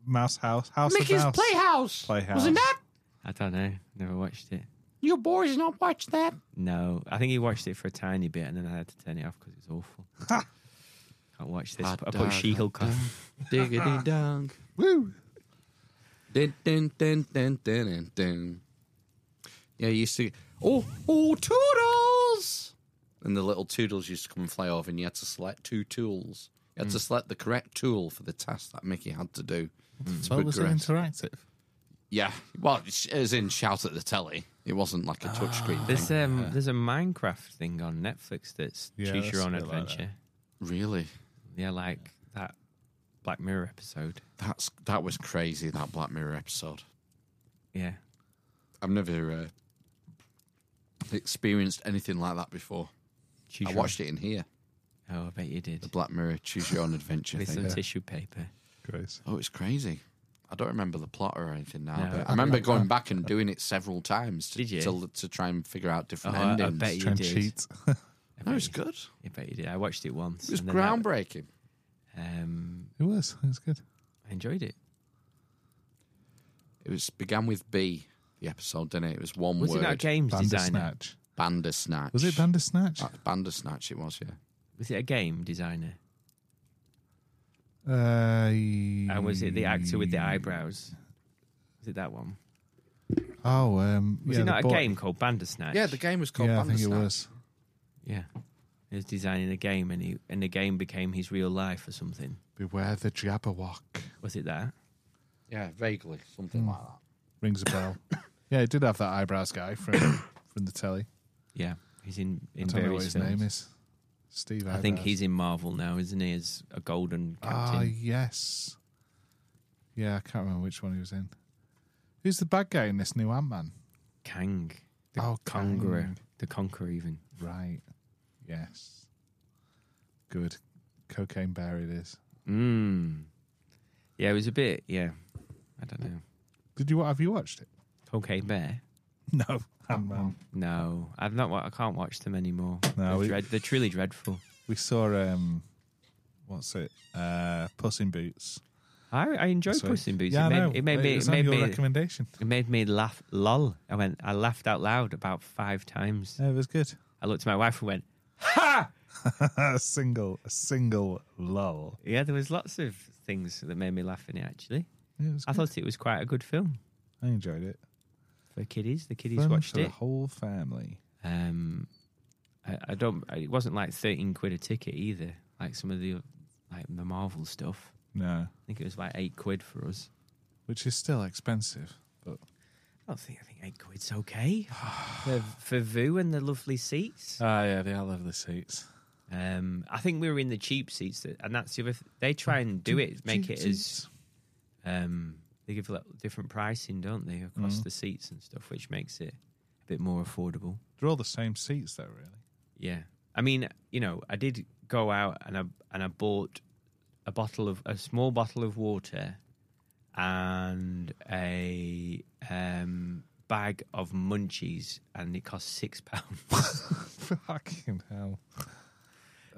Speaker 2: mouse house house. of
Speaker 1: Mickey's
Speaker 2: mouse.
Speaker 1: Playhouse.
Speaker 2: Playhouse.
Speaker 1: Was it that?
Speaker 3: I don't know. Never watched it.
Speaker 1: You boys not watch that?
Speaker 3: No, I think he watched it for a tiny bit and then I had to turn it off because it was awful. Can't watch this.
Speaker 1: Hot
Speaker 3: I
Speaker 1: dog,
Speaker 3: put She Hulk
Speaker 1: hot
Speaker 3: on.
Speaker 1: Diggity dong. Woo! Dun, dun, dun, dun, dun, dun, dun. Yeah, you used to. Oh, oh, toodles! And the little toodles used to come and fly over, and you had to select two tools. You
Speaker 2: Hmm.
Speaker 1: had to select the correct tool for the task that Mickey had to do. To
Speaker 2: Well, was it
Speaker 1: progress.
Speaker 2: interactive?
Speaker 1: yeah, well, it's- as in shout at the telly. It wasn't like a touchscreen thing.
Speaker 2: Ah. uh,
Speaker 3: There's um, there's a Minecraft thing on Netflix that's
Speaker 2: Yeah,
Speaker 3: choose your
Speaker 2: that's
Speaker 3: own
Speaker 2: a bit like
Speaker 3: adventure.
Speaker 1: Really?
Speaker 3: yeah, like that Black Mirror episode.
Speaker 1: That's That was crazy, that Black Mirror episode.
Speaker 3: Yeah,
Speaker 1: I've never uh, experienced anything like that before.
Speaker 3: choose
Speaker 1: I
Speaker 3: your
Speaker 1: watched it in here,
Speaker 3: Own. Oh, I bet you did
Speaker 1: the Black Mirror Choose Your Own Adventure
Speaker 3: with some
Speaker 1: thing.
Speaker 3: tissue paper.
Speaker 2: Grace.
Speaker 1: Oh, it's crazy.
Speaker 4: I don't remember the plot or anything now,
Speaker 3: No.
Speaker 4: but I remember going back and doing it several times to,
Speaker 3: Did you?
Speaker 4: to, to try and figure out
Speaker 3: Oh,
Speaker 4: different
Speaker 3: I, I
Speaker 4: endings.
Speaker 3: bet you
Speaker 2: Try and
Speaker 3: did.
Speaker 2: cheat.
Speaker 3: I bet
Speaker 4: No, it's
Speaker 3: you-
Speaker 4: good.
Speaker 3: I bet you did. I watched it once.
Speaker 4: It was
Speaker 3: and then that-
Speaker 4: groundbreaking.
Speaker 3: um,
Speaker 2: (laughs) It was. It was good.
Speaker 3: I enjoyed it.
Speaker 4: It was began with B, the episode, didn't it? It was one
Speaker 3: Was
Speaker 4: word.
Speaker 3: it a games designer?
Speaker 2: Bandersnatch.
Speaker 4: Bandersnatch.
Speaker 2: Was it Bandersnatch?
Speaker 4: That's Bandersnatch? It was, yeah.
Speaker 3: Was it a game designer?
Speaker 2: Uh,
Speaker 3: And was it the actor with the eyebrows? Was it that one?
Speaker 2: Oh, um,
Speaker 3: Was
Speaker 2: yeah,
Speaker 3: it
Speaker 2: the
Speaker 3: not a
Speaker 2: boy-
Speaker 3: game called Bandersnatch?
Speaker 4: Yeah, the game was called
Speaker 2: Yeah, I think
Speaker 4: Bandersnatch.
Speaker 2: it was.
Speaker 3: Yeah. He was designing a game and he and the game became his real life or something.
Speaker 2: Beware the Jabberwock.
Speaker 3: Was it that?
Speaker 4: Yeah, vaguely, something
Speaker 2: Hmm.
Speaker 4: like that.
Speaker 2: Rings
Speaker 4: (coughs)
Speaker 2: a bell. yeah, it did have that eyebrows guy from (coughs) from the telly.
Speaker 3: Yeah. He's in,
Speaker 2: I
Speaker 3: in
Speaker 2: don't know what
Speaker 3: various
Speaker 2: his
Speaker 3: films.
Speaker 2: name is. Steve.
Speaker 3: I think
Speaker 2: Eyebrows.
Speaker 3: he's in Marvel now, isn't he? As a golden
Speaker 2: Ah,
Speaker 3: captain.
Speaker 2: yes. Yeah, I can't remember which one he was in. Who's the bad guy in this new Ant Man?
Speaker 3: Kang. The
Speaker 2: Oh,
Speaker 3: Conqueror.
Speaker 2: Kang.
Speaker 3: The Conqueror even.
Speaker 2: Right. Yes. Good. Cocaine Bear it is.
Speaker 3: Mm. Yeah, it was a bit yeah. I don't know.
Speaker 2: Did you have you watched
Speaker 3: (laughs)
Speaker 2: it? Oh.
Speaker 3: Cocaine Bear.
Speaker 2: No. Ant Man.
Speaker 3: No, I've not. wa- I can't watch them anymore.
Speaker 2: No,
Speaker 3: they're,
Speaker 2: we-
Speaker 3: dread, they're truly dreadful.
Speaker 2: We saw um what's it? Uh Puss in Boots.
Speaker 3: I, I enjoyed
Speaker 2: So-
Speaker 3: Puss in Boots.
Speaker 2: Yeah,
Speaker 3: it,
Speaker 2: I
Speaker 3: made,
Speaker 2: know.
Speaker 3: it made me.
Speaker 2: was
Speaker 3: It
Speaker 2: on
Speaker 3: made
Speaker 2: your
Speaker 3: me.
Speaker 2: recommendation.
Speaker 3: It made me laugh. Lol. I went. I laughed out loud about five times.
Speaker 2: Yeah, it was good.
Speaker 3: I looked at my wife and went,
Speaker 2: a single a single lull.
Speaker 3: "Yeah, there was lots of things that made me laugh in it. Actually,
Speaker 2: Yeah, it was
Speaker 3: I
Speaker 2: good.
Speaker 3: thought it was quite a good film
Speaker 2: I enjoyed it.
Speaker 3: for kiddies. The kiddies
Speaker 2: Fun
Speaker 3: watched
Speaker 2: for
Speaker 3: it.
Speaker 2: the whole family.
Speaker 3: Um, I, I don't. It wasn't like thirteen quid a ticket either. Like some of the like the Marvel stuff.
Speaker 2: No.
Speaker 3: I think it was like eight quid for us.
Speaker 2: Which is still expensive. But
Speaker 3: I don't think I think eight quid's okay (sighs) for, for Vu and the lovely seats.
Speaker 2: Ah yeah, they are lovely seats.
Speaker 3: Um, I think we were in the cheap seats, that, and that's the other. Th- they try and do it, make it as um, they give like, different pricing, don't they, across
Speaker 2: Mhm.
Speaker 3: the seats and stuff, which makes it a bit more affordable.
Speaker 2: They're all the same seats though, really. (laughs)
Speaker 3: Yeah, I mean, you know, I did go out and I and I bought a bottle of a small bottle of water and a um, bag of munchies, and it cost six pounds. (laughs)
Speaker 2: Fucking hell.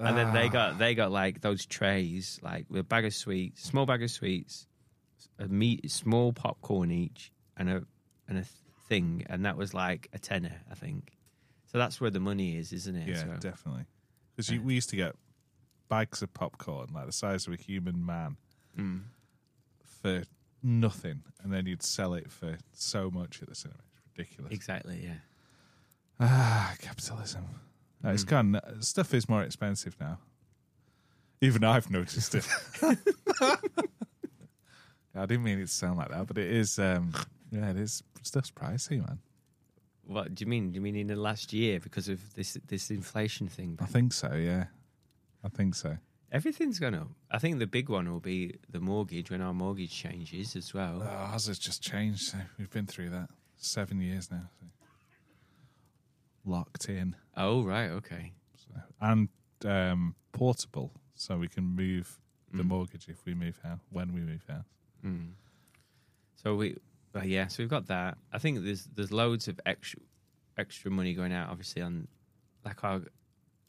Speaker 3: And then they
Speaker 2: Ah.
Speaker 3: got they got like those trays, like with a bag of sweets, small bag of sweets, a meat, small popcorn each, and a and a th- thing, and that was like a tenner, I think. So that's where the money is, isn't it?
Speaker 2: Yeah,
Speaker 3: So-
Speaker 2: definitely. Because we used to get bags of popcorn, like the size of a human man,
Speaker 3: Mm.
Speaker 2: for nothing, and then you'd sell it for so much at the cinema. It's ridiculous.
Speaker 3: exactly. Yeah,
Speaker 2: ah, capitalism. No, It's gone. uh, Stuff is more expensive now. Even I've noticed it. I didn't mean it to sound like that, but it is. Um, yeah, it is. Stuff's pricey, man.
Speaker 3: What do you mean? Do you mean in the last year because of this this inflation thing?
Speaker 2: I think so. Yeah, I think so.
Speaker 3: Everything's gone up. I think the big one will be the mortgage when our mortgage changes as well.
Speaker 2: Oh, ours has just changed. so We've been through that seven years now. so. Locked in
Speaker 3: oh right, okay.
Speaker 2: so. and um, portable, so we can move the mortgage if we move house when we move house.
Speaker 3: Mm. So we, well, yeah, so we've got that. I think there's there's loads of extra extra money going out. Obviously, on like our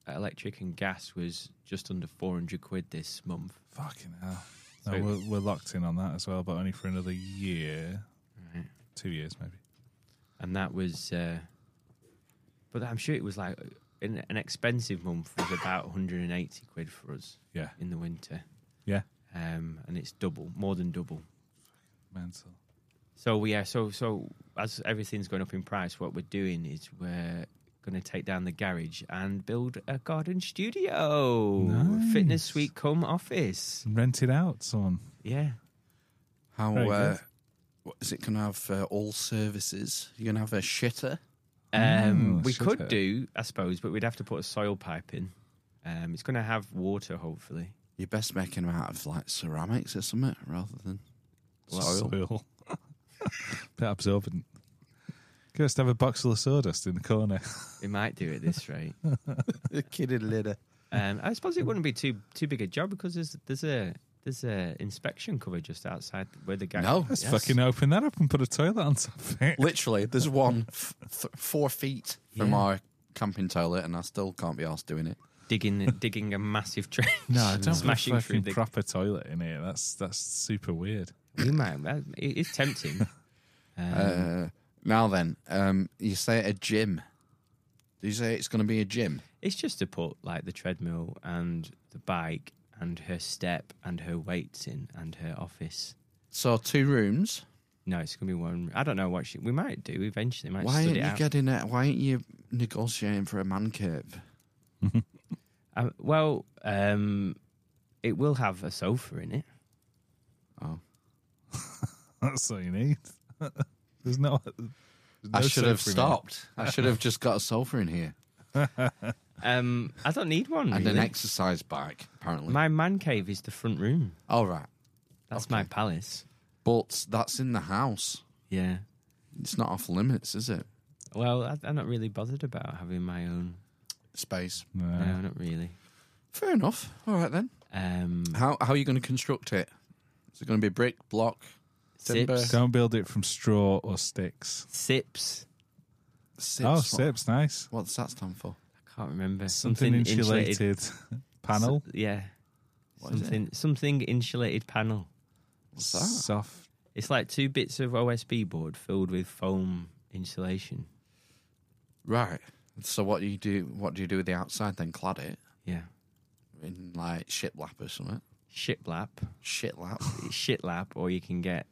Speaker 3: electric and gas was just under four hundred quid this month.
Speaker 2: Fucking hell! No,
Speaker 3: So-
Speaker 2: we're, we're locked in on that as well, but only for another year,
Speaker 3: Right.
Speaker 2: two years maybe.
Speaker 3: and that was uh but i'm sure it was like an, an expensive month was about 180 quid for us
Speaker 2: Yeah.
Speaker 3: in the winter
Speaker 2: Yeah.
Speaker 3: um and it's double more than double
Speaker 2: Mental.
Speaker 3: so we yeah so so as everything's going up in price what we're doing is we're going to take down the garage and build a garden studio fitness
Speaker 2: Nice.
Speaker 3: suite come office
Speaker 2: And rent it out, someone.
Speaker 3: yeah
Speaker 4: How
Speaker 2: Very
Speaker 4: uh,
Speaker 2: good.
Speaker 4: what, is it going to have? Uh, all services. You're going to have a shitter.
Speaker 3: Um,
Speaker 2: Oh,
Speaker 3: we
Speaker 2: shit,
Speaker 3: could
Speaker 2: yeah.
Speaker 3: do, I suppose, but we'd have to put a soil pipe in. Um, it's going to have water, hopefully.
Speaker 4: You're best making them out of like ceramics or something rather than soil. (laughs)
Speaker 2: Soil. (laughs) Bit absorbent. Could just have a box full of sawdust in the corner. (laughs)
Speaker 3: It might do at this rate.
Speaker 4: Kidded litter.
Speaker 3: Um, I suppose it wouldn't be too too big a job because there's there's a There's a inspection cover just outside where the guy.
Speaker 1: No.
Speaker 2: Let's
Speaker 1: Yes.
Speaker 2: fucking open that up and put a toilet on top
Speaker 1: (laughs)
Speaker 2: of it.
Speaker 1: Literally, there's (laughs) one f- th- four feet from
Speaker 3: Yeah.
Speaker 1: our camping toilet, and I still can't be asked doing it.
Speaker 3: digging digging a massive trench.
Speaker 2: No, don't
Speaker 3: (laughs) smashing
Speaker 2: smashing a
Speaker 3: through
Speaker 2: fucking
Speaker 3: the.
Speaker 2: proper toilet in here. That's that's super weird. (laughs)
Speaker 3: You might. that- It
Speaker 1: (laughs)
Speaker 3: is tempting. Um,
Speaker 1: Uh, now then, um, you say a gym. Do you say it's going to be a gym?
Speaker 3: It's just to put like the treadmill and the bike and her step and her weights in and her office.
Speaker 1: So two rooms.
Speaker 3: No, it's gonna be one. I don't know what she. We might do eventually. Might
Speaker 1: Why
Speaker 3: stud
Speaker 1: aren't
Speaker 3: it
Speaker 1: you
Speaker 3: out.
Speaker 1: getting it? Why aren't you negotiating for a man cave?
Speaker 3: Um, well, um, it will have a sofa in it.
Speaker 1: Oh,
Speaker 2: That's all you need. (laughs) there's no. there's
Speaker 1: I
Speaker 2: no
Speaker 1: should have
Speaker 2: sofa in here. (laughs)
Speaker 1: stopped. I should have just got a sofa in here
Speaker 3: Um, I don't need one.
Speaker 1: and an
Speaker 3: really.
Speaker 1: exercise bike. Apparently,
Speaker 3: My man cave is the front room.
Speaker 1: all right.
Speaker 3: That's my palace.
Speaker 1: But that's in the house.
Speaker 3: Yeah.
Speaker 1: It's not off limits, is it?
Speaker 3: Well, I, I'm not really bothered about having my own.
Speaker 1: Space.
Speaker 2: No.
Speaker 1: Uh.
Speaker 3: No, not really.
Speaker 1: Fair enough. All right then.
Speaker 3: Um,
Speaker 1: How how are you going to construct it? Is it going to be brick block? Timber.
Speaker 3: sips,
Speaker 2: Don't build it from straw or sticks.
Speaker 3: sips.
Speaker 1: Sips?
Speaker 2: oh,
Speaker 1: What-
Speaker 2: sips, nice.
Speaker 1: What's that stand for?
Speaker 3: I can't remember
Speaker 2: Something, insulated,
Speaker 1: (laughs)
Speaker 2: panel.
Speaker 3: S- yeah.
Speaker 1: What is it?
Speaker 3: something something insulated panel.
Speaker 1: What's that?
Speaker 2: Soft.
Speaker 3: It's like two bits of OSB board filled with foam insulation.
Speaker 1: Right. So what do you do? What do you do with the outside? Then clad it
Speaker 3: Yeah.
Speaker 1: in like shiplap or something.
Speaker 3: Shiplap.
Speaker 1: Shitlap.
Speaker 3: It's shitlap or you can get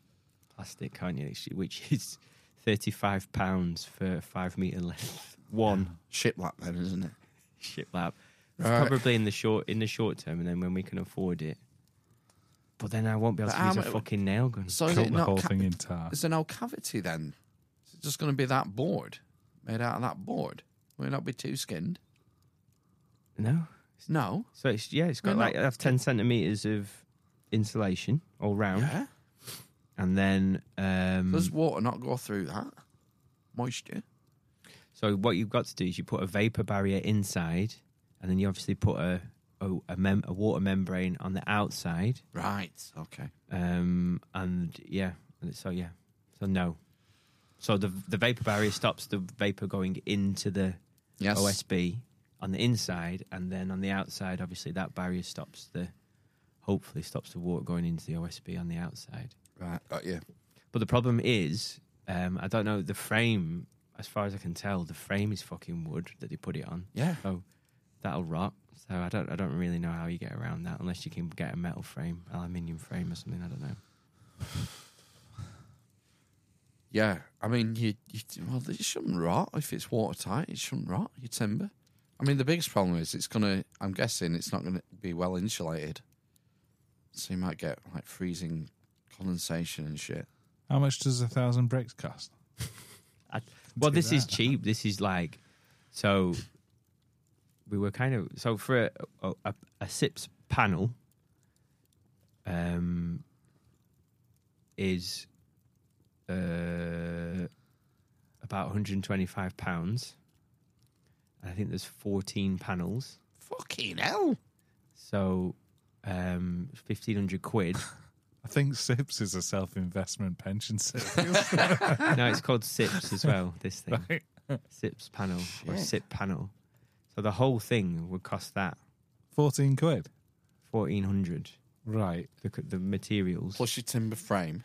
Speaker 3: plastic, can't you? Which is thirty five pounds for five metre length. One
Speaker 1: shiplap then, isn't it?
Speaker 3: shitlap.
Speaker 1: Right.
Speaker 3: Probably in the short in the short term and then when we can afford it. But then I won't be able
Speaker 1: But
Speaker 3: to use
Speaker 1: how
Speaker 3: a
Speaker 1: mu-
Speaker 3: fucking nail gun.
Speaker 1: So is
Speaker 2: Cut
Speaker 1: it
Speaker 2: the
Speaker 1: not?
Speaker 2: whole
Speaker 1: ca-
Speaker 2: thing in tar.
Speaker 1: Is there no cavity then? Is it just going to be that board made out of that board? Will it not be too skinned?
Speaker 3: No.
Speaker 1: No.
Speaker 3: So it's yeah, it's got
Speaker 1: No, no.
Speaker 3: like that's ten centimeters of insulation all round,
Speaker 1: Yeah.
Speaker 3: and then um,
Speaker 1: Does water not go through that? Moisture.
Speaker 3: so what you've got to do is you put a vapor barrier inside, and then you obviously put a a, a, mem- a water membrane on the outside,
Speaker 1: Right. Okay.
Speaker 3: um, and yeah, and so yeah, so no, so the the vapor barrier stops the vapor going into the
Speaker 1: Yes.
Speaker 3: OSB on the inside, and then on the outside, obviously that barrier stops the hopefully stops the water going into the OSB on the outside.
Speaker 1: Right. Got you.
Speaker 3: But the problem is, um, I don't know the frame. As far as I can tell, the frame is fucking wood that they put it on,
Speaker 1: Yeah.
Speaker 3: so that'll rot. So I don't, I don't really know how you get around that unless you can get a metal frame, aluminium frame, or something. I don't know.
Speaker 1: Yeah, I mean, you, you well, it shouldn't rot if it's watertight. It shouldn't rot your timber. I mean, the biggest problem is it's gonna. I'm guessing it's not gonna be well insulated, so you might get like freezing condensation and shit.
Speaker 2: How much does a thousand
Speaker 1: (laughs)
Speaker 2: bricks cost?
Speaker 3: I, well,
Speaker 2: do
Speaker 3: this is
Speaker 2: that.
Speaker 3: cheap. This is like, so we were kind of so for a, a, a, a SIPS panel, um, is uh about 125 pounds. I think there's 14 panels,
Speaker 1: Fucking hell!
Speaker 3: so um,
Speaker 2: (laughs)
Speaker 3: 1500 quid.
Speaker 2: I think sips is a self-investment pension (laughs) service.
Speaker 3: no, it's called SIPS as well. This thing.
Speaker 2: right?
Speaker 3: SIPS panel or SIP panel. So the whole thing would cost that
Speaker 2: Fourteen quid.
Speaker 3: fourteen hundred.
Speaker 2: Right.
Speaker 3: The c- the materials
Speaker 1: Plus your timber frame,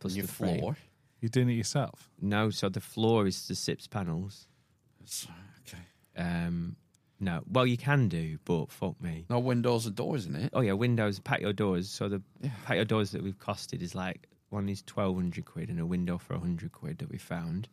Speaker 3: plus
Speaker 1: and your
Speaker 3: the frame.
Speaker 1: floor.
Speaker 2: You're doing it yourself.
Speaker 3: No, so the floor is the SIPS panels.
Speaker 1: It's- okay.
Speaker 3: Um, no, well you can do, but fuck me.
Speaker 1: No windows or doors in it.
Speaker 3: Oh yeah, windows, patio doors. So the
Speaker 1: Yeah.
Speaker 3: patio doors that we've costed is like one is twelve hundred quid and a window for hundred quid that we found.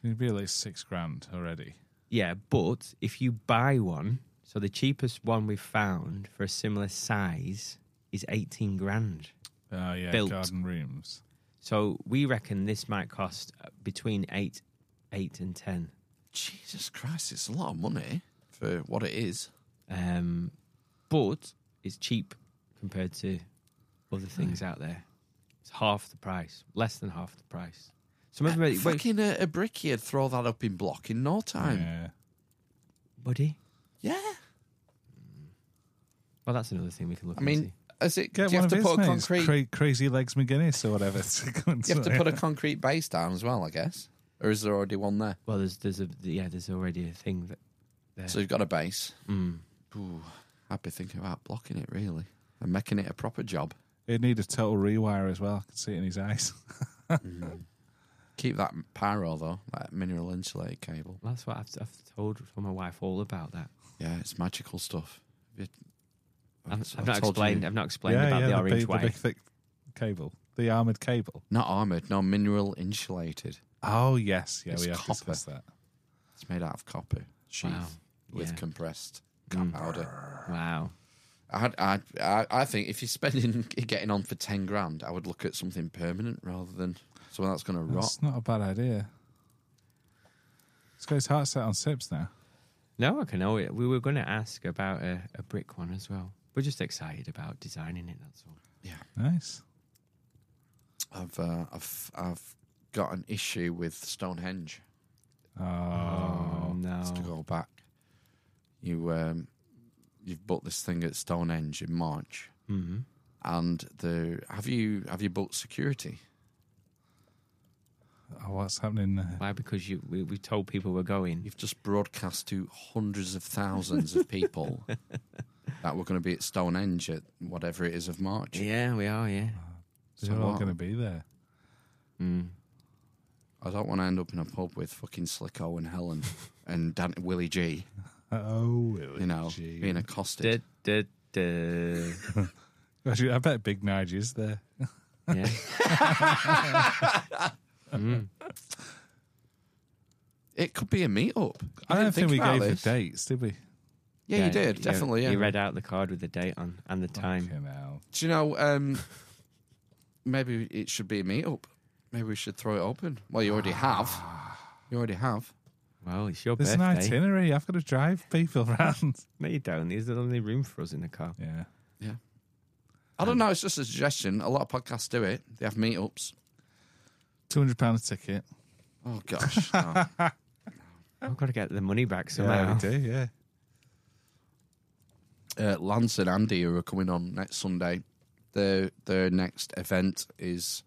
Speaker 2: So you'd be at least six grand already.
Speaker 3: Yeah, but if you buy one, so the cheapest one we found for a similar size is eighteen grand.
Speaker 2: Oh yeah,
Speaker 3: Built.
Speaker 2: garden rooms.
Speaker 3: So we reckon this might cost between eight, eight and ten.
Speaker 1: Jesus Christ, it's a lot of money for what it is.
Speaker 3: Um, but it's cheap compared to other things out there. It's half the price, less than half the price. Some of them, are- wait,
Speaker 1: Uh, Fucking a, a brickyard throw that up in block in no time.
Speaker 2: Yeah.
Speaker 3: buddy.
Speaker 1: Yeah.
Speaker 3: Well, that's another thing we can look.
Speaker 1: I mean, Is it?
Speaker 2: Get
Speaker 1: do you
Speaker 2: one
Speaker 1: have to
Speaker 2: of
Speaker 1: put a
Speaker 2: his names,
Speaker 1: concrete?
Speaker 2: Cra- Crazy Legs McGuinness or whatever. (laughs) to go and
Speaker 1: you have to
Speaker 2: sort
Speaker 3: (laughs)
Speaker 1: put a
Speaker 2: it.
Speaker 1: concrete base down as well, I guess. Or is there already one there?
Speaker 3: Well, there's there's a yeah, there's already a thing that. There.
Speaker 1: So you've got a base.
Speaker 3: Mm.
Speaker 1: Ooh, I'd be thinking about blocking it really and making it a proper job.
Speaker 2: It'd need a total rewire as well. I could see it in his eyes.
Speaker 1: Keep that pyro though, that mineral insulated cable.
Speaker 3: That's what I've, I've told my wife all about that.
Speaker 1: Yeah, it's magical stuff. It-
Speaker 3: I've,
Speaker 1: I've
Speaker 3: I've not
Speaker 1: told you.
Speaker 3: explained. I've
Speaker 2: (laughs)
Speaker 3: not explained about the
Speaker 2: big-
Speaker 3: orange
Speaker 2: the
Speaker 3: wire.
Speaker 2: big thick cable, the armored cable.
Speaker 1: Not armored, no mineral insulated.
Speaker 2: Oh yes, yeah,
Speaker 1: It's
Speaker 2: we have
Speaker 1: copper.
Speaker 2: discussed that.
Speaker 1: It's made out of copper sheath
Speaker 3: Wow.
Speaker 1: with
Speaker 3: Yeah.
Speaker 1: compressed
Speaker 3: Mm.
Speaker 1: powder.
Speaker 3: Wow.
Speaker 1: I, I, I, I think if you're spending (laughs) getting on for ten grand, I would look at something permanent rather than something that's going to rot.
Speaker 2: That's not a bad idea. This guy's heart set on sips now.
Speaker 3: No, I can know it. We were going to ask about a, a brick one as well. We're just excited about designing it. That's all.
Speaker 2: Nice.
Speaker 1: I've, uh, I've, I've got an issue with Stonehenge.
Speaker 2: Oh,
Speaker 3: Oh, no.
Speaker 1: Just to go back, you, um, you've booked this thing at Stonehenge in March,
Speaker 3: Mm-hmm.
Speaker 1: and the have you have you booked security?
Speaker 2: Oh, what's happening there?
Speaker 3: Why? Because you we, we told people we're going.
Speaker 1: You've just broadcast to hundreds of thousands of
Speaker 2: (laughs)
Speaker 1: people that we're going to be at Stonehenge at whatever it is of March.
Speaker 3: Yeah, we are. Yeah.
Speaker 1: So
Speaker 2: They're all
Speaker 1: what?
Speaker 2: going to be there.
Speaker 3: Mm.
Speaker 1: I don't want to end up in a pub with fucking Slicko and
Speaker 2: (laughs)
Speaker 1: Helen and Dan- Willie G.
Speaker 2: Oh,
Speaker 1: You know,
Speaker 2: Gee.
Speaker 1: being accosted.
Speaker 3: Da, da, da.
Speaker 2: Actually, I bet Big Nige is there.
Speaker 3: (laughs) yeah. Mm.
Speaker 1: It could be a meetup. You
Speaker 2: I don't
Speaker 1: didn't
Speaker 2: think, we
Speaker 1: about
Speaker 2: gave
Speaker 1: this.
Speaker 2: the dates, did we?
Speaker 1: Yeah, you did definitely. Yeah. Oh,
Speaker 3: You read out the card with the date on and the time.
Speaker 2: Fucking hell.
Speaker 1: Do you know? Um, maybe it should be a meetup. Maybe we should throw it open. Well, you already have. You already have.
Speaker 3: Well, it's your
Speaker 2: There's an
Speaker 3: birthday.
Speaker 2: itinerary. I've got to drive people (laughs) round.
Speaker 3: No, you don't. There's only room for us in the car.
Speaker 2: yeah.
Speaker 1: I don't know. It's just a suggestion. A lot of podcasts do it. They have meetups.
Speaker 2: £200 a ticket.
Speaker 1: Oh gosh. no. Oh.
Speaker 3: I've got to get the money back
Speaker 2: yeah,
Speaker 3: somehow.
Speaker 2: we do, yeah.
Speaker 1: (laughs) uh, Lance and Andy, who are coming on next Sunday, their their next event is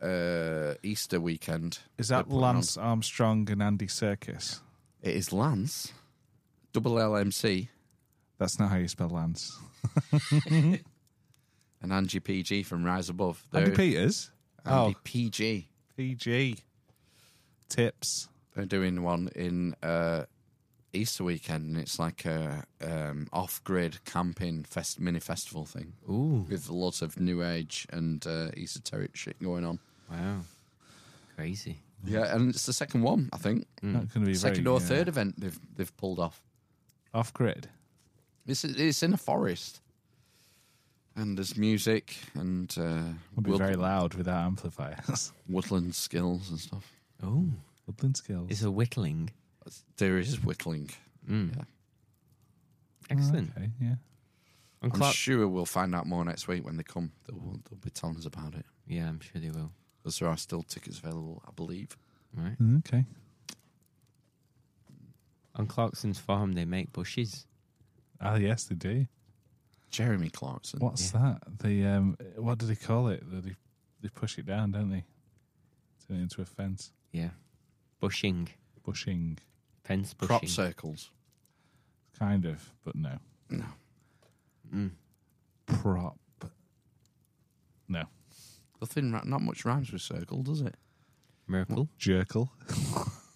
Speaker 1: uh, Easter weekend.
Speaker 2: Is
Speaker 1: They're
Speaker 2: that
Speaker 1: putting on-
Speaker 2: Lance Armstrong and Andy Circus?
Speaker 1: It is Lance, double LMC,
Speaker 2: That's not how you spell Lance.
Speaker 1: and Angie PG from Rise Above. They're-
Speaker 2: Andy Peters?
Speaker 1: Andy
Speaker 2: Oh.
Speaker 1: PG.
Speaker 2: PG. Tips.
Speaker 1: They're doing one in uh, Easter weekend, and it's like a um, off-grid camping fest mini festival thing
Speaker 3: Ooh.
Speaker 1: with lots of new age and uh, esoteric shit going on.
Speaker 3: Wow. Crazy. Mm.
Speaker 1: Yeah, and it's the second one, I think,
Speaker 2: Not going to be
Speaker 1: Hmm. second
Speaker 2: very, uh,
Speaker 1: or
Speaker 2: yeah.
Speaker 1: third event they've they've pulled off.
Speaker 2: Off grid.
Speaker 1: It's it's in a forest, and there's music and uh,
Speaker 2: Would be
Speaker 1: wood-
Speaker 2: very loud without amplifiers. (laughs)
Speaker 1: woodland skills and stuff.
Speaker 3: Oh,
Speaker 2: Woodland skills.
Speaker 3: it's a whittling.
Speaker 1: There is whittling.
Speaker 3: Mm.
Speaker 1: Yeah.
Speaker 3: Excellent.
Speaker 2: Oh, Okay, yeah.
Speaker 3: And
Speaker 1: I'm
Speaker 3: Clark-
Speaker 1: sure we'll find out more next week when they come. They'll, they'll be telling us about it
Speaker 3: yeah, I'm sure they will.
Speaker 1: because there are still tickets available, I believe.
Speaker 3: Right.
Speaker 2: Hmm, Okay.
Speaker 3: On Clarkson's farm, they make bushes.
Speaker 2: Ah, yes, they do.
Speaker 1: Jeremy Clarkson.
Speaker 2: What's that? The um, what do they call it? That They they push it down, don't they? Turn it into a fence.
Speaker 3: Yeah. Bushing.
Speaker 2: Bushing,
Speaker 3: Fence bushing.
Speaker 1: Crop circles.
Speaker 2: kind of, but no.
Speaker 1: No.
Speaker 3: Mm.
Speaker 2: Prop. No.
Speaker 1: Nothing. ra- Not much rhymes with circle, does it?
Speaker 3: Miracle.
Speaker 2: Jerkle. (laughs)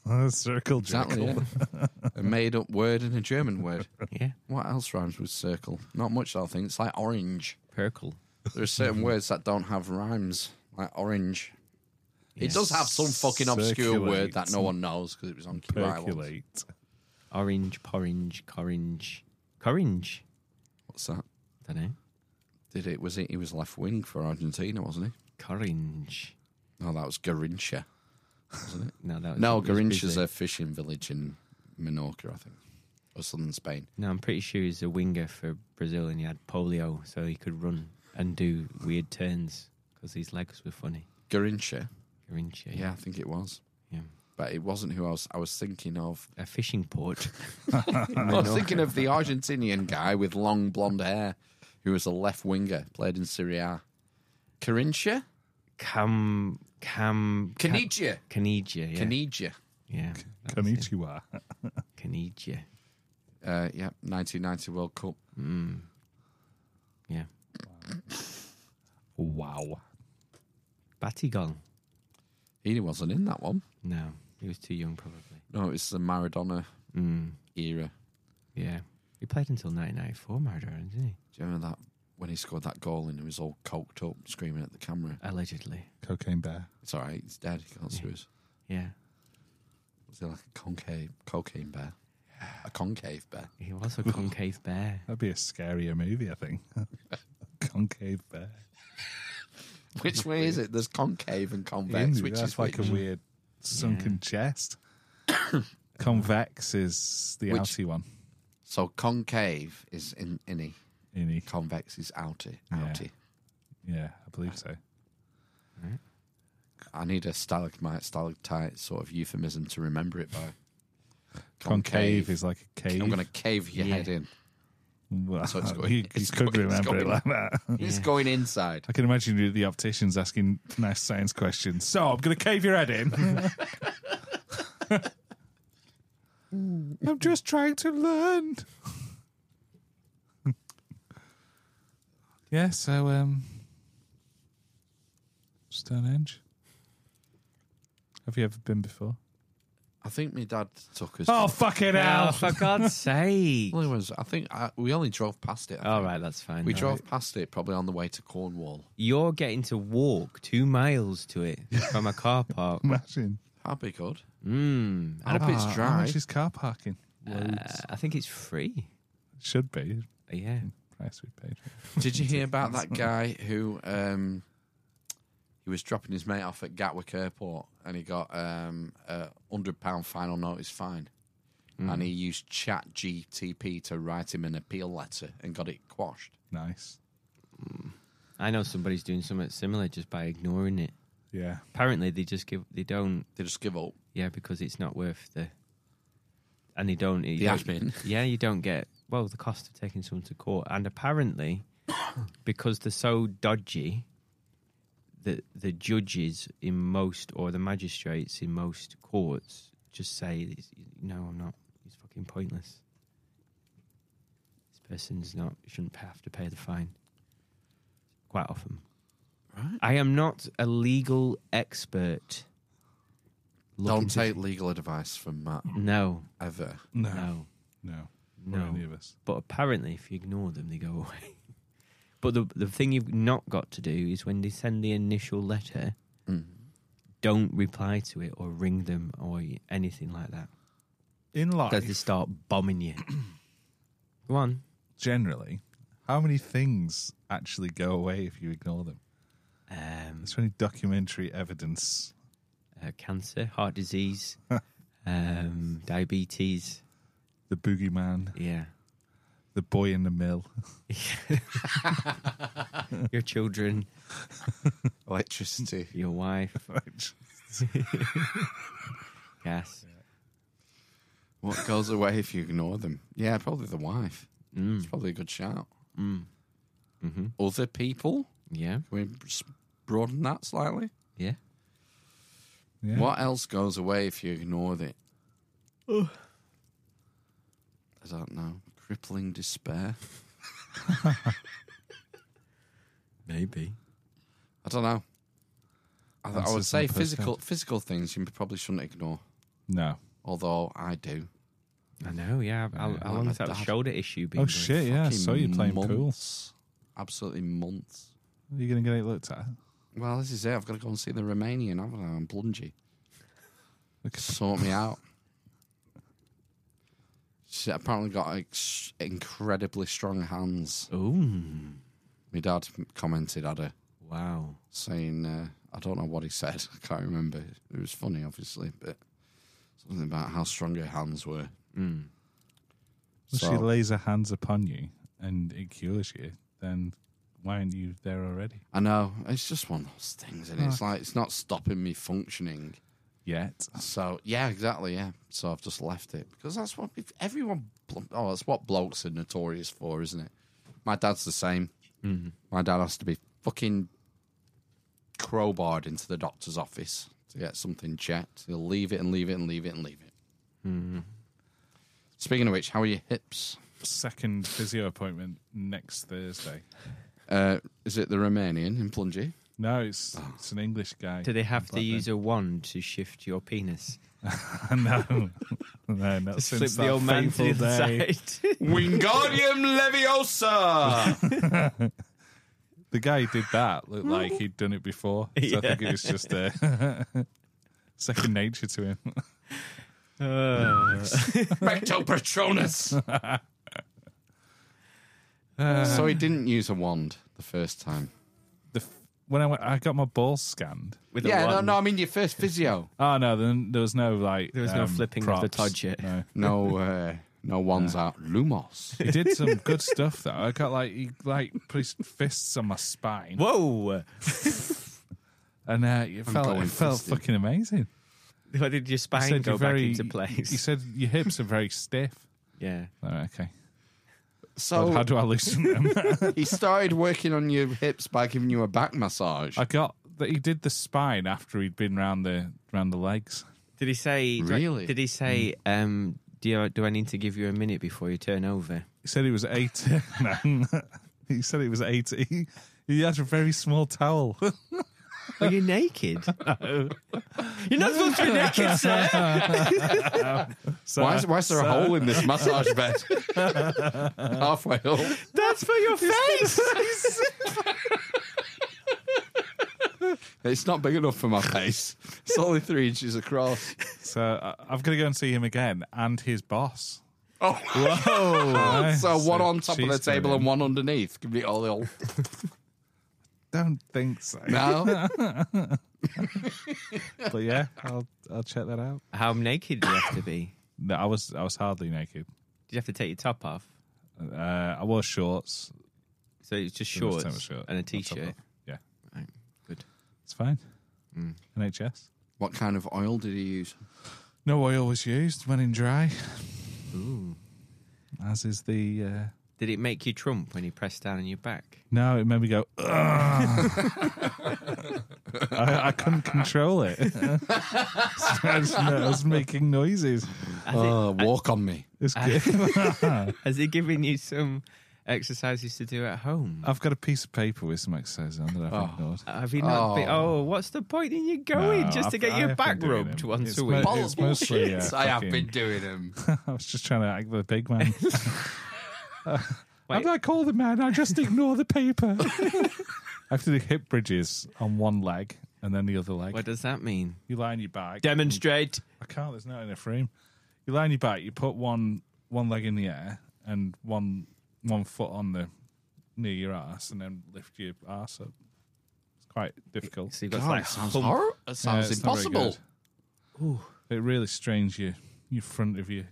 Speaker 2: A circle
Speaker 1: Exactly.
Speaker 2: jerkle. (laughs)
Speaker 1: yeah. a made-up word and a German word.
Speaker 3: Yeah.
Speaker 1: What else rhymes with circle? Not much. I think it's like orange.
Speaker 3: Perkle.
Speaker 1: There are
Speaker 2: (laughs)
Speaker 1: certain words that don't have rhymes, like orange. It
Speaker 3: Yeah.
Speaker 1: does have some fucking obscure
Speaker 2: Circulate.
Speaker 1: word that no one knows because it was on Q Island.
Speaker 2: Percolate.
Speaker 3: Orange, porridge, coringe. Coringe.
Speaker 1: What's that?
Speaker 3: Don't know.
Speaker 1: Did it? Was it? He was left wing for Argentina, wasn't he?
Speaker 3: Coringe.
Speaker 1: No, that was Garincha.
Speaker 3: No, that was
Speaker 1: No,
Speaker 3: it was
Speaker 1: Garincha's
Speaker 3: Bisley.
Speaker 1: a fishing village in Menorca, I think, or southern Spain.
Speaker 3: No, I'm pretty sure he's a winger for Brazil, and he had polio, so he could run and do weird turns because his legs were funny.
Speaker 1: Garincha.
Speaker 3: Coringe.
Speaker 1: Yeah. I think it was,
Speaker 3: yeah.
Speaker 1: but it wasn't who I was. I was thinking
Speaker 3: (laughs)
Speaker 1: of.
Speaker 3: A fishing port.
Speaker 1: I was thinking of the Argentinian guy with long blonde hair. who was a left winger, played in Serie A. Carinthia?
Speaker 3: Cam Cam
Speaker 1: Canigia.
Speaker 3: Canigia, yeah.
Speaker 1: Canigia.
Speaker 3: yeah. that's it.
Speaker 2: Konnichiwa.
Speaker 3: Canigia.
Speaker 1: Uh, yeah, 1990 World Cup.
Speaker 3: Mm. Yeah.
Speaker 2: Wow.
Speaker 3: Batigol.
Speaker 1: He wasn't in that one.
Speaker 3: No, he was too young probably.
Speaker 1: No, it's the Maradona
Speaker 3: Mm.
Speaker 1: era.
Speaker 3: Yeah. He played until 1994, Maradona, didn't he?
Speaker 1: Do you remember that when he scored that goal and he was all coked up, screaming at the camera?
Speaker 3: Allegedly.
Speaker 2: Cocaine Bear.
Speaker 1: It's all right, he's dead. He can't sue us.
Speaker 3: Yeah.
Speaker 1: Was he like a concave cocaine bear? A concave bear.
Speaker 3: He was a concave bear.
Speaker 2: That'd be a scarier movie, I think. (laughs) Concave Bear.
Speaker 1: (laughs) Which way is it? There's concave and convex,
Speaker 2: In,
Speaker 1: which
Speaker 2: that's
Speaker 1: is
Speaker 2: like
Speaker 1: which.
Speaker 2: a weird sunken
Speaker 1: (coughs)
Speaker 2: chest. Convex is the
Speaker 1: Which-
Speaker 2: outy one.
Speaker 1: So concave is in inny,
Speaker 2: Innie.
Speaker 1: convex is outy.
Speaker 2: Yeah.
Speaker 1: Outy.
Speaker 2: e- Yeah, I believe so.
Speaker 1: I need a stalagmite, stalactite sort of euphemism to remember it by.
Speaker 2: Concave, is like a cave.
Speaker 1: I'm going to cave your
Speaker 3: Yeah.
Speaker 1: head in.
Speaker 2: Well,
Speaker 1: So it's
Speaker 2: (laughs)
Speaker 1: going-
Speaker 2: you, you
Speaker 1: it's
Speaker 2: could
Speaker 1: going- it's
Speaker 2: remember it
Speaker 1: going-
Speaker 2: like that.
Speaker 1: It's
Speaker 3: Yeah.
Speaker 1: going
Speaker 2: (laughs)
Speaker 1: inside.
Speaker 2: I can imagine you, the opticians asking nice science questions. So I'm going to cave your head (laughs) in. I'm just trying to learn. yeah, so um, Stonehenge. Have you ever been before?
Speaker 1: I think my dad took us.
Speaker 2: Oh fucking
Speaker 3: Oh,
Speaker 2: hell!
Speaker 3: for God's sake.
Speaker 1: Well, it was, I think I, we only drove past it. I
Speaker 3: All
Speaker 1: think.
Speaker 3: right, that's fine.
Speaker 1: We
Speaker 3: All
Speaker 1: drove
Speaker 3: Oh, right.
Speaker 1: past it probably on the way to Cornwall.
Speaker 3: You're getting to walk two miles to it from
Speaker 1: (laughs)
Speaker 3: a car park.
Speaker 2: Imagine.
Speaker 1: That'd be good.
Speaker 3: Mm.
Speaker 1: And a bit's
Speaker 2: Ah, How
Speaker 1: dry.
Speaker 2: much is car parking?
Speaker 3: Uh, I think it's free.
Speaker 2: Should be.
Speaker 3: Yeah.
Speaker 2: Price we paid.
Speaker 1: Did you hear about that guy who um, he was dropping his mate off at Gatwick Airport and he got um, a hundred pound final notice fine, and he used Chat GTP to write him an appeal letter and got it quashed.
Speaker 2: Nice.
Speaker 3: I know somebody's doing something similar just by ignoring it.
Speaker 2: Yeah.
Speaker 3: Apparently, they just give, they don't,
Speaker 1: They just give up.
Speaker 3: yeah, because it's not worth the, and they don't, you
Speaker 1: The
Speaker 3: don't-
Speaker 1: admin.
Speaker 3: yeah, you don't get, well, the cost of taking someone to court. And apparently, (coughs) because they're so dodgy, the, the judges in most, or the magistrates in most courts just say, no, I'm not, it's fucking pointless. This person's not, shouldn't have to pay the fine. Quite often.
Speaker 1: Right.
Speaker 3: I am not a legal expert. Looking
Speaker 1: Don't
Speaker 3: to-
Speaker 1: take legal advice from Matt
Speaker 3: No,
Speaker 1: ever.
Speaker 3: no,
Speaker 2: No,
Speaker 3: no.
Speaker 2: any of us.
Speaker 3: But apparently, if you ignore them, they go away. (laughs) but the the thing you've not got to do is when they send the initial letter,
Speaker 1: Hmm. Mm.
Speaker 3: don't reply to it or ring them or y- anything like that
Speaker 2: In
Speaker 3: because
Speaker 2: life,
Speaker 3: they start bombing you. go on.
Speaker 2: generally, how many things actually go away if you ignore them?
Speaker 3: Um,
Speaker 2: Is there any documentary evidence?
Speaker 3: uh, cancer, heart disease, um, diabetes.
Speaker 2: The boogeyman,
Speaker 3: Yeah.
Speaker 2: the boy in the mill,
Speaker 3: Your children,
Speaker 1: Electricity.
Speaker 3: your wife, (laughs) gas.
Speaker 1: what goes away if you ignore them? Yeah, probably the wife.
Speaker 3: Mm.
Speaker 1: It's probably a good shout.
Speaker 3: Mm. Mm-hmm.
Speaker 1: Other people?
Speaker 3: Yeah.
Speaker 1: Can we s- broaden that slightly?
Speaker 3: Yeah.
Speaker 2: Yeah.
Speaker 1: What else goes away if you ignore it? I don't know. Crippling despair.
Speaker 3: Maybe.
Speaker 1: I don't know. I, th- I would
Speaker 2: Answers in
Speaker 1: say
Speaker 2: the
Speaker 1: physical
Speaker 2: postcard.
Speaker 1: physical things you probably shouldn't ignore.
Speaker 2: No.
Speaker 1: Although I do.
Speaker 3: I know, yeah. How,
Speaker 2: Yeah.
Speaker 3: how long
Speaker 1: My
Speaker 3: has that
Speaker 1: dad-
Speaker 3: shoulder issue been?
Speaker 2: Oh
Speaker 3: going?
Speaker 2: shit! Yeah, I
Speaker 1: Fucking
Speaker 2: saw you playing pool.
Speaker 1: months. Absolutely months.
Speaker 2: Are you gonna get it looked at?
Speaker 1: Well, this is it. I've got to go and see the Romanian, haven't I? I'm blungy. Sort me out. She's apparently got ex- incredibly strong hands.
Speaker 3: Ooh,
Speaker 1: My dad commented at her.
Speaker 3: wow.
Speaker 1: saying uh, I don't know what he said. (laughs) I can't remember. It was funny, obviously, but something about how strong her hands were.
Speaker 3: Mm.
Speaker 2: Well,
Speaker 1: So-
Speaker 2: she lays her hands upon you and it cures you. Then why aren't you there already?
Speaker 1: I know it's just one of those things, and it's like it's not stopping me functioning.
Speaker 2: Yet.
Speaker 1: So yeah, exactly, yeah. So I've just left it because that's what if everyone. blo- Oh, that's what blokes are notorious for, isn't it? My dad's the same. My dad has to be fucking crowbarred into the doctor's office to get something checked. He'll leave it and leave it and leave it and leave it. Speaking of which, how are your hips?
Speaker 2: Second physio appointment next Thursday.
Speaker 1: Uh, is it the Romanian in Plungy?
Speaker 2: No, it's it's an English guy.
Speaker 3: Do they have to
Speaker 2: Like (laughs)
Speaker 3: use a wand to shift your penis? (laughs)
Speaker 2: (laughs) no, no, not
Speaker 3: Slip
Speaker 2: since
Speaker 3: the
Speaker 2: that
Speaker 3: old man to
Speaker 2: fateful
Speaker 3: the
Speaker 2: day.
Speaker 3: side. (laughs)
Speaker 1: Wingardium Leviosa!
Speaker 2: The guy who did that looked like he'd done it before. So I think it was just uh,
Speaker 3: (laughs)
Speaker 2: (laughs) second nature to him.
Speaker 1: (laughs)
Speaker 2: (laughs)
Speaker 1: Recto Patronus! so he didn't use a wand the first time.
Speaker 2: The f- when I went, I got my balls scanned.
Speaker 3: With a
Speaker 1: Yeah, no,
Speaker 3: wand.
Speaker 1: no, I mean your first physio.
Speaker 2: Oh no, then there was no like
Speaker 3: There was no
Speaker 2: um,
Speaker 3: flipping of
Speaker 2: props.
Speaker 3: the Todd shit.
Speaker 2: No.
Speaker 1: No, uh, no ones out. Lumos.
Speaker 2: He
Speaker 3: (laughs)
Speaker 2: did some good stuff though. I got like he like placed fists on my spine,
Speaker 3: Whoa!
Speaker 2: and uh, it felt
Speaker 1: going
Speaker 2: it felt
Speaker 1: fisting.
Speaker 2: fucking amazing.
Speaker 3: Why did your
Speaker 2: He
Speaker 3: spine go
Speaker 2: "You're
Speaker 3: back
Speaker 2: very-
Speaker 3: into
Speaker 2: He
Speaker 3: place?
Speaker 2: said your hips are very stiff.
Speaker 3: Yeah.
Speaker 2: All right, okay.
Speaker 1: So
Speaker 2: How
Speaker 3: (laughs)
Speaker 2: do I loosen them?
Speaker 1: he started working on your hips by giving you a back massage.
Speaker 2: I got that he did the spine after he'd been round the round the legs.
Speaker 3: Did he say?
Speaker 1: Really?
Speaker 2: Hmm.
Speaker 3: Did he say? Um, do you, do I need to give you a minute before you turn over?
Speaker 2: (laughs) He said he was eighty. (laughs) no, he said he was eighty. He, he had a very small towel. (laughs)
Speaker 3: Are you naked? You're not supposed to be
Speaker 2: (laughs)
Speaker 3: naked, sir.
Speaker 2: So uh,
Speaker 1: Why is, why is there a hole in this massage bed?
Speaker 2: (laughs)
Speaker 1: Halfway up.
Speaker 3: That's for your face.
Speaker 1: It's not big enough for my face. It's only three inches across.
Speaker 2: So I, I'm going to go and see him again and his boss.
Speaker 1: Oh, (laughs)
Speaker 2: Whoa! right.
Speaker 1: so one on top of the
Speaker 2: she's
Speaker 1: table
Speaker 2: coming
Speaker 1: and one underneath. Give me all the old.
Speaker 2: in. Don't think so. (laughs)
Speaker 1: No,
Speaker 2: But yeah, I'll I'll check that out.
Speaker 3: How naked do you have to be?
Speaker 2: No, I was I was hardly naked.
Speaker 3: Did you have to take your top off?
Speaker 2: Uh, I wore shorts.
Speaker 3: So it's just
Speaker 2: It was
Speaker 3: shorts
Speaker 2: time for short.
Speaker 3: and a
Speaker 2: On top
Speaker 3: t-shirt.
Speaker 2: of- Yeah,
Speaker 3: Right. Good.
Speaker 2: it's fine.
Speaker 1: Mm.
Speaker 2: NHS.
Speaker 1: what kind of oil did he use?
Speaker 2: No oil was used. Went in dry. As is the. Uh,
Speaker 3: Did it make you trump when you pressed down on your back?
Speaker 2: no, it made me go. "Ugh." I, I couldn't control it. So I, was, I was making noises.
Speaker 1: Uh, walk on me.
Speaker 2: It's
Speaker 3: Uh,
Speaker 2: good. (laughs)
Speaker 3: Has it given you some exercises to do at home?
Speaker 2: I've got a piece of paper with some exercise on that I've ignored.
Speaker 3: Have you not? Oh. Been, oh, what's the point in you going
Speaker 2: No,
Speaker 3: just to
Speaker 2: I've-
Speaker 3: get
Speaker 2: I
Speaker 3: your
Speaker 2: have
Speaker 3: back
Speaker 2: been doing
Speaker 3: rubbed
Speaker 2: them.
Speaker 3: once
Speaker 2: It's
Speaker 3: a
Speaker 2: mo-
Speaker 3: week?
Speaker 2: it's mostly, uh,
Speaker 1: I have
Speaker 2: fucking-
Speaker 1: been doing
Speaker 2: (laughs)
Speaker 1: them.
Speaker 2: I was just trying to act the big
Speaker 3: (laughs)
Speaker 2: man.
Speaker 3: Wait.
Speaker 2: I'm like all the man. I just ignore the paper. (laughs) I have to do hip bridges on one leg and then the other leg.
Speaker 3: What does that mean?
Speaker 2: You lie on your back.
Speaker 3: Demonstrate.
Speaker 2: I can't. There's not enough room. You lie on your back. You put one one leg in the air and one one foot on the near your ass, and then lift your ass up. It's quite difficult.
Speaker 3: So you've got
Speaker 1: God,
Speaker 3: like
Speaker 1: it sounds
Speaker 3: hump-
Speaker 1: horrible. It
Speaker 2: Yeah,
Speaker 1: sounds
Speaker 2: it's not very
Speaker 1: impossible.
Speaker 2: good. It really strains your your front of your,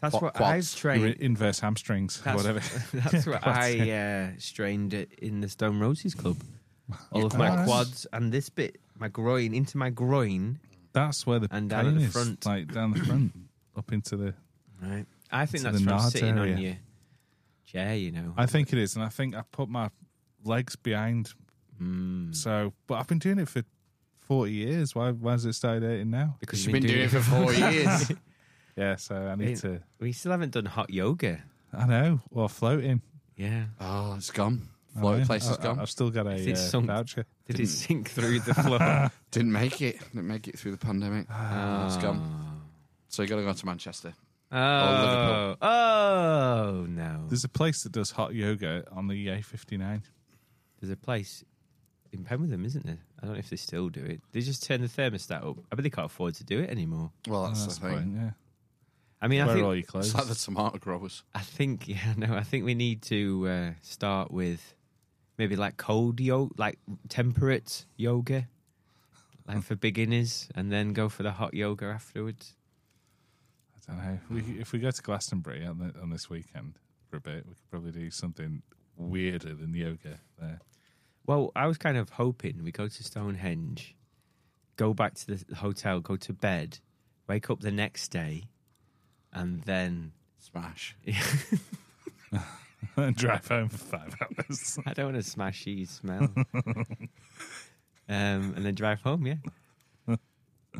Speaker 3: That's
Speaker 1: Qu-
Speaker 3: what
Speaker 1: quads.
Speaker 3: I've
Speaker 2: your
Speaker 3: trained.
Speaker 2: inverse hamstrings,
Speaker 3: (laughs) That's- (laughs)
Speaker 2: whatever.
Speaker 3: That's what I uh, strained it in the Stone Roses (laughs) Club. All of my
Speaker 2: quads.
Speaker 3: quads and this bit, my groin, into my groin.
Speaker 2: That's where the
Speaker 3: And down
Speaker 2: pain
Speaker 3: at the
Speaker 2: is,
Speaker 3: front.
Speaker 2: like down the front, up into the
Speaker 3: Right. I think
Speaker 2: To
Speaker 3: that's
Speaker 2: the
Speaker 3: from
Speaker 2: nards
Speaker 3: sitting
Speaker 2: area.
Speaker 3: on your chair, you know.
Speaker 2: I think it is, and I think I put my legs behind. So, but I've been doing it for forty years. Why? Why has it started hurting now?
Speaker 3: because
Speaker 1: You've been, doing it for four (laughs) years.
Speaker 2: Yeah, so I need
Speaker 3: Ain't-
Speaker 2: to.
Speaker 3: We still haven't done hot yoga.
Speaker 2: I know, or floating.
Speaker 3: Yeah.
Speaker 1: Oh, it's gone.
Speaker 2: I
Speaker 1: Floating
Speaker 2: know.
Speaker 1: place is
Speaker 2: I- I-
Speaker 1: gone.
Speaker 2: I've still got a
Speaker 3: It's
Speaker 2: uh,
Speaker 3: sunk.
Speaker 2: voucher.
Speaker 3: Did it sink through
Speaker 1: (laughs)
Speaker 3: the floor?
Speaker 1: Didn't make it. Didn't make it through the pandemic.
Speaker 2: Ah,
Speaker 3: oh.
Speaker 1: Oh, It's gone. So you got to go to Manchester.
Speaker 3: Oh,
Speaker 1: Liverpool.
Speaker 3: oh no.
Speaker 2: There's a place that does hot yoga on the A59.
Speaker 3: There's a place in Penwitham, isn't there? I don't know if they still do it. They just turn the thermostat up. I bet they can't afford to do it anymore.
Speaker 1: Well, that's,
Speaker 2: That's
Speaker 1: the
Speaker 2: the
Speaker 1: thing.
Speaker 2: point, yeah.
Speaker 3: I mean, I
Speaker 2: Where are
Speaker 3: think,
Speaker 2: all your
Speaker 1: It's
Speaker 2: clothes?
Speaker 1: like the tomato growers.
Speaker 3: I think, (laughs) yeah, no, I think we need to uh, start with maybe like cold yoga, like temperate yoga, like for beginners, and then go for the hot yoga afterwards.
Speaker 2: I don't know. We, if we go to Glastonbury on, the, on this weekend for a bit, we could probably do something weirder than yoga there. (laughs)
Speaker 3: Well, I was kind of hoping we go to Stonehenge, go back to the hotel, go to bed, wake up the next day, and then
Speaker 1: Smash.
Speaker 2: and drive home for five hours.
Speaker 3: (laughs) I don't want to smash you, smell. um, and then drive home, yeah.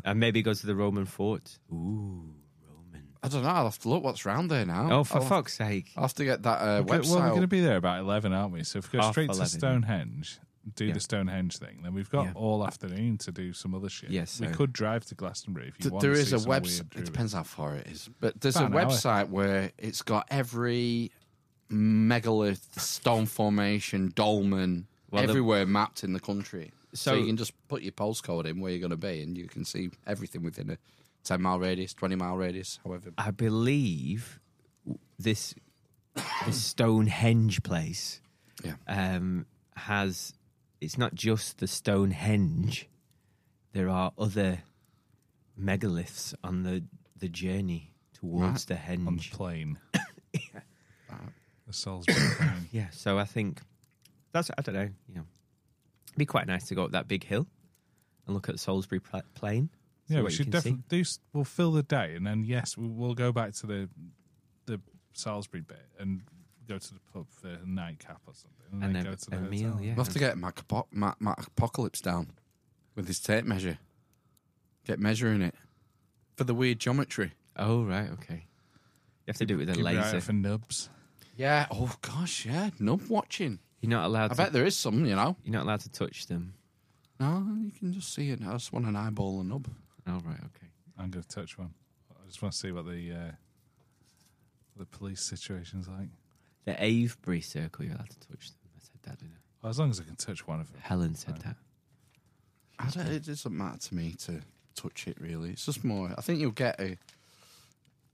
Speaker 3: and maybe go to the Roman fort. Ooh, Roman.
Speaker 1: I don't know. I'll have to look what's round there now.
Speaker 3: Oh, for fuck's sake.
Speaker 1: I'll have to get that uh,
Speaker 2: Okay,
Speaker 1: website.
Speaker 2: well, we're going to be there about 11, aren't we? So if we go
Speaker 3: Half
Speaker 2: straight
Speaker 3: 11,
Speaker 2: to
Speaker 3: yeah.
Speaker 2: Stonehenge, do
Speaker 3: Yeah.
Speaker 2: the Stonehenge thing, then we've got
Speaker 3: Yeah.
Speaker 2: all afternoon to do some other shit.
Speaker 3: Yes,
Speaker 2: we
Speaker 3: so-
Speaker 2: could drive to Glastonbury if you
Speaker 1: Th-
Speaker 2: want
Speaker 1: there
Speaker 2: to
Speaker 1: is
Speaker 2: see
Speaker 1: a
Speaker 2: some
Speaker 1: website.
Speaker 2: weird
Speaker 1: It
Speaker 2: druid.
Speaker 1: depends how far it is, but there's
Speaker 2: About
Speaker 1: a
Speaker 2: an hour.
Speaker 1: website where it's got every megalith, stone formation, dolmen,
Speaker 3: Well, the-
Speaker 1: everywhere mapped in the country. So,
Speaker 3: So-
Speaker 1: you can just put your postcode in where you're going to be, and you can see everything within a ten mile radius, twenty mile radius, however.
Speaker 3: I believe this, this Stonehenge place
Speaker 1: Yeah.
Speaker 3: um, has. It's not just the Stonehenge. There are other megaliths on the, the journey towards the henge.
Speaker 2: on the
Speaker 3: (laughs)
Speaker 2: plane. the
Speaker 3: (coughs)
Speaker 2: Salisbury plane.
Speaker 3: Yeah, so I think that's I don't know. You know, it'd be quite nice to go up that big hill and look at Salisbury pla- Plain. see
Speaker 2: Yeah,
Speaker 3: what
Speaker 2: we
Speaker 3: you
Speaker 2: should
Speaker 3: can
Speaker 2: definitely do. s- We'll fill the day, and then yes, we, we'll go back to the the Salisbury bit and go to the pub for a nightcap or something, and,
Speaker 3: And
Speaker 2: then
Speaker 3: a-
Speaker 2: go to
Speaker 3: a
Speaker 2: the
Speaker 3: meal,
Speaker 2: hotel.
Speaker 3: yeah.
Speaker 1: We'll have to get Mac, Apo- Mac, Mac Apocalypse down with his tape measure. Get measuring it for the weird geometry.
Speaker 3: see. Oh right, okay. You have to do it with a
Speaker 2: Give me out
Speaker 3: laser.
Speaker 2: for nubs.
Speaker 1: Yeah. Oh gosh. Yeah. Nub watching.
Speaker 3: You're not allowed.
Speaker 1: I
Speaker 3: To,
Speaker 1: bet there is some. You know.
Speaker 3: You're not allowed to touch them.
Speaker 1: No, you can just see it. I just want an eyeball and nub.
Speaker 3: Oh right, okay.
Speaker 2: I'm going to touch one. I just want to see what the uh, the police situation's like.
Speaker 3: The Avebury Circle. You're allowed to touch them. I said that. Didn't I?
Speaker 2: Well, Oh, as long as I can touch one of them.
Speaker 3: Helen said that.
Speaker 1: I don't, it doesn't matter to me to touch it really. It's just more. I think you'll get a.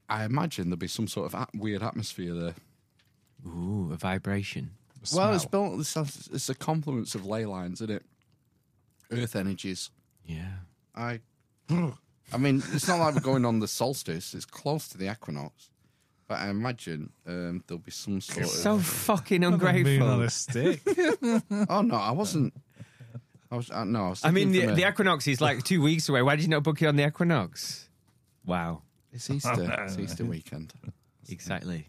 Speaker 1: I imagine there'll be some sort of at- weird atmosphere there.
Speaker 3: Ooh, a vibration.
Speaker 1: Well, it's
Speaker 2: Smell.
Speaker 1: built. It's a, it's a confluence of ley lines, isn't it? Earth energies.
Speaker 3: Yeah.
Speaker 1: I. I mean, it's not like we're going on the solstice. It's close to the equinox, but I imagine um, there'll be some sort
Speaker 3: So
Speaker 1: of.
Speaker 3: fucking
Speaker 2: Not a moon on
Speaker 3: ungrateful.
Speaker 2: a stick. (laughs)
Speaker 1: Oh no, I wasn't. I was uh, no. I, was
Speaker 3: I mean,
Speaker 1: thinking
Speaker 3: the,
Speaker 1: from
Speaker 3: the
Speaker 1: a-
Speaker 3: equinox is like two weeks away. Why did you not book it on the equinox? Wow.
Speaker 1: it's Easter. it's Easter weekend.
Speaker 3: Exactly.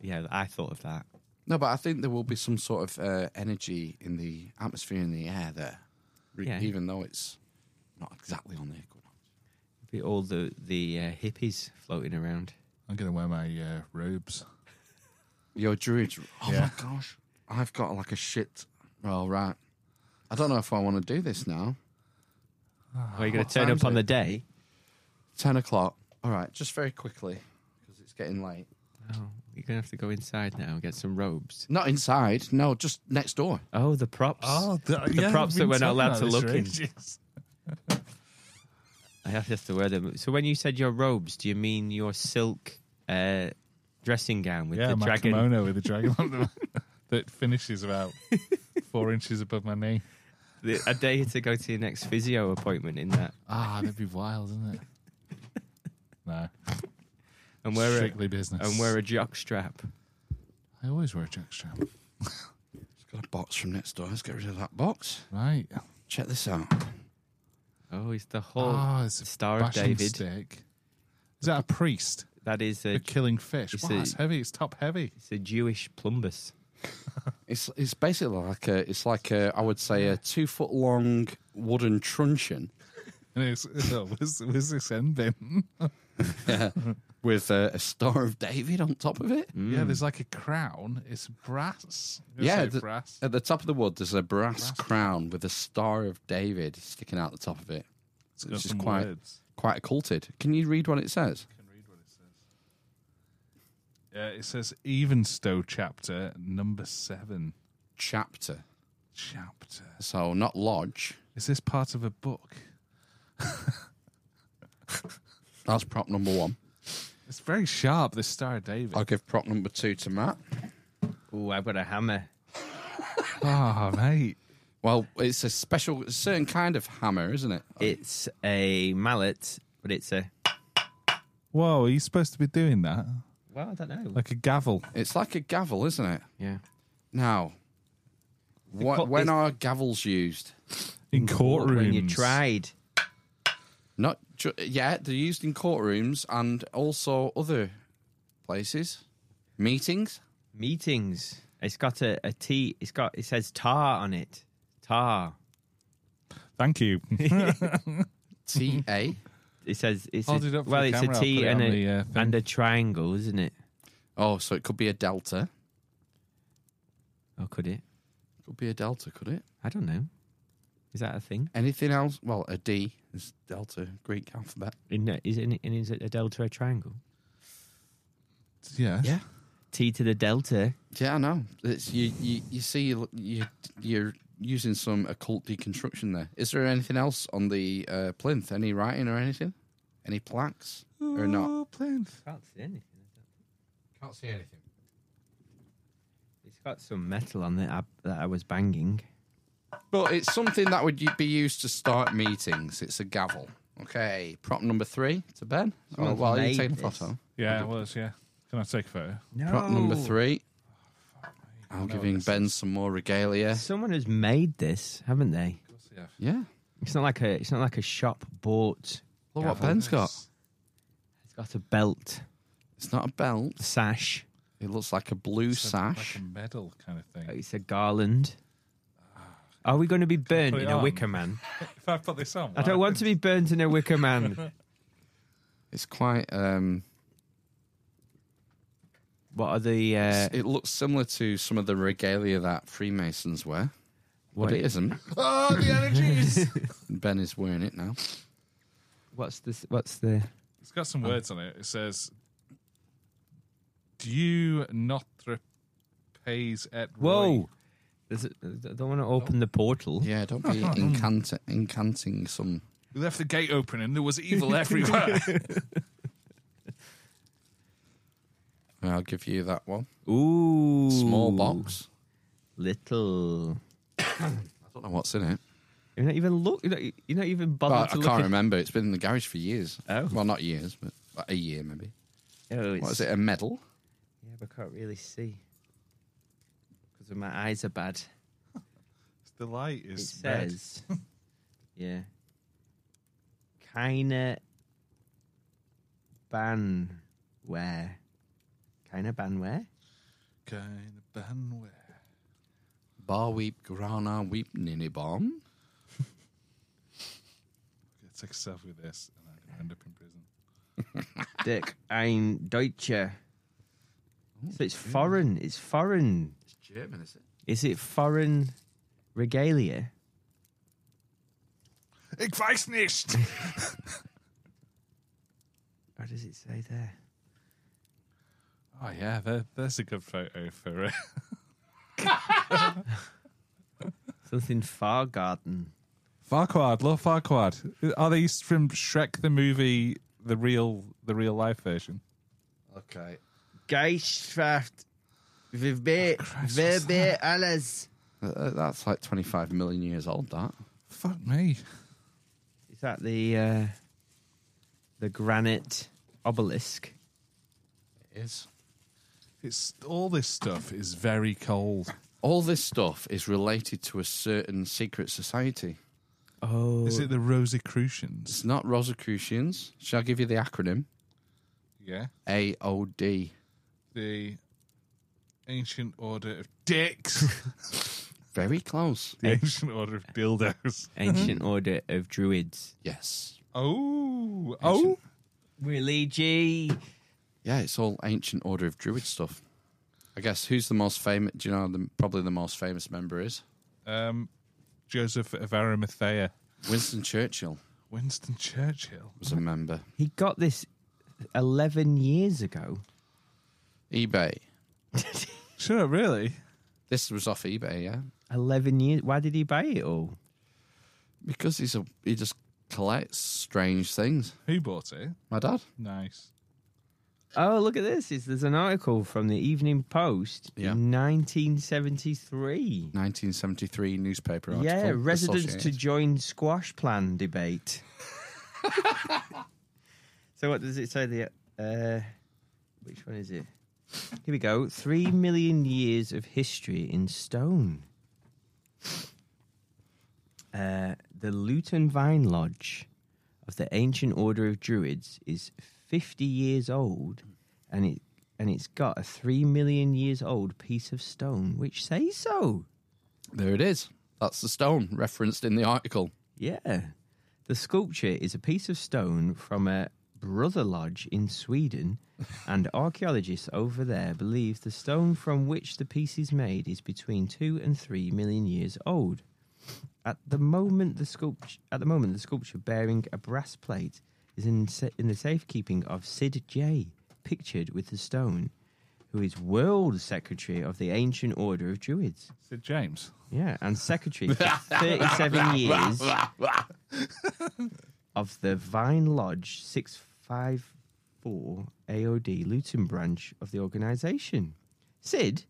Speaker 3: Yeah, I thought of that.
Speaker 1: No, but I think there will be some sort of uh, energy in the atmosphere in the air there, re-
Speaker 3: Yeah.
Speaker 1: even though it's not exactly on the equinox.
Speaker 3: Be all the the uh, hippies floating around.
Speaker 2: I'm going to wear my uh, robes.
Speaker 1: Your druid. Oh
Speaker 2: Yeah.
Speaker 1: my gosh, I've got like a shit. Well, right. I don't know if I want to do this now.
Speaker 3: Are you going
Speaker 1: What
Speaker 3: to turn
Speaker 1: time's
Speaker 3: up on
Speaker 1: it?
Speaker 3: the day?
Speaker 1: Ten o'clock. All right, just very quickly because it's getting late.
Speaker 3: Oh, you're going to have to go inside now and get some robes.
Speaker 1: Not inside. No, just next door.
Speaker 3: Oh, the props.
Speaker 2: the,
Speaker 3: yeah, props that we've been we're not allowed talking about to this
Speaker 2: in.
Speaker 3: I have to have to wear them. So when you said your robes, do you mean your silk uh, dressing gown with
Speaker 2: Yeah,
Speaker 3: the
Speaker 2: my
Speaker 3: dragon?
Speaker 2: kimono with the dragon (laughs) on them that finishes (laughs) about four inches above my knee.
Speaker 3: The- I dare you to go to your next physio appointment in that
Speaker 2: Ah, that'd be wild, (laughs) isn't it? No,
Speaker 3: and wear a,
Speaker 2: strictly business.
Speaker 3: and wear a jock strap.
Speaker 2: I always wear a jackstrap.
Speaker 1: It's got a box from next door. Let's get rid of that box.
Speaker 2: Right.
Speaker 1: Check this out.
Speaker 3: Oh, it's the whole
Speaker 2: Oh, it's a
Speaker 3: Star of
Speaker 2: bashing
Speaker 3: David.
Speaker 2: stick. Is that a priest
Speaker 3: That is a,
Speaker 2: for killing fish?
Speaker 3: it's
Speaker 2: Wow,
Speaker 3: a-
Speaker 2: it's heavy. It's top heavy. (laughs)
Speaker 3: it's a Jewish plumbus.
Speaker 1: It's it's basically like a it's like a I would say a two foot long wooden truncheon
Speaker 2: And it's, oh, where's, where's this end bin?
Speaker 1: Mm. with a, a Star of David on top of it.
Speaker 2: Yeah, there's like a crown. It's brass. You
Speaker 1: Yeah,
Speaker 2: say
Speaker 1: the-
Speaker 2: brass.
Speaker 1: At the top of the wood, there's a brass, crown with a Star of David sticking out the top of it.
Speaker 2: It's
Speaker 1: which is quite- Quite occulted. Can you read what it says?
Speaker 2: Yeah, it says Evenstow chapter number seven.
Speaker 1: Chapter.
Speaker 2: Chapter.
Speaker 1: So not lodge.
Speaker 2: Is this part of a book?
Speaker 1: That's prop number one.
Speaker 2: It's very sharp. This Star of David.
Speaker 1: I'll give prop number two to Matt.
Speaker 3: Oh, I've got a hammer.
Speaker 2: Oh, mate.
Speaker 1: Well, it's a special, a certain kind of hammer, isn't it?
Speaker 3: It's a mallet, but it's a
Speaker 2: Whoa, are you supposed to be doing that?
Speaker 3: well, I don't know.
Speaker 2: Like a gavel.
Speaker 1: It's like a gavel, isn't it?
Speaker 3: yeah.
Speaker 1: Now,
Speaker 3: co-
Speaker 1: what, when
Speaker 3: it's-
Speaker 1: are gavels used? Mm,
Speaker 2: In courtrooms.
Speaker 3: When you tried.
Speaker 1: Not ju- yeah, they're used in courtrooms and also other places, meetings.
Speaker 3: meetings. It's got a, a T. It's got it says tar on it. Tar.
Speaker 1: (laughs)
Speaker 2: Thank you.
Speaker 1: T A.
Speaker 3: It says it's
Speaker 2: Hold it
Speaker 3: a,
Speaker 2: up for
Speaker 3: well,
Speaker 2: the
Speaker 3: it's a
Speaker 2: camera, I'll
Speaker 3: T
Speaker 2: put it
Speaker 3: and
Speaker 2: on
Speaker 3: a
Speaker 2: the, uh, thing.
Speaker 3: and a triangle, isn't it?
Speaker 1: Oh, so it could be a delta.
Speaker 3: Or could it?
Speaker 1: Could be a delta, could it?
Speaker 3: I don't know. Is that a thing?
Speaker 1: Anything else? Well, a D is delta, Greek alphabet.
Speaker 3: In, the- is it, in, is it a delta
Speaker 2: (laughs)
Speaker 3: a triangle?
Speaker 2: yes.
Speaker 1: Yeah.
Speaker 3: T to the delta.
Speaker 1: Yeah, I know. It's you. You, you see, you, you you're using some occult deconstruction there. Is there anything else on the uh, plinth? Any writing or anything? Any plaques or not?
Speaker 2: Oh, plinth.
Speaker 3: Can't see anything.
Speaker 1: Can't see anything.
Speaker 3: It's got some metal on it I, that I was banging.
Speaker 1: But it's something that would be used to start meetings. It's a gavel. Okay, prop number three to Ben. Oh,
Speaker 3: Someone's
Speaker 1: well, you
Speaker 3: made
Speaker 1: take the
Speaker 3: this.
Speaker 1: photo.
Speaker 2: Yeah, it was, yeah. Can I take a photo?
Speaker 3: No.
Speaker 1: Prop number three.
Speaker 2: Oh,
Speaker 1: I'm giving
Speaker 2: this
Speaker 1: Ben some more regalia.
Speaker 3: Someone has made this, haven't they?
Speaker 2: Yeah.
Speaker 1: Yeah.
Speaker 3: It's not like a. It's not like a shop bought.
Speaker 1: Look what Ben's got.
Speaker 3: It's got a belt,
Speaker 1: It's not a belt.
Speaker 3: a sash.
Speaker 1: It looks like a blue
Speaker 2: It's a-
Speaker 1: sash.
Speaker 2: Like a medal kind of thing.
Speaker 3: It's a garland. Are we going to be burnt
Speaker 2: Ah. put it
Speaker 3: in a
Speaker 2: on? (laughs)
Speaker 3: wicker man?
Speaker 2: If I put this on,
Speaker 3: I don't want to be burnt in a wicker
Speaker 2: (laughs)
Speaker 3: man.
Speaker 1: It's quite. um
Speaker 3: What are the? Uh,
Speaker 1: It looks similar to some of the regalia that Freemasons wear,
Speaker 3: what
Speaker 1: but it (laughs) isn't.
Speaker 2: Oh, the energies!
Speaker 1: (laughs) Ben is wearing it now.
Speaker 3: What's this? What's the?
Speaker 2: it's got some words on it. It says, "Dieu notre pays et roi."
Speaker 3: Whoa! There's a, I don't want to open the portal.
Speaker 1: Yeah, don't (laughs) be incant- incanting some.
Speaker 2: We left the gate open and there was (laughs) evil everywhere.
Speaker 1: Uh, I'll give you that one.
Speaker 3: Ooh,
Speaker 1: Small box.
Speaker 3: little.
Speaker 1: I don't know what's in it.
Speaker 3: You're not even look. You're not, you're not even bothered
Speaker 1: But
Speaker 3: to
Speaker 1: I
Speaker 3: look.
Speaker 1: can't
Speaker 3: at-
Speaker 1: remember. It's been in the garage for years.
Speaker 3: Oh.
Speaker 1: Well, not years, but like a year maybe.
Speaker 3: Oh, it's,
Speaker 1: What is it? A medal?
Speaker 3: Yeah, but I can't really see because my eyes are bad.
Speaker 2: the light is
Speaker 3: it
Speaker 1: (laughs)
Speaker 2: red.
Speaker 3: says, yeah, kinda ban where, kinda ban where.
Speaker 2: Kind of banware.
Speaker 1: Bar weep, grana weep, ninny bomb.
Speaker 2: Okay, Take a selfie with this, and I'm gonna end up in prison.
Speaker 3: Dick ein Deutscher. So it's foreign. It's foreign.
Speaker 1: It's German, is it?
Speaker 3: Is it foreign regalia?
Speaker 2: Ich weiß nicht. (laughs)
Speaker 3: What does it say there?
Speaker 2: Oh yeah, there, there's a good photo for it. (laughs)
Speaker 3: Something far garden.
Speaker 2: Farquad, love Farquad. Are these from Shrek the movie, the real, the real life version?
Speaker 1: Okay.
Speaker 3: Geistkraft. Verbe, verbe alles.
Speaker 1: Uh, that's like 25 million years old, that.
Speaker 2: Fuck me.
Speaker 3: Is that the uh, the granite obelisk?
Speaker 1: It is.
Speaker 2: It's all this stuff is very cold.
Speaker 1: All this stuff is related to a certain secret society.
Speaker 3: Oh,
Speaker 2: Is it the Rosicrucians?
Speaker 1: It's not Rosicrucians. Shall I give you the acronym?
Speaker 2: Yeah.
Speaker 1: AOD.
Speaker 2: The ancient order of (laughs) dicks.
Speaker 1: Very close.
Speaker 2: the ancient order of dildos.
Speaker 3: ancient order of druids?
Speaker 1: Yes.
Speaker 2: Oh, oh.
Speaker 3: Religi.
Speaker 1: Yeah, it's all ancient order of druid stuff. I guess who's the most famous? Do you know the, probably the most famous member is
Speaker 2: Um, Joseph of Arimathea,
Speaker 1: Winston Churchill
Speaker 2: Winston Churchill.
Speaker 1: was a member.
Speaker 3: He got this eleven years ago.
Speaker 1: eBay.
Speaker 2: Sure, really.
Speaker 1: This was off eBay, yeah,
Speaker 3: Eleven years. Why did he buy it all?
Speaker 1: because he's a he just collects strange things.
Speaker 2: Who bought it?
Speaker 1: My dad.
Speaker 2: Nice.
Speaker 3: Oh, look at this! It's, there's an article from the Evening Post
Speaker 1: Yeah.
Speaker 3: in 1973.
Speaker 1: 1973 newspaper article.
Speaker 3: Yeah, residents to
Speaker 1: associated.
Speaker 3: join squash
Speaker 1: (laughs)
Speaker 3: plan debate. so what does it say? The uh, which one is it? Here we go. Three million years of history in stone. Uh, the Luton Vine Lodge of the Ancient Order of Druids is 50 years old, and it and it's got a three million years old piece of stone which says so.
Speaker 1: There it is. That's the stone referenced in the article.
Speaker 3: Yeah. The sculpture is a piece of stone from a brother lodge in Sweden, and archaeologists over there believe the stone from which the piece is made is between two and three million years old. At the moment, the sculpture at the moment the sculpture bearing a brass plate is in sa- in the safekeeping of Sid J, pictured with the stone, who is world secretary of the Ancient Order of Druids.
Speaker 2: Is it James?
Speaker 3: Yeah, and secretary for 37 years of the Vine Lodge 654 AOD Luton branch of the organisation. Sid,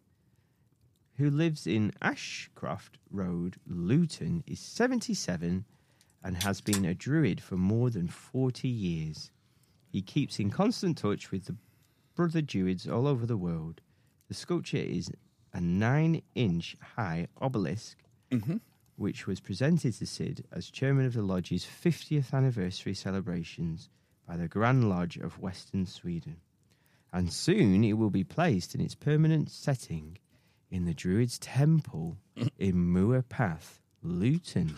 Speaker 3: who lives in Ashcroft Road, Luton, is 77 and has been a druid for more than 40 years. He keeps in constant touch with the brother druids all over the world. The sculpture is a nine inch high obelisk, which was presented to Sid as chairman of the lodge's 50th anniversary celebrations by the Grand Lodge of Western Sweden. And soon it will be placed in its permanent setting in the Druids' Temple in Moor Path,
Speaker 1: (laughs)
Speaker 3: Luton.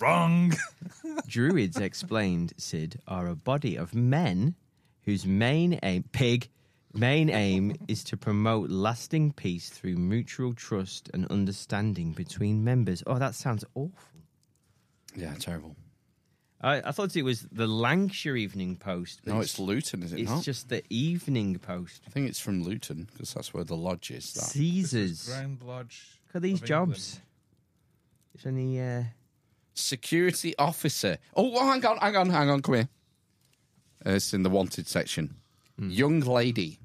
Speaker 2: Wrong.
Speaker 3: Druids explained, Sid, are a body of men whose main aim, pig, main aim is to promote lasting peace through mutual trust and understanding between members. Oh, that sounds awful.
Speaker 1: Yeah, terrible.
Speaker 3: I, I thought it was the Lancashire Evening Post. but
Speaker 1: No, it's Luton, is it
Speaker 3: it's
Speaker 1: not?
Speaker 3: just the Evening Post.
Speaker 1: I think it's from Luton because that's where the lodge is. That.
Speaker 3: Caesars. Look
Speaker 2: Grand Lodge.
Speaker 3: at these
Speaker 2: of
Speaker 3: jobs. It's any. Uh,
Speaker 1: Security officer. Oh, oh, hang on, hang on, hang on. Come here. Uh, it's in the wanted section. Young lady.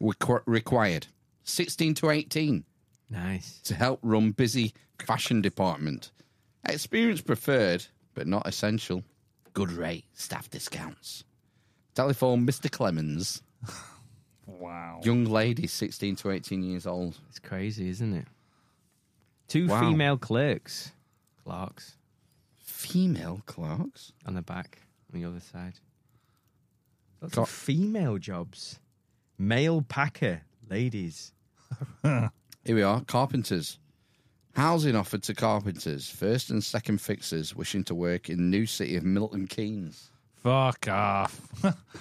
Speaker 1: Requ- required 16 to 18
Speaker 3: nice.
Speaker 1: to help run busy fashion department. Experience preferred, but not essential. Good rate, staff discounts. Telephone Mr. Clemens.
Speaker 2: England. Wow.
Speaker 1: Young lady, 16 to 18 years old.
Speaker 3: It's crazy, isn't it? Two
Speaker 1: Wow.
Speaker 3: female clerks. Clerks.
Speaker 1: Female clerks?
Speaker 3: on the back on the other side. Lots
Speaker 1: Got-
Speaker 3: of female jobs. Male packer, ladies.
Speaker 1: Here we are, carpenters. Housing offered to carpenters, first and second fixers wishing to work in new city of Milton Keynes.
Speaker 2: Fuck off.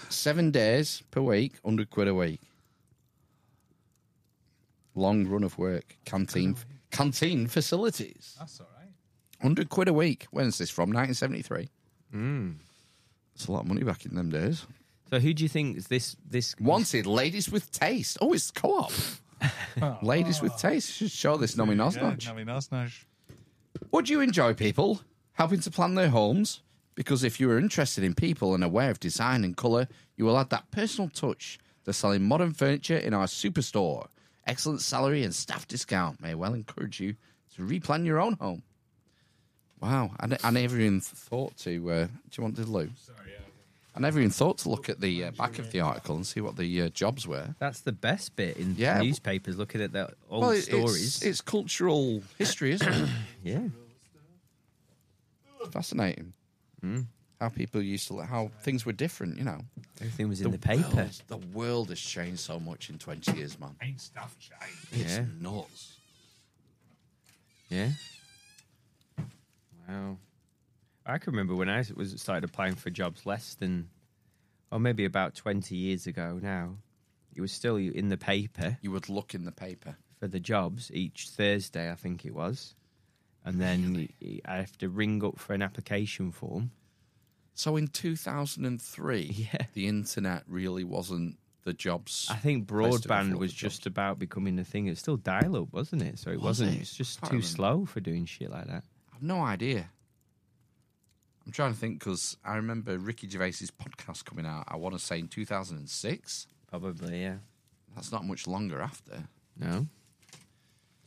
Speaker 1: Seven days per week, 100 quid a week. Long run of work. Canteen canteen facilities.
Speaker 2: That's all right.
Speaker 1: 100 quid a week. When's this from? 1973. It's a lot of money back in them days.
Speaker 3: So who do you think is this this
Speaker 1: Wanted ladies with taste. Oh, it's co-op. ladies with taste. Should show this Nomi Nosnotch.
Speaker 2: I mean, Osnosh.
Speaker 1: Would you enjoy people helping to plan their homes? Because if you are interested in people and aware of design and colour, you will add that personal touch. They're selling modern furniture in our superstore. Excellent salary and staff discount may well encourage you to replan your own home. Wow, I, ne- I never even thought to. Uh, do you want to Lou? Sorry, I never even thought to look at the uh, back of the article and see what the uh, jobs were.
Speaker 3: that's the best bit in
Speaker 1: Yeah.
Speaker 3: newspapers looking at the old
Speaker 1: Well, it-
Speaker 3: stories.
Speaker 1: It's, it's cultural history, isn't
Speaker 3: (coughs)
Speaker 1: it?
Speaker 3: yeah.
Speaker 1: fascinating.
Speaker 3: Hmm.
Speaker 1: How people used to, how things were different, you know.
Speaker 3: Everything was in the, paper.
Speaker 1: world- the world has changed so much in 20 years, man.
Speaker 2: Ain't stuff changed.
Speaker 1: It's
Speaker 3: Yeah.
Speaker 1: nuts.
Speaker 3: Yeah. Wow. I can remember when I was started applying for jobs less than or maybe about twenty years ago now. It was still in the paper.
Speaker 1: You would look in the paper.
Speaker 3: for the jobs each Thursday, I think it was. And then I have to ring up for an application form.
Speaker 1: So in 2003,
Speaker 3: Yeah.
Speaker 1: the internet really wasn't the jobs.
Speaker 3: I think
Speaker 1: place to go for
Speaker 3: broadband
Speaker 1: all
Speaker 3: was
Speaker 1: the
Speaker 3: just
Speaker 1: jobs.
Speaker 3: about becoming a thing. It was still dial up, wasn't it? So it
Speaker 1: Was
Speaker 3: wasn't.
Speaker 1: it?
Speaker 3: It's just too
Speaker 1: Can't remember.
Speaker 3: slow for doing shit like that.
Speaker 1: I've no idea. I'm trying to think because I remember Ricky Gervais's podcast coming out, I want to say in 2006.
Speaker 3: Probably, yeah.
Speaker 1: That's not much longer after.
Speaker 3: No.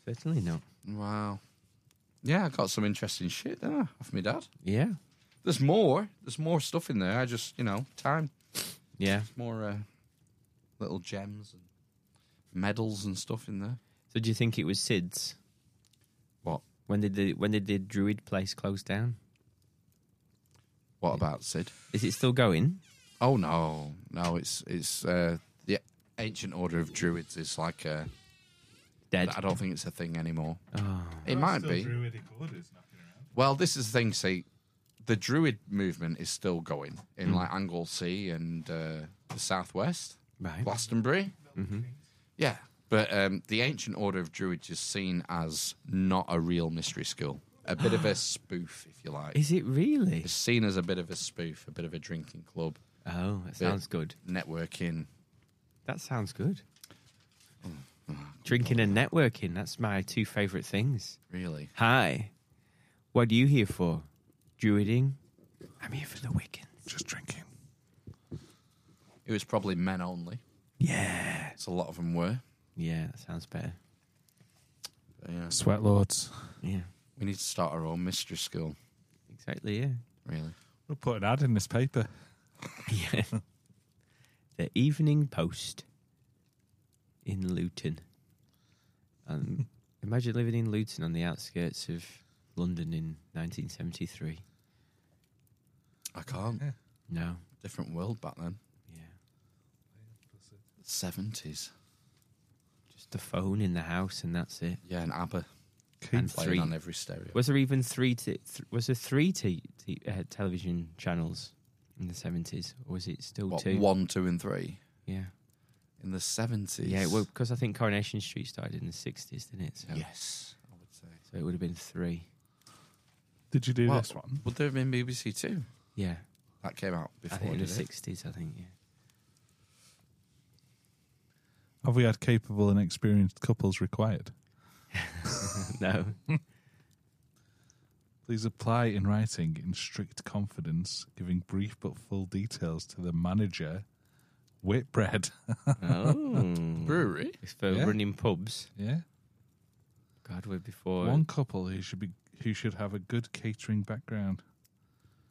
Speaker 3: Certainly not.
Speaker 1: Wow. Yeah, I got some interesting shit there off my dad.
Speaker 3: Yeah.
Speaker 1: There's more. There's more stuff in there. I just, you know, time.
Speaker 3: Yeah.
Speaker 1: More uh, little gems and medals and stuff in there.
Speaker 3: So do you think it was Sid's?
Speaker 1: What?
Speaker 3: When did the when did the Druid place close down?
Speaker 1: What about Sid?
Speaker 3: Is it still going?
Speaker 1: Oh no, no. It's it's uh, the ancient order of druids is like a.
Speaker 3: Dead.
Speaker 1: I don't think it's a thing anymore.
Speaker 3: Oh.
Speaker 1: It might
Speaker 2: Still
Speaker 1: be.
Speaker 2: druidic orders knocking around.
Speaker 1: Well, this is the thing. See, the druid movement is still going in like Anglesey and uh, the southwest,
Speaker 3: Right.
Speaker 1: Glastonbury.
Speaker 3: Mm-hmm.
Speaker 1: Yeah, but um, the ancient order of druids is seen as not a real mystery school, a bit
Speaker 3: (gasps)
Speaker 1: of a spoof, if you like.
Speaker 3: Is it really?
Speaker 1: It's seen as a bit of a spoof, a bit of a drinking club,
Speaker 3: Oh, that sounds good.
Speaker 1: networking.
Speaker 3: That sounds good.
Speaker 1: Mm-hmm.
Speaker 3: Drinking and networking, that's my two favourite things.
Speaker 1: Really,
Speaker 3: Hi. What are you here for? Druiding? I'm here for the Wiccans.
Speaker 2: Just drinking.
Speaker 1: it was probably men only.
Speaker 3: Yeah.
Speaker 1: So a lot of them were.
Speaker 3: Yeah, that sounds better.
Speaker 1: But yeah,
Speaker 2: Sweat lords.
Speaker 3: Yeah.
Speaker 1: we need to start our own mystery school.
Speaker 3: Exactly, yeah.
Speaker 1: Really,
Speaker 2: We'll put an ad in this paper.
Speaker 3: (laughs) yeah. The Evening Post in Luton.
Speaker 1: (laughs)
Speaker 3: Um, imagine living in Luton on the outskirts of London in 1973.
Speaker 1: I can't.
Speaker 3: No.
Speaker 1: Different world back then.
Speaker 3: Yeah.
Speaker 1: Seventies.
Speaker 3: Just the phone in the house and that's it.
Speaker 1: Yeah, and ABBA playing
Speaker 3: And three.
Speaker 1: on every stereo.
Speaker 3: Was there even three? T- th- was there three t- t- uh, television channels in the seventies, or was it still
Speaker 1: What,
Speaker 3: two?
Speaker 1: one, two, and three
Speaker 3: Yeah,
Speaker 1: in the seventies.
Speaker 3: yeah. Well, because I think Coronation Street started in the sixties, didn't it? So,
Speaker 1: Yes, I would say.
Speaker 3: so it would have been three.
Speaker 2: Did you do
Speaker 1: Well,
Speaker 2: this one?
Speaker 1: Would there have been BBC Two?
Speaker 3: Yeah,
Speaker 1: That came out
Speaker 3: I
Speaker 1: before.
Speaker 3: think in the
Speaker 1: did it?
Speaker 3: sixties. I think yeah. (laughs)
Speaker 2: Have we had capable and experienced couples required?
Speaker 3: no,
Speaker 2: Please apply in writing in strict confidence, giving brief but full details to the manager. Whitbread.
Speaker 3: oh,
Speaker 1: Brewery.
Speaker 3: it's for
Speaker 2: Yeah.
Speaker 3: running pubs.
Speaker 2: (laughs) Yeah.
Speaker 3: God, we're before.
Speaker 2: One couple who should be who should have a good catering background.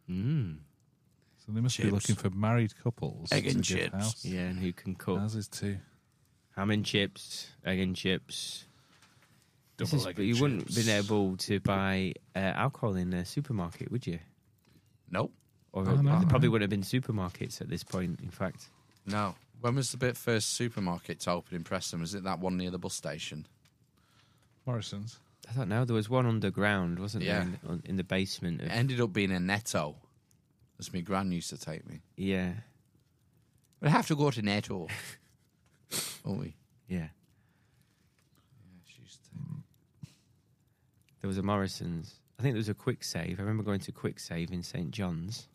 Speaker 3: Mm.
Speaker 2: So they must be
Speaker 1: Chips.
Speaker 2: looking for married couples.
Speaker 1: Egg
Speaker 2: to
Speaker 1: and
Speaker 2: give
Speaker 1: chips.
Speaker 2: House.
Speaker 3: Yeah, and who can cook?
Speaker 2: As is too.
Speaker 3: Ham and chips, egg and chips. This is-
Speaker 2: Double-legged
Speaker 3: but you wouldn't have
Speaker 2: chips.
Speaker 3: been able to buy uh, alcohol in a supermarket, would you?
Speaker 1: Nope.
Speaker 3: Or
Speaker 2: Oh, no.
Speaker 3: there probably wouldn't have been supermarkets at this point. In fact,
Speaker 1: No. When was the bit first supermarket to open in Preston? Was it that one near the bus station?
Speaker 2: Morrison's.
Speaker 3: I don't know. There was one underground, wasn't
Speaker 1: Yeah.
Speaker 3: there, in, on- in the basement? Of,
Speaker 1: It ended up being a Netto, as my gran used to take me.
Speaker 3: yeah,
Speaker 1: We'd have to go to (laughs) Netto. oh, we.
Speaker 3: yeah.
Speaker 1: Yeah, she used to take me.
Speaker 3: There was a Morrison's. I think there was a quick save. I remember going to quick save in St John's,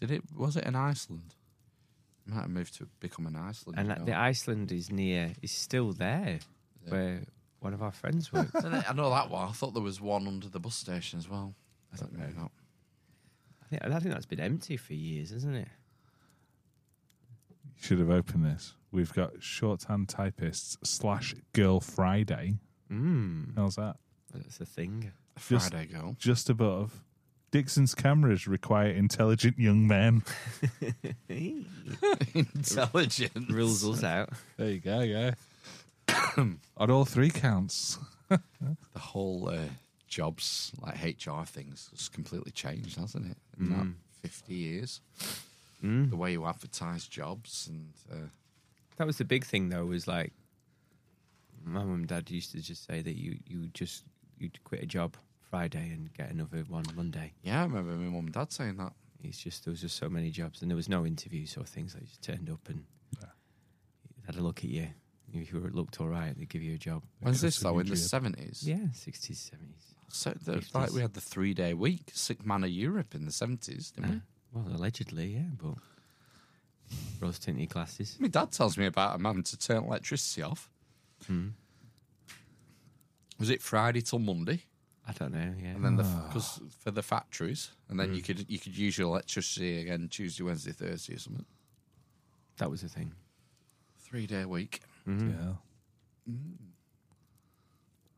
Speaker 1: Did it? Was it in Iceland? Might have moved to become an Iceland.
Speaker 3: and
Speaker 1: you
Speaker 3: that-
Speaker 1: know.
Speaker 3: the Iceland is near. Is still there,
Speaker 1: Yeah.
Speaker 3: where one of our friends
Speaker 1: (laughs) (laughs)
Speaker 3: worked.
Speaker 1: Isn't it? I know that one. I thought there was one under the bus station as well. I don't know. Not.
Speaker 3: I think, I think that's been empty for years, isn't it?
Speaker 2: You should have opened this. We've got shorthand typists slash girl Friday.
Speaker 1: Hmm.
Speaker 3: Mm.
Speaker 2: How's that?
Speaker 3: That's a thing.
Speaker 1: A
Speaker 2: Just-
Speaker 1: Friday girl.
Speaker 2: Just above. Dixon's cameras require intelligent young men.
Speaker 1: (laughs) Intelligent.
Speaker 3: Rules
Speaker 1: (laughs)
Speaker 3: us out.
Speaker 2: There you go, (coughs) yeah. On all three counts.
Speaker 1: The whole uh, jobs, like HR things, has completely changed, hasn't it? In that 50 years.
Speaker 3: Mm.
Speaker 1: The way you advertise jobs and. Uh,
Speaker 3: That was the big thing, though, was like my mum and dad used to just say that you you just you'd quit a job Friday and get another one Monday.
Speaker 1: yeah, I remember my mum and dad saying that.
Speaker 3: It's just there was just so many jobs, and there was no interviews or things. Like you just turned up and
Speaker 2: Yeah.
Speaker 3: had a look at you. If you were, looked all right, they'd give you a job.
Speaker 1: When's this
Speaker 2: Custom
Speaker 1: though? In the
Speaker 2: injury.
Speaker 1: 70s?
Speaker 3: Yeah, sixties, seventies.
Speaker 1: So the,
Speaker 3: 50s.
Speaker 1: like we had the three day week, Sick Man of Europe in the 70s, didn't we?
Speaker 3: Mm-hmm. Well, allegedly, yeah, but rose tinted glasses.
Speaker 1: My dad tells me about a man to turn electricity off.
Speaker 3: Hmm.
Speaker 1: Was it Friday till Monday?
Speaker 3: I don't know. Yeah,
Speaker 1: And then the
Speaker 3: Ah.
Speaker 1: because for the factories, and
Speaker 3: Hmm.
Speaker 1: then you could you could use your electricity again Tuesday, Wednesday, Thursday, or something.
Speaker 3: that was the thing.
Speaker 1: Three day week
Speaker 3: Mm.
Speaker 2: Yeah.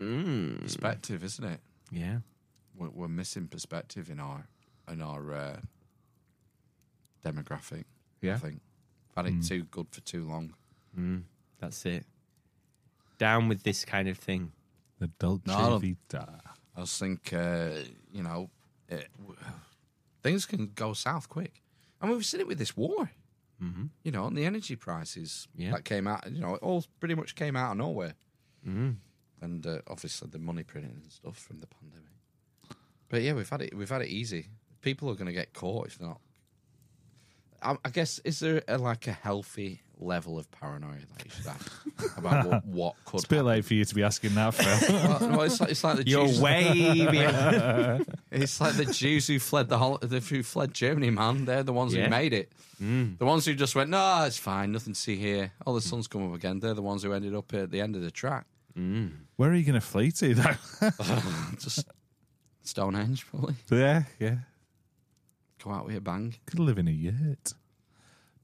Speaker 3: Yeah.
Speaker 1: Mm. perspective, isn't it?
Speaker 3: yeah.
Speaker 1: We're, we're missing perspective in our in our uh, demographic. I
Speaker 3: Yeah.
Speaker 1: think I've had it too good for too long.
Speaker 3: Mm, that's it. Down with this kind of thing.
Speaker 2: The Dolce
Speaker 1: No.
Speaker 2: Vita.
Speaker 1: I just think uh, you uh, know it, w- things can go south quick, and we've seen it with this war.
Speaker 3: Mm-hmm.
Speaker 1: you know, and the energy prices
Speaker 3: Yeah.
Speaker 1: that came out, you know, it all pretty much came out of nowhere.
Speaker 3: Mm-hmm.
Speaker 1: And uh, obviously the money printing and stuff from the pandemic. But yeah, we've had it. We've had it easy. People are going to get caught if not. I, I guess is there a, like a healthy level of paranoia that you should have
Speaker 3: (laughs)
Speaker 1: about what, what could?
Speaker 2: It's a bit late for you to be asking that, (laughs) Phil.
Speaker 1: Well, well, it's like, it's like the Jews.
Speaker 3: You're way behind.
Speaker 1: It's like the Jews who fled the hol- the- who fled Germany, man. They're the ones
Speaker 3: Yeah.
Speaker 1: who made it.
Speaker 3: (laughs) Mm.
Speaker 1: The ones who just went, no, it's fine, nothing to see here. Oh, the sun's come up again. They're the ones who ended up at the end of the
Speaker 2: (laughs)
Speaker 1: track.
Speaker 3: Mm.
Speaker 2: Where are you going to flee to, though? (laughs)
Speaker 1: Just Stonehenge, probably.
Speaker 2: yeah, yeah.
Speaker 1: Come out with a bang.
Speaker 2: Could live in a yurt.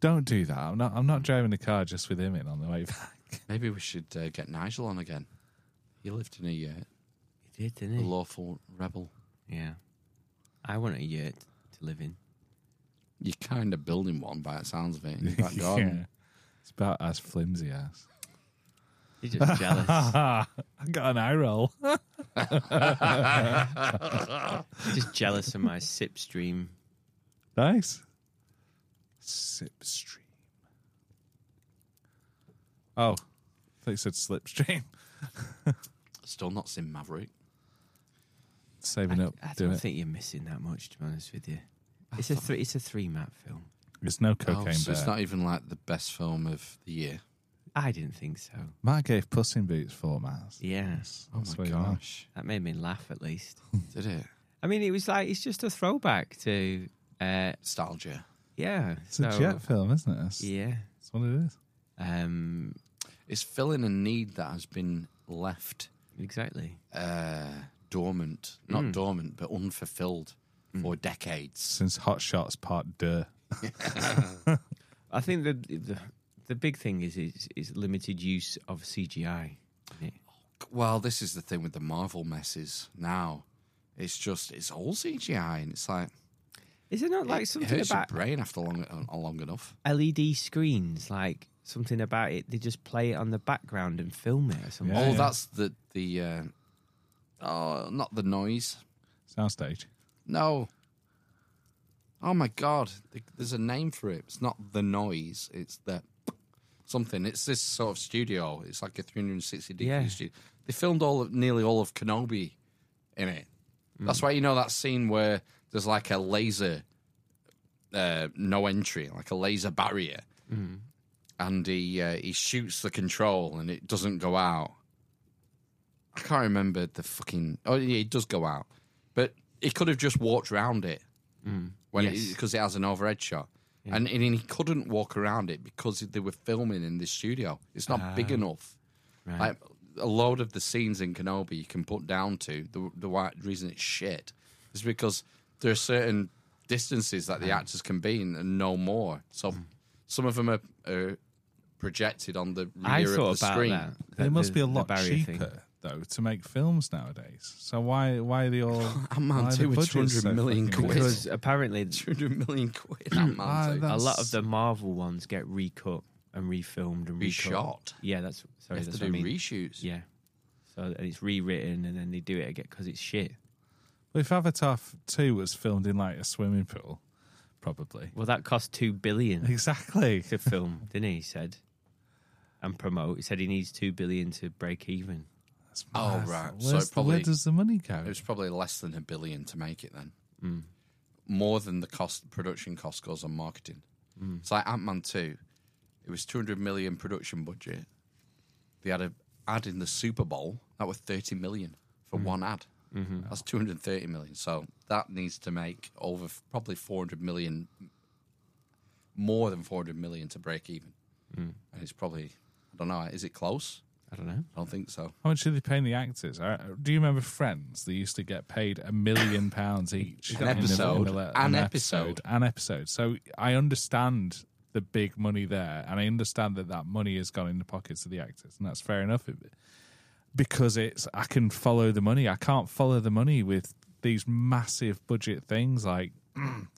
Speaker 2: Don't do that. I'm not. I'm not driving the car just with him in on the way back.
Speaker 1: Maybe we should uh, get Nigel on again. He lived in a yurt.
Speaker 3: He did, didn't
Speaker 1: A
Speaker 3: he?
Speaker 1: lawful rebel.
Speaker 3: Yeah. I want a yurt to live in.
Speaker 1: You're kind of building one by the sounds of it.
Speaker 2: (laughs)
Speaker 1: In your back garden.
Speaker 2: It's about as flimsy as.
Speaker 3: You're just jealous.
Speaker 2: I got an eye roll.
Speaker 3: You're just jealous of my sip stream.
Speaker 2: Nice. Sip stream. Oh, I thought you said slipstream. (laughs)
Speaker 1: Still not seen Maverick.
Speaker 2: Saving
Speaker 3: I,
Speaker 2: up.
Speaker 3: I
Speaker 2: do
Speaker 3: don't
Speaker 2: it.
Speaker 3: think you're missing that much, to be honest with you. It's a three. It's a three map film.
Speaker 2: It's no
Speaker 1: Oh,
Speaker 2: cocaine.
Speaker 1: so it's
Speaker 2: bear.
Speaker 1: not even like the best film of the year.
Speaker 3: I didn't think so.
Speaker 2: Mark gave Puss in Boots four miles.
Speaker 3: Yeah,
Speaker 1: Oh
Speaker 2: That's
Speaker 1: my
Speaker 2: where you are.
Speaker 1: gosh.
Speaker 3: that made me laugh at least.
Speaker 1: Did it?
Speaker 3: I mean, it was like it's just a throwback to, uh,
Speaker 1: Nostalgia.
Speaker 3: yeah.
Speaker 2: It's a
Speaker 3: so-
Speaker 2: jet film, isn't it? That's,
Speaker 3: Yeah.
Speaker 2: that's what it is.
Speaker 3: Um.
Speaker 1: It's filling a need that has been left
Speaker 3: Exactly.
Speaker 1: uh, dormant, not
Speaker 2: Hmm.
Speaker 3: Mm.
Speaker 1: dormant, but unfulfilled for decades.
Speaker 2: Since Hot Shots Part Deux.
Speaker 3: I think the the, the big thing is is is limited use of CGI. isn't it?
Speaker 1: Well, this is the thing with the Marvel messes now. It's just it's all CGI, and it's like
Speaker 3: Is it not like
Speaker 1: it
Speaker 3: something
Speaker 1: hurts
Speaker 3: about
Speaker 1: your brain after long, uh, long enough.
Speaker 3: LED screens? Like something about it? They just play it on the background and film it or something.
Speaker 2: Yeah.
Speaker 1: oh, that's the the uh, oh, not the noise.
Speaker 2: Soundstage.
Speaker 1: No. Oh my god, th- there's a name for it. It's not the noise. It's the something. It's this sort of studio. It's like a 360 degree
Speaker 3: Yeah.
Speaker 1: studio. They filmed all of, nearly all of Kenobi in it. That's why you know that scene where there's like a laser, uh, no entry, like a laser barrier, and he uh, he shoots the control and it doesn't go out. I can't remember the fucking. Oh yeah, it does go out, but he could have just walked around it when
Speaker 3: Mm. Yes.
Speaker 1: because it, has an overhead shot, and, and he couldn't walk around it because they were filming in the studio. It's not big enough.
Speaker 3: Ah. Right.
Speaker 1: Like a load of the scenes in Kenobi, you can put down to the the why, reason it's shit is because there are certain distances that the
Speaker 3: Ah.
Speaker 1: actors can be in and no more. So
Speaker 3: Mm.
Speaker 1: some of them are, are projected on the rear
Speaker 3: I
Speaker 1: of
Speaker 3: thought
Speaker 1: the
Speaker 3: about
Speaker 1: screen.
Speaker 3: that.
Speaker 2: It
Speaker 3: the-
Speaker 2: must
Speaker 3: the-
Speaker 2: be a
Speaker 3: the
Speaker 2: lot
Speaker 3: barrier
Speaker 2: cheaper
Speaker 3: thing.
Speaker 2: though to make films nowadays. So why why are they all?
Speaker 3: (laughs)
Speaker 1: man
Speaker 2: why
Speaker 1: too,
Speaker 2: the
Speaker 1: with
Speaker 2: budgets
Speaker 1: 200
Speaker 2: so
Speaker 1: million
Speaker 2: fucking
Speaker 1: quid. (laughs)
Speaker 2: big?
Speaker 3: Because apparently
Speaker 1: 200 million quid. that
Speaker 2: Ah,
Speaker 1: man, too.
Speaker 2: that-
Speaker 3: a lot
Speaker 2: That's-
Speaker 3: of the Marvel ones get recut and refilmed and recut.
Speaker 1: Reshot.
Speaker 3: Yeah, that's sorry.
Speaker 1: They have
Speaker 3: that's
Speaker 1: to
Speaker 3: what I
Speaker 1: do
Speaker 3: mean.
Speaker 1: reshoots.
Speaker 3: Yeah. So and it's rewritten and then they do it again because it's shit.
Speaker 2: Well, if Avatar f- two was filmed in like a swimming pool, probably
Speaker 3: Well, that cost two (laughs) billion
Speaker 2: exactly.
Speaker 3: to film, didn't he? He said and promote. He said he needs two billion to break even.
Speaker 2: That's
Speaker 1: Oh,
Speaker 2: mad.
Speaker 1: right. So
Speaker 2: Where's
Speaker 1: it
Speaker 2: the, where
Speaker 1: probably-
Speaker 2: does the money go?
Speaker 1: It was probably less than a billion to make it then. More than the cost production cost goes on marketing. It's like Ant Man 2. It was 200 million production budget. They had a ad in the Super Bowl that was 30 million for one ad. That's 230 million. So that needs to make over f- probably 400 million, more than 400 million to break even. And it's probably, I don't know, is it close?
Speaker 3: I don't know.
Speaker 1: I don't think so.
Speaker 2: How much are they paying the actors? I- Do you remember Friends? They used to get paid a million pounds each.
Speaker 1: An
Speaker 2: in the- in the-
Speaker 1: episode.
Speaker 2: le-
Speaker 1: An episode.
Speaker 2: An episode. So I understand the big money there, and I understand that that money has gone in the pockets of the actors, and that's fair enough. It- because it's, I can follow the money. I can't follow the money with these massive budget things like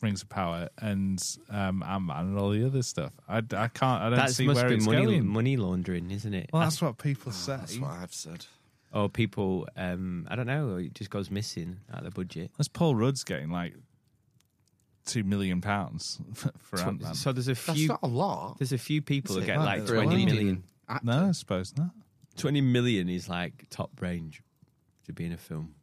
Speaker 2: Rings of Power and um, Ant Man and all the other stuff. I, I can't. I don't
Speaker 3: That
Speaker 2: see
Speaker 3: must
Speaker 2: where
Speaker 3: be
Speaker 2: it's
Speaker 3: money
Speaker 2: going.
Speaker 3: money laundering, isn't it?
Speaker 2: Well, that's what people say.
Speaker 1: That's what I've said.
Speaker 3: or people, um, I don't know. It just goes missing out of the budget.
Speaker 2: That's Paul Rudd's getting like two million pounds (laughs) for, for Ant Man.
Speaker 3: So there's a
Speaker 1: That's
Speaker 3: few
Speaker 1: not a lot.
Speaker 3: there's a few people
Speaker 1: Is
Speaker 3: that
Speaker 1: it?
Speaker 3: get
Speaker 2: Right,
Speaker 3: like
Speaker 2: it's
Speaker 3: twenty
Speaker 5: really
Speaker 3: million.
Speaker 5: leading. Actor.
Speaker 2: No, I suppose not.
Speaker 3: Twenty million is like top range to be in a film.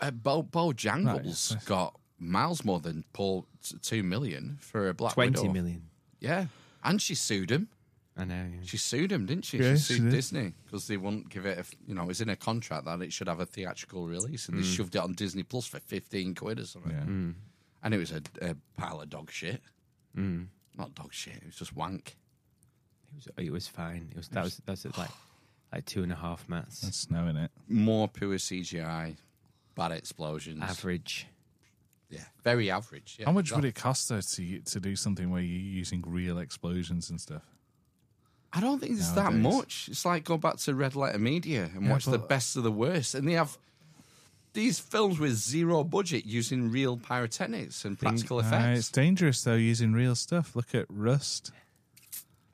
Speaker 1: Uh, Bo, Bo Jangles
Speaker 2: Right.
Speaker 1: got miles more than Paul t- two million for a Black
Speaker 3: Twenty million.
Speaker 1: Widow. Yeah, and she sued him.
Speaker 3: I know. yeah.
Speaker 1: She sued him, didn't she?
Speaker 2: Yeah,
Speaker 1: she
Speaker 2: she
Speaker 1: sued
Speaker 2: did.
Speaker 1: Disney because they wouldn't give it. A, f- you know, it's in a contract that it should have a theatrical release, and they shoved it on Disney Plus for fifteen quid or something.
Speaker 2: Mm. Yeah.
Speaker 1: And it was a, a pile of dog shit.
Speaker 2: Mm.
Speaker 1: Not dog shit. It was just wank.
Speaker 3: It was, it was fine. It was that was that's
Speaker 1: (sighs)
Speaker 3: like like two and a half mats
Speaker 2: That's snow in it.
Speaker 1: More poor CGI, bad explosions.
Speaker 3: average.
Speaker 1: Yeah, very average. Yeah.
Speaker 2: How much
Speaker 1: That-
Speaker 2: would it cost though to to do something where you're using real explosions and stuff?
Speaker 1: I don't think it's that
Speaker 2: Nowadays.
Speaker 1: much. It's like go back to Red Letter Media and
Speaker 2: Yeah,
Speaker 1: watch the
Speaker 2: but-
Speaker 1: best of the worst. And they have these films with zero budget using real pyrotechnics and practical
Speaker 2: Uh, it's
Speaker 1: effects.
Speaker 2: dangerous though using real stuff. Look at Rust.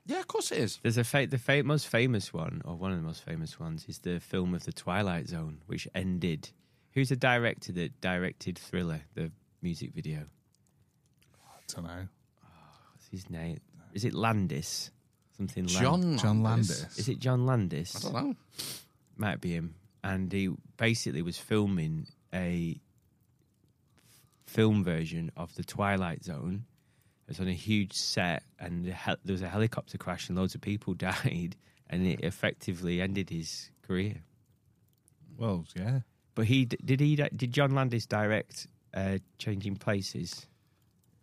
Speaker 1: yeah, of course it is.
Speaker 3: There's a fa- the fa- most famous one, or one of the most famous ones, is the film of the Twilight Zone, which ended. Who's the director that directed Thriller, the music video?
Speaker 2: I don't know.
Speaker 3: What's his name? Is it Landis? Something Land-
Speaker 1: John,
Speaker 2: John Landis.
Speaker 3: Is it John Landis?
Speaker 1: I don't know.
Speaker 3: might be him, and he basically was filming a film version of the Twilight Zone. It was on a huge set, and the hel- there was a helicopter crash, and loads of people (laughs) died, and it effectively ended his career.
Speaker 2: Well, yeah.
Speaker 3: But he d- did he di- did John Landis direct uh, Changing Places?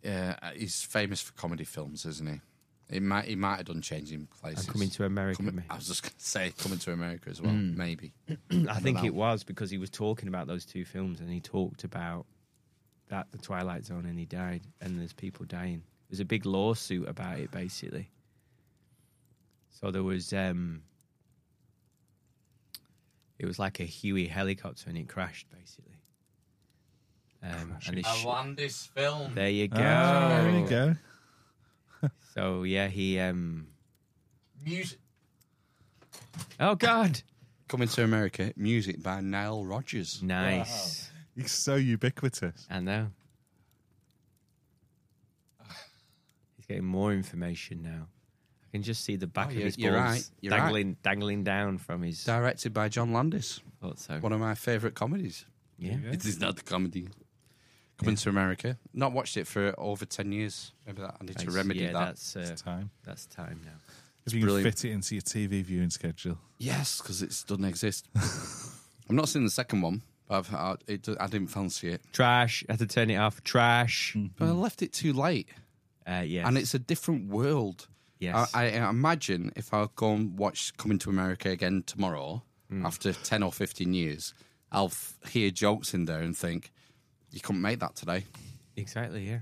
Speaker 1: Yeah, uh, he's famous for comedy films, isn't he? He might he might have done Changing Places.
Speaker 3: And coming to America.
Speaker 1: Coming-
Speaker 3: maybe?
Speaker 1: I was just going to say Coming to America as well, maybe.
Speaker 3: I think
Speaker 1: know.
Speaker 3: it was because he was talking about those two films, and he talked about that the Twilight Zone, and he died, and there's people dying. There's a big lawsuit about it, basically. So there was, um it was like a Huey helicopter, and it crashed, basically. Um, and it sh-
Speaker 1: Landis film.
Speaker 3: there you go.
Speaker 2: Ah,
Speaker 3: Oh.
Speaker 2: there you go.
Speaker 3: So yeah, he. um
Speaker 1: Music.
Speaker 3: Oh God!
Speaker 1: Coming to America, music by Nile Rodgers.
Speaker 3: Hmm. Nice.
Speaker 2: He's so ubiquitous.
Speaker 3: I know. He's getting more information now. I can just see the back
Speaker 1: Oh,
Speaker 3: of
Speaker 1: you're-
Speaker 3: his
Speaker 1: you're
Speaker 3: balls
Speaker 1: right, you're right.
Speaker 3: dangling, dangling down from his.
Speaker 1: Directed by John Landis,
Speaker 3: thought so.
Speaker 1: one of my favourite comedies.
Speaker 3: Yeah.
Speaker 2: Yeah.
Speaker 1: It is not the comedy. Coming to America. Not watched it for over 10 years. Maybe that I need to
Speaker 3: Nice.
Speaker 1: remedy
Speaker 3: yeah,
Speaker 1: that.
Speaker 3: That's uh,
Speaker 2: It's time.
Speaker 3: that's time now.
Speaker 2: If you can
Speaker 1: brilliant.
Speaker 2: fit it into your TV viewing schedule.
Speaker 1: Yes, because it doesn't exist. (laughs) I'm not seen the second one, but I've, I, it, do- I didn't fancy it.
Speaker 3: Trash. Had to turn it off. Trash.
Speaker 1: But I left it too late.
Speaker 3: Uh, Hmm. yes.
Speaker 1: And it's a different world.
Speaker 3: Yes.
Speaker 1: I, I imagine if I go and watch Coming to America again tomorrow,
Speaker 3: Hmm.
Speaker 1: after 10 or 15 years, I'll f- hear jokes in there and think, you couldn't make that today.
Speaker 3: exactly. Yeah.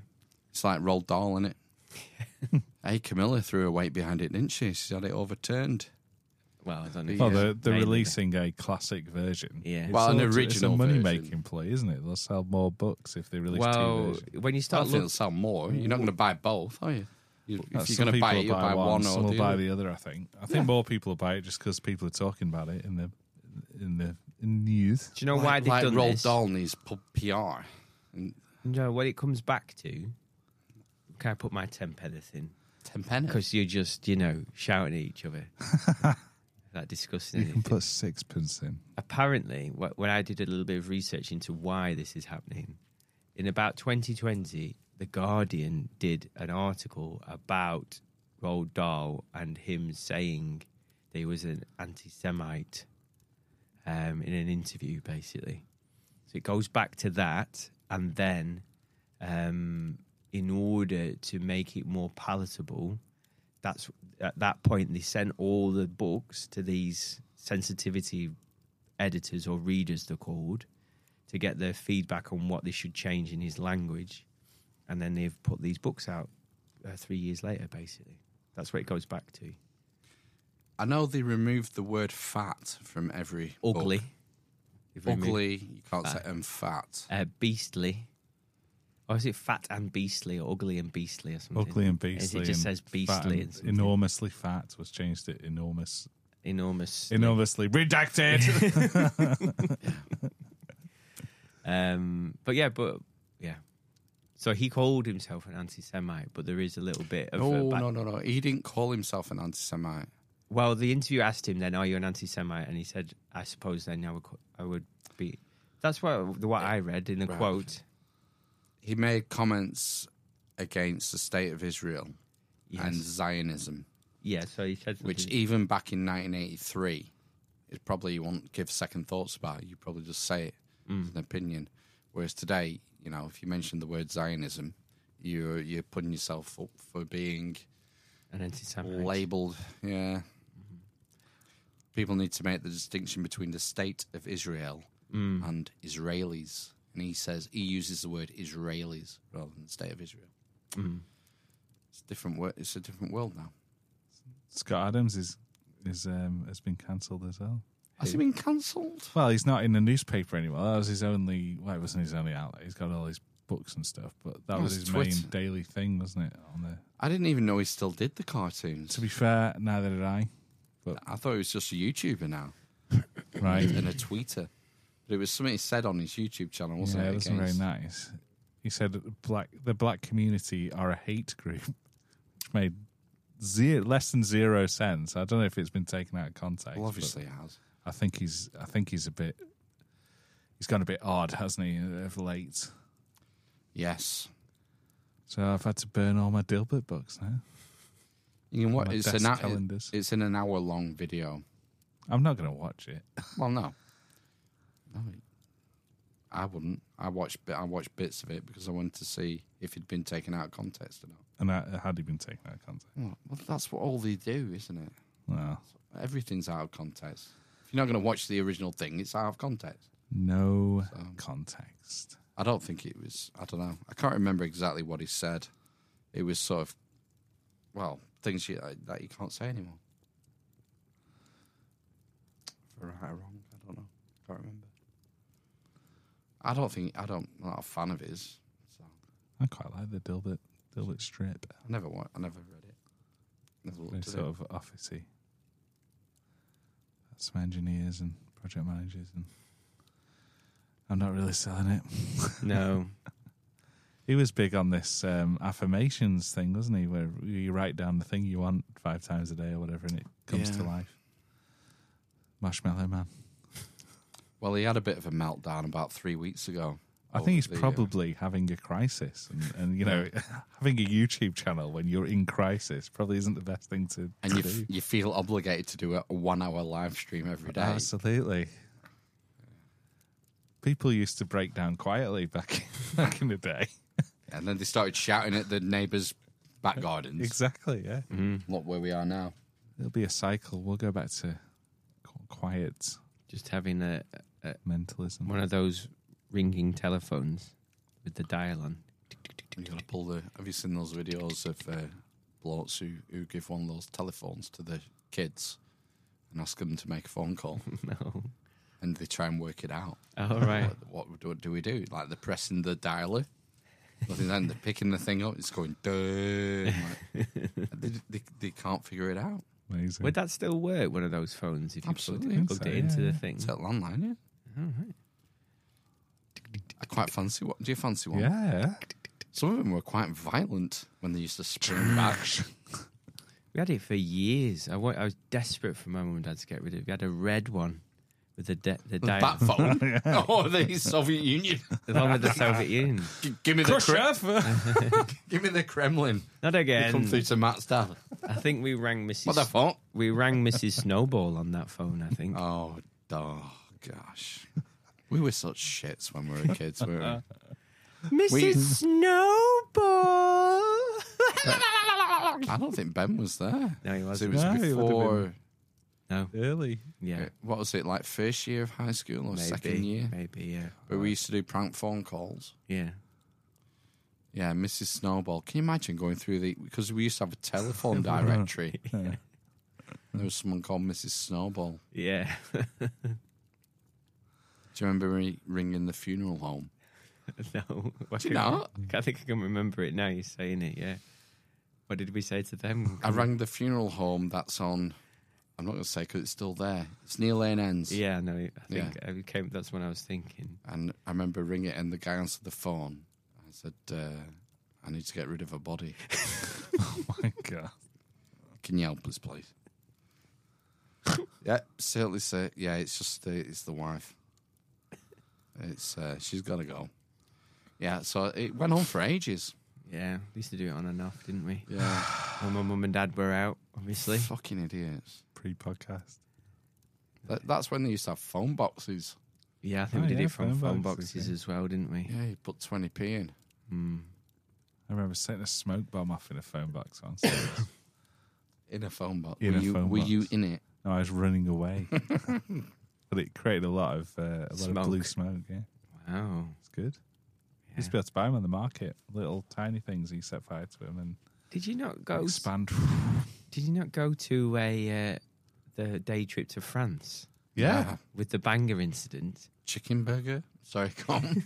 Speaker 1: It's like Roald Dahl, is it? hey, Camilla threw a weight behind it, didn't she? She had it overturned.
Speaker 3: Well, I don't know. if
Speaker 2: Well,
Speaker 3: it's
Speaker 2: they're, they're
Speaker 3: made in
Speaker 2: releasing a classic version.
Speaker 3: Yeah.
Speaker 2: It's
Speaker 1: Well, an
Speaker 2: all-
Speaker 1: original
Speaker 2: It's a money
Speaker 1: version.
Speaker 2: making play, isn't it? They'll sell more books if they
Speaker 3: there.
Speaker 2: release two
Speaker 3: Well,
Speaker 2: versions.
Speaker 3: when you
Speaker 1: That
Speaker 3: start
Speaker 1: will
Speaker 3: looking,
Speaker 1: sell more. You're not going to buy both, are you? you
Speaker 2: Uh,
Speaker 1: if you're
Speaker 2: some
Speaker 1: going to buy
Speaker 2: people
Speaker 1: it, you'll buy one,
Speaker 2: some
Speaker 1: or
Speaker 2: will
Speaker 1: the
Speaker 2: buy
Speaker 1: other.
Speaker 2: the other. I think. I think more people will buy it just because people are talking about it in the in the in news.
Speaker 3: do you know why
Speaker 1: Like,
Speaker 3: they've
Speaker 1: like
Speaker 3: done
Speaker 1: Roald
Speaker 3: this?
Speaker 1: Dahl needs pub PR.
Speaker 3: You know what it comes back to? Can I put my ten pence in?
Speaker 1: Ten pennies.
Speaker 3: because you're just you know shouting at
Speaker 2: (laughs)
Speaker 3: each other that disgusting
Speaker 2: You can put sixpence in.
Speaker 3: apparently wh- when i did a little bit of research into why this is happening in about 2020 the guardian did an article about roald dahl and him saying that he was an anti-semite um, in an interview basically so it goes back to that and then um, in order to make it more palatable that's at that point they sent all the books to these sensitivity editors or readers they're called to get their feedback on what they should change in his language and then they've put these books out uh, three years later basically that's what it goes back to
Speaker 1: I know they removed the word fat from every book.
Speaker 3: ugly They've removed-
Speaker 1: Ugly, you can't say and fat.
Speaker 3: uh, beastly or is it fat and beastly or ugly and beastly or something
Speaker 2: Ugly and
Speaker 3: Is
Speaker 2: beastly.
Speaker 3: it just
Speaker 2: and
Speaker 3: says
Speaker 2: fat
Speaker 3: beastly
Speaker 2: and
Speaker 3: and something?
Speaker 2: enormously fat was changed to enormous.
Speaker 3: enormous
Speaker 1: (laughs)
Speaker 2: Enormously redacted.
Speaker 3: um but yeah but yeah So he called himself an anti Semite, but there is a little bit of a
Speaker 1: No,
Speaker 3: back-
Speaker 1: no, no, no. He didn't call himself an anti-Semite.
Speaker 3: Well, the interview asked him then, "Are you an anti-Semite?" And he said, "I suppose then I would, co- I would be." That's what the what I read in the
Speaker 1: Right.
Speaker 3: quote.
Speaker 1: He made comments against the state of Israel
Speaker 3: Yes.
Speaker 1: and Zionism,
Speaker 3: yeah, so he said,
Speaker 1: which
Speaker 3: something-
Speaker 1: even back in 1983, it probably you won't give second thoughts about. You probably just say it as an opinion. Whereas today, you know, if you mention the word Zionism, you're you're putting yourself up for being
Speaker 3: an anti-Semite.
Speaker 1: labeled. Yeah. People need to make the distinction between the state of Israel and Israelis. And he says he uses the word Israelis rather than the state of Israel. It's a different word. It's a different world now.
Speaker 2: Scott Adams is is um, has been cancelled as well.
Speaker 1: Has he been cancelled?
Speaker 2: Well, he's not in the newspaper anymore. That was his only. Well, it wasn't his only outlet. He's got all his books and stuff, but that
Speaker 1: Oh,
Speaker 2: was
Speaker 1: it's
Speaker 2: his
Speaker 1: Twitter.
Speaker 2: main daily thing, wasn't it? On the.
Speaker 1: I didn't even know he still did the cartoons.
Speaker 2: To be fair, neither did I.
Speaker 1: I thought he was just a YouTuber now
Speaker 2: Right.
Speaker 1: and a tweeter. But it was something he said on his YouTube channel, wasn't
Speaker 2: yeah,
Speaker 1: it?
Speaker 2: it wasn't very
Speaker 1: against-
Speaker 2: nice. He said that the black the black community are a hate group, which made zero, less than zero sense. I don't know if it's been taken out of context.
Speaker 1: Well,
Speaker 2: but
Speaker 1: obviously, it has.
Speaker 2: I think he's I think he's a bit he's gone a bit odd, hasn't he, of late.
Speaker 1: Yes.
Speaker 2: So I've had to burn all my Dilbert books now.
Speaker 1: You know what?
Speaker 2: My
Speaker 1: It's
Speaker 2: desk
Speaker 1: an, hou-
Speaker 2: calendars.
Speaker 1: it's in an hour long video.
Speaker 2: I'm not going to watch it.
Speaker 1: Well, no. No, I wouldn't. I watched bi- I watched bits of it because I wanted to see if it'd been taken out of context or not.
Speaker 2: And I, had he been taken out of context?
Speaker 1: Well, well, that's what all they do, isn't it?
Speaker 2: Well,
Speaker 1: Everything's out of context. If you're not going to watch the original thing, it's out of context.
Speaker 2: no context.
Speaker 1: I don't think it was. I don't know. I can't remember exactly what he said. It was sort of, well, things you, uh, that you can't say anymore. For right or wrong, I don't know. Can't remember. I don't think I don't. I'm not a fan of his. So
Speaker 2: I quite like the Dilbert Dilbert strip.
Speaker 1: I never. wa- I never read it. Never
Speaker 2: Very
Speaker 1: looked at
Speaker 2: sort
Speaker 1: it.
Speaker 2: of officey. That's some engineers and project managers, and I'm not really selling it.
Speaker 3: (laughs) No,
Speaker 2: He was big on this um, affirmations thing, wasn't he? Where you write down the thing you want five times a day or whatever, and it comes to
Speaker 1: Yeah.
Speaker 2: life. Marshmallow Man.
Speaker 1: Well, he had a bit of a meltdown about three weeks ago.
Speaker 2: I
Speaker 1: over
Speaker 2: think he's
Speaker 1: the, uh,
Speaker 2: probably having a crisis, and, and you know, (laughs) having a YouTube channel when you're in crisis probably isn't the best thing to,
Speaker 1: and
Speaker 2: to
Speaker 1: you,
Speaker 2: do.
Speaker 1: f- you feel obligated to do a one-hour live stream every day.
Speaker 2: Absolutely. People used to break down quietly back back in (laughs) the day.
Speaker 1: And then they started shouting at the neighbours' back gardens.
Speaker 2: Exactly. Yeah.
Speaker 3: Mm-hmm.
Speaker 1: Look where we are now.
Speaker 2: It'll be a cycle. We'll go back to qu- quiet
Speaker 3: just having a
Speaker 2: mentalism.
Speaker 3: one of those ringing telephones with the dial on. (laughs)
Speaker 1: You gotta pull the. Have you seen those videos of uh, blokes who, who give one of those telephones to the kids and ask them to make a phone (laughs) call,
Speaker 3: No,
Speaker 1: and they try and work it out?
Speaker 3: all right.
Speaker 1: What, what do, do we do? Like they're pressing the dialer, but then they're picking the thing up. It's going. "Duh," like, they, they, they can't figure it out.
Speaker 2: Amazing.
Speaker 3: Would that still work? One of those phones if you plugged
Speaker 1: Absolutely.
Speaker 3: it, plugged
Speaker 2: So,
Speaker 3: it into
Speaker 2: yeah,
Speaker 3: the
Speaker 2: yeah.
Speaker 3: thing.
Speaker 1: It's a landline, yeah. I quite fancy one. Do you fancy one?
Speaker 3: (laughs)
Speaker 2: yeah.
Speaker 1: Some of them were quite violent when they used to spring back. (laughs)
Speaker 3: We had it for years. I wa- I was desperate for my mum and dad to get rid of. it. We had a red one with the de- the dial
Speaker 1: That phone. (laughs) Oh, the Soviet Union.
Speaker 3: along with the (laughs) Soviet Union.
Speaker 1: G- give me the Kre- give me the Kremlin.
Speaker 3: Not
Speaker 1: They come
Speaker 3: again.
Speaker 1: through to Matt's dad.
Speaker 3: I think we rang
Speaker 1: What the
Speaker 3: Mrs.
Speaker 1: fuck?
Speaker 3: we rang Mrs. Snowball on that phone. I think.
Speaker 1: Oh, oh gosh. We were such shits when we were kids, weren't
Speaker 3: Mrs.
Speaker 1: we-
Speaker 3: Snowball.
Speaker 1: we? I don't think Ben was there.
Speaker 3: no, he
Speaker 1: 'Cause It
Speaker 3: wasn't.
Speaker 1: was
Speaker 2: No, he would've
Speaker 1: before, uh,
Speaker 2: been-
Speaker 3: No. (laughs)
Speaker 2: Early. (laughs)
Speaker 3: Yeah.
Speaker 1: what was it, like first year of high school or
Speaker 3: Maybe.
Speaker 1: second year?
Speaker 3: Maybe. Yeah.
Speaker 1: Where we used to do prank phone calls.
Speaker 3: Yeah.
Speaker 1: Yeah, Mrs. Snowball. Can you imagine going through the because we used to have a telephone directory.
Speaker 2: Yeah.
Speaker 1: There was someone called Mrs. Snowball.
Speaker 3: Yeah. (laughs)
Speaker 1: Do you remember me ringing the funeral home?
Speaker 3: no. (laughs) I
Speaker 1: Do
Speaker 3: can-
Speaker 1: you not?
Speaker 3: I think I can remember it now. You're saying it. Yeah. What did we say to them?
Speaker 2: Mm.
Speaker 1: I rang the funeral home that's on. I'm not going to say because it's still there. It's near Lane Ends.
Speaker 3: Yeah, no, I think I came, uh, that's what I was thinking.
Speaker 1: And I remember ringing it, and the guy answered the phone. I said, uh, I need to get rid of a body.
Speaker 2: My God.
Speaker 1: Can you help us,
Speaker 2: (laughs)
Speaker 1: please? yeah, certainly, sir. Yeah, it's just the it's the wife. It's uh, she's got to go. Yeah, so it went on for ages.
Speaker 3: Yeah, we used to do it on and off, didn't we?
Speaker 2: (sighs)
Speaker 1: Yeah,
Speaker 3: When my mum and dad were out, obviously.
Speaker 1: fucking idiots.
Speaker 2: Pre podcast.
Speaker 1: That, that's when they used to have phone boxes.
Speaker 3: Yeah, I
Speaker 2: Oh,
Speaker 3: think we did
Speaker 2: yeah,
Speaker 3: it from
Speaker 2: phone
Speaker 3: phone
Speaker 2: boxes,
Speaker 3: boxes,
Speaker 2: yeah.
Speaker 3: as well, didn't we?
Speaker 1: Yeah, you put twenty p in.
Speaker 3: Mm.
Speaker 2: I remember setting a smoke bomb off in a phone box once.
Speaker 1: In a phone box.
Speaker 2: In
Speaker 1: were
Speaker 2: a
Speaker 1: you,
Speaker 2: phone
Speaker 1: were you
Speaker 2: box.
Speaker 1: in it?
Speaker 2: no, I was running away. but it created a lot of uh, a lot of blue
Speaker 3: Smoke.
Speaker 2: smoke. Yeah,
Speaker 3: Wow.
Speaker 2: it's good.
Speaker 3: Yeah.
Speaker 2: Used to be able to buy them on the market. Little tiny things. You set fire to them and
Speaker 3: Did you not go?
Speaker 2: expand.
Speaker 3: Did you not go to a uh, the day trip to France
Speaker 2: yeah.
Speaker 3: with the banger
Speaker 1: (laughs)
Speaker 3: incident?
Speaker 1: Chicken burger. Sorry, (laughs) come. on.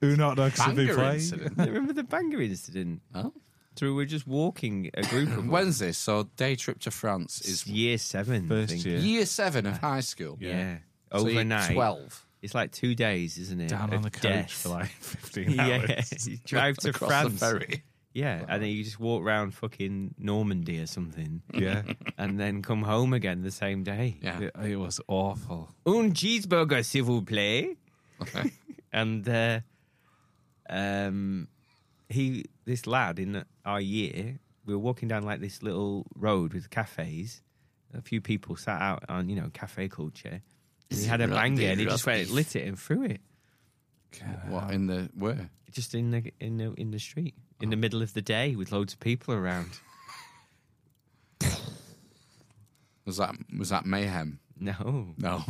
Speaker 2: Who not dogs to be
Speaker 1: Banger
Speaker 2: playing?
Speaker 1: incident.
Speaker 3: Do you remember the banger incident?
Speaker 1: Oh.
Speaker 3: So we were just walking a group
Speaker 1: (laughs)
Speaker 3: of us.
Speaker 1: When's this? So day trip to France
Speaker 3: It's
Speaker 1: is
Speaker 3: year seven. I
Speaker 2: First
Speaker 3: think.
Speaker 2: year.
Speaker 1: year seven of high school.
Speaker 3: Yeah.
Speaker 1: So you're
Speaker 3: Overnight.
Speaker 1: twelve.
Speaker 3: It's like two days, isn't it?
Speaker 2: Down on
Speaker 3: of
Speaker 2: the coach
Speaker 3: death.
Speaker 2: for like (laughs) 15
Speaker 3: (laughs) yeah,
Speaker 2: hours.
Speaker 3: you drive to
Speaker 1: across
Speaker 3: France.
Speaker 1: the ferry.
Speaker 3: Yeah, and then you just walk round fucking Normandy or something,
Speaker 2: Yeah.
Speaker 3: and then come home again the same day.
Speaker 1: Yeah.
Speaker 2: It, it was awful.
Speaker 3: Un cheeseburger, s'il vous plaît.
Speaker 1: Okay.
Speaker 3: and uh, um, he, this lad in our year, we were walking down like this little road with cafes. A few people sat out on, you know, cafe culture. And
Speaker 1: Is
Speaker 3: he
Speaker 1: it
Speaker 3: had a
Speaker 1: rugby,
Speaker 3: banger, and he just went,
Speaker 1: rugby?
Speaker 3: lit it and threw it
Speaker 1: (laughs) What in the where?
Speaker 3: just in the in the in the street
Speaker 1: Oh.
Speaker 3: in the middle of the day with loads of people around. (laughs)
Speaker 1: Was that was that mayhem?
Speaker 3: No, (laughs)
Speaker 1: No. (laughs)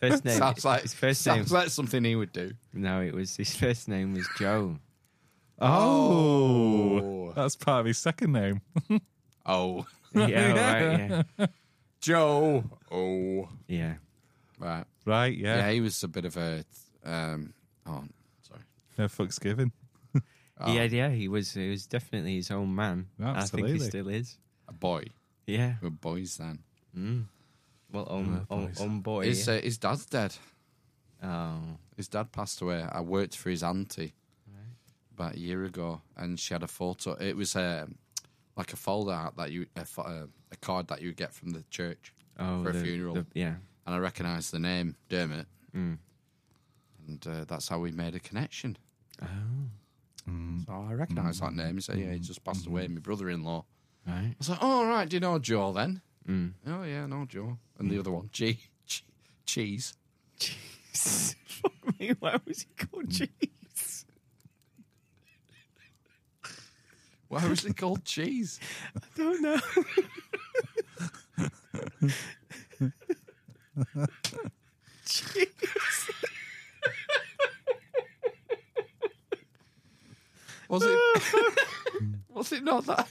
Speaker 3: first name.
Speaker 1: sounds like
Speaker 3: his first name.
Speaker 1: sounds like something he would do.
Speaker 3: no, it was his first name was
Speaker 1: (laughs)
Speaker 3: Joe.
Speaker 2: Oh. That's part of his second name. (laughs)
Speaker 1: Oh. (laughs)
Speaker 3: yeah, right,
Speaker 1: Joe. Oh.
Speaker 3: yeah, yeah.
Speaker 1: Right.
Speaker 2: Right, yeah.
Speaker 1: Yeah, he was a bit of a um oh sorry.
Speaker 2: No fucks given.
Speaker 1: Oh.
Speaker 3: Yeah, yeah, he was. He was definitely his own man. I think
Speaker 2: Absolutely.
Speaker 3: he still is.
Speaker 1: A boy.
Speaker 3: Yeah.
Speaker 1: We We're boys then.
Speaker 3: Mm. Well, on
Speaker 2: Oh,
Speaker 3: on,
Speaker 2: boys.
Speaker 3: on boy.
Speaker 1: His uh, his dad's dead.
Speaker 3: oh,
Speaker 1: His dad passed away. I worked for his auntie about a year ago, and she had a photo. It was um like a folder out that you a, fo- uh, a card that you would get from the church,
Speaker 3: oh,
Speaker 1: For a
Speaker 3: the-
Speaker 1: funeral.
Speaker 3: the- yeah.
Speaker 1: and I recognised the name Dermot,
Speaker 3: Mm.
Speaker 1: and uh, that's how we made a connection.
Speaker 3: Oh,
Speaker 2: Mm.
Speaker 1: So Oh, I recognised that name. He said, "Yeah, he just passed away." My brother-in-law. Mm. I
Speaker 3: (laughs) right.
Speaker 1: was like, "Oh right, do you know Joe then?"
Speaker 3: Mm.
Speaker 1: Oh yeah, I know Joe. And the other one, G, G- cheese.
Speaker 3: Jeez, fuck me. Why was he called cheese?
Speaker 1: Why was it called cheese?
Speaker 3: I don't know. Jeez.
Speaker 1: Was
Speaker 3: Ah,
Speaker 1: it? (laughs) was it not that?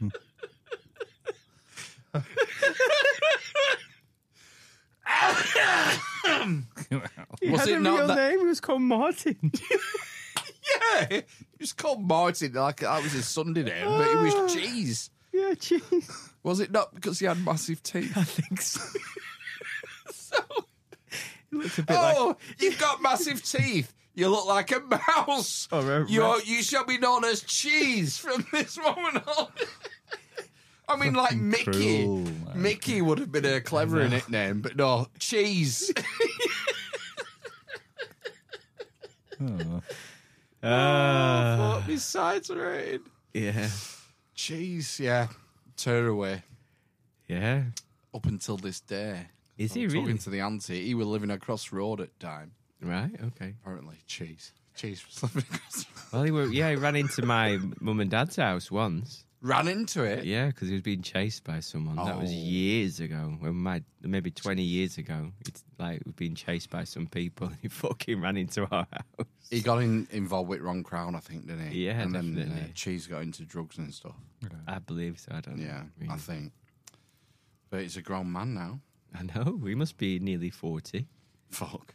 Speaker 3: (laughs) He
Speaker 1: Was
Speaker 3: had
Speaker 1: it
Speaker 3: a
Speaker 1: not
Speaker 3: real
Speaker 1: that-
Speaker 3: name. He was called (laughs) Martin.
Speaker 1: Yeah, he was called Martin. Like that was his Sunday name, but it
Speaker 3: Ah.
Speaker 1: was cheese.
Speaker 3: yeah, cheese.
Speaker 1: Was it not because he had massive
Speaker 3: (laughs)
Speaker 1: teeth?
Speaker 3: I think so. It looks a bit like.
Speaker 1: Oh, you've got massive teeth. You look like a mouse.
Speaker 3: Oh, right,
Speaker 1: you
Speaker 3: right.
Speaker 1: you shall be known as cheese from this moment on. I mean, like Mickey.
Speaker 2: cruel, man.
Speaker 1: Mickey would have been a cleverer nickname, but no,
Speaker 3: (laughs)
Speaker 1: cheese.
Speaker 2: Oh.
Speaker 1: oh, my sides are hurting.
Speaker 3: uh, yeah.
Speaker 1: Cheese, yeah. Tear away.
Speaker 3: Yeah.
Speaker 1: Up until this day.
Speaker 3: Is
Speaker 1: I'm
Speaker 3: he
Speaker 1: talking
Speaker 3: really?
Speaker 1: to the auntie. He was living across road at time.
Speaker 3: Right. Okay.
Speaker 1: Apparently, cheese. Cheese was (laughs) living across the road.
Speaker 3: Well, he were, yeah, he ran into my mum and dad's house once.
Speaker 1: Ran into it.
Speaker 3: Yeah, because he was being chased by someone. That was
Speaker 1: Oh.
Speaker 3: years ago. When my maybe twenty years ago, it's like we've been chased by some people. and He (laughs) fucking ran into our house.
Speaker 1: He got in, involved with Ron Crown, I think, didn't he?
Speaker 3: Yeah,
Speaker 1: and then uh,
Speaker 3: definitely.
Speaker 1: Cheese got into drugs and stuff.
Speaker 3: I believe so. I don't
Speaker 1: Yeah,
Speaker 3: know. really.
Speaker 1: I think. But he's a grown man now.
Speaker 3: (laughs) I know. We must be nearly forty.
Speaker 1: Fuck.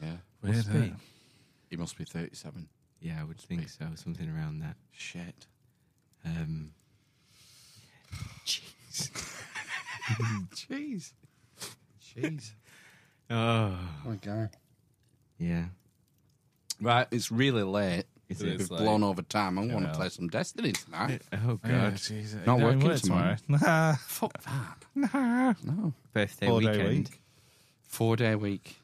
Speaker 1: Yeah.
Speaker 2: Weird,
Speaker 3: Must be.
Speaker 2: innit?
Speaker 1: He must be 37.
Speaker 3: Yeah, I would think so. Something around that.
Speaker 1: Shit.
Speaker 3: Um, jeez.
Speaker 1: Cheese. Cheese.
Speaker 3: Oh,
Speaker 1: Ah. my God.
Speaker 3: yeah.
Speaker 1: Right, it's really late.
Speaker 3: It
Speaker 1: We've
Speaker 3: is
Speaker 2: late.
Speaker 1: blown over time. I want to
Speaker 2: Yeah.
Speaker 1: play some Destiny tonight.
Speaker 3: Oh God!
Speaker 2: Yeah, Jesus.
Speaker 1: Not
Speaker 2: Don't
Speaker 1: working
Speaker 2: work
Speaker 1: tomorrow.
Speaker 2: (laughs) Nah.
Speaker 1: Fuck that.
Speaker 2: Nah.
Speaker 1: No.
Speaker 3: Birthday
Speaker 2: Four
Speaker 3: weekend.
Speaker 2: day week.
Speaker 1: Four day week,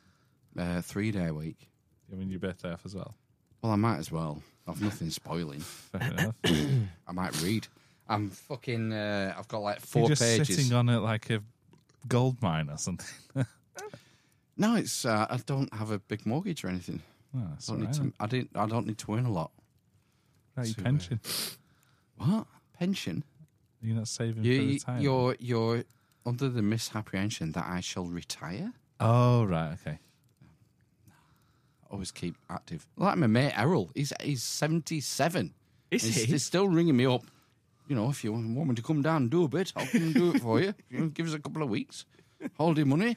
Speaker 1: uh, three day week.
Speaker 2: I mean, your birthday off as well.
Speaker 1: Well, I might as well. I've nothing spoiling.
Speaker 2: Fair enough.
Speaker 1: I might read. I'm fucking. Uh, I've got like 4
Speaker 2: You're just
Speaker 1: pages.
Speaker 2: sitting on it like a gold mine or something. (laughs)
Speaker 1: no, it's. Uh, I don't have a big mortgage or anything.
Speaker 2: Oh, that's
Speaker 1: I don't
Speaker 2: all
Speaker 1: need to.
Speaker 2: right.
Speaker 1: I didn't. I don't need to earn a lot.
Speaker 2: Right,
Speaker 1: to,
Speaker 2: your
Speaker 1: uh,
Speaker 2: pension.
Speaker 1: What pension?
Speaker 2: You're not saving
Speaker 1: You,
Speaker 2: for
Speaker 1: you-
Speaker 2: retirement.
Speaker 1: you're you're under the misapprehension that I shall retire.
Speaker 2: Oh right, okay.
Speaker 1: Always keep active. Like my mate Errol, he's he's seventy seven.
Speaker 3: Is
Speaker 1: he's,
Speaker 3: he?
Speaker 1: he's still ringing me up. You know, if you want want me to come down and do a bit, I'll come and do it for you. (laughs) You know, Give us a couple of weeks, holiday money.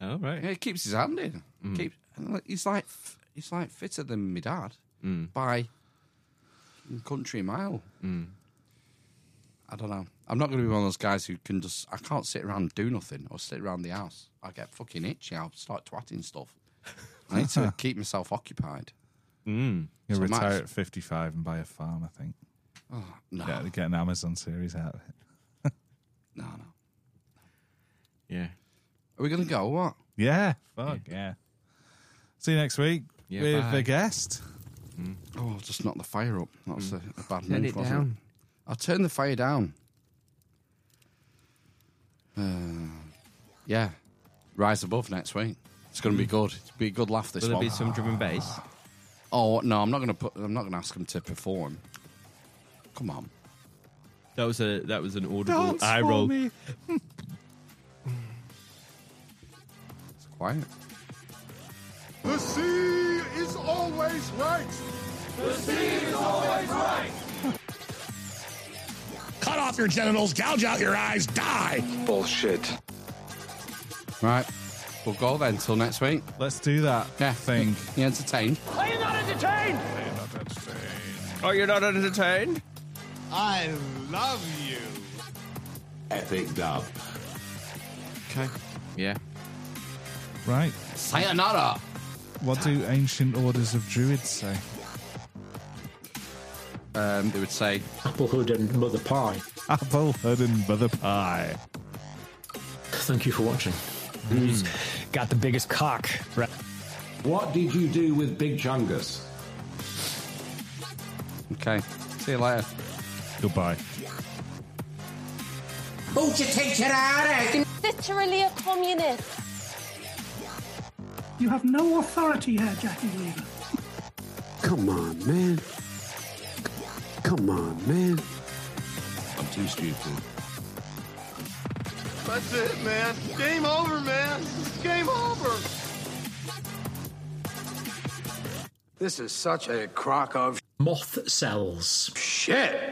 Speaker 3: Oh right.
Speaker 1: Yeah, he keeps his hand in. Keeps, and like- he's like f- he's like fitter than my dad by a country mile. I don't know. I'm not going to be one of those guys who can just. I can't sit around and do nothing or sit around the house. I get fucking itchy. I'll start twatting stuff. I need to keep myself occupied.
Speaker 3: Mm.
Speaker 2: You'll
Speaker 1: So
Speaker 2: retire
Speaker 1: Max-
Speaker 2: at fifty-five and buy a farm. I think.
Speaker 1: Oh, No,
Speaker 2: Get, get an Amazon series out of it.
Speaker 1: no, no.
Speaker 3: Yeah.
Speaker 1: Are we going to go? or What?
Speaker 2: Yeah. Fuck yeah. See you next week
Speaker 3: Yeah,
Speaker 2: with
Speaker 3: bye.
Speaker 2: a guest.
Speaker 1: Oh, I'll just knock the fire up. That was a, a bad move. wasn't I'll turn the fire down. Uh, yeah, rise above next week. It's going to be good. It's be a good laugh this
Speaker 3: Will there
Speaker 1: one.
Speaker 3: be some drum and bass?
Speaker 1: Oh no, I'm not going to put. I'm not going to ask him to perform. Come on.
Speaker 3: That was a that was an audible eye roll.
Speaker 1: It's quiet.
Speaker 6: The sea is always right.
Speaker 7: (laughs) Cut off your genitals, gouge out your eyes, die.
Speaker 8: Bullshit.
Speaker 1: Right, we'll go then till next week.
Speaker 2: Let's do that
Speaker 1: Yeah,
Speaker 2: thing.
Speaker 1: You entertained?
Speaker 3: Oh, you're not entertained.
Speaker 6: I love you.
Speaker 8: Ethic dub.
Speaker 1: Okay.
Speaker 3: Yeah.
Speaker 2: Right.
Speaker 1: Sayonara.
Speaker 2: What do ancient orders of druids say? (laughs)
Speaker 1: Um, they would say
Speaker 9: Applehood and Mother Pie.
Speaker 2: Apple, hood, and mother pie.
Speaker 9: Thank you for watching. Hmm.
Speaker 10: Who's got the biggest cock? Right.
Speaker 8: What did you do with Big Chungus?
Speaker 1: okay. See you later.
Speaker 2: Goodbye.
Speaker 11: Literally a communist.
Speaker 12: You have no authority here, Jackie Weaver.
Speaker 7: Come on, man. Come on, man.
Speaker 8: I'm too stupid.
Speaker 6: That's it, man. Game over, man. This is game over.
Speaker 7: This is such a crock of
Speaker 9: Moth cells.
Speaker 7: shit.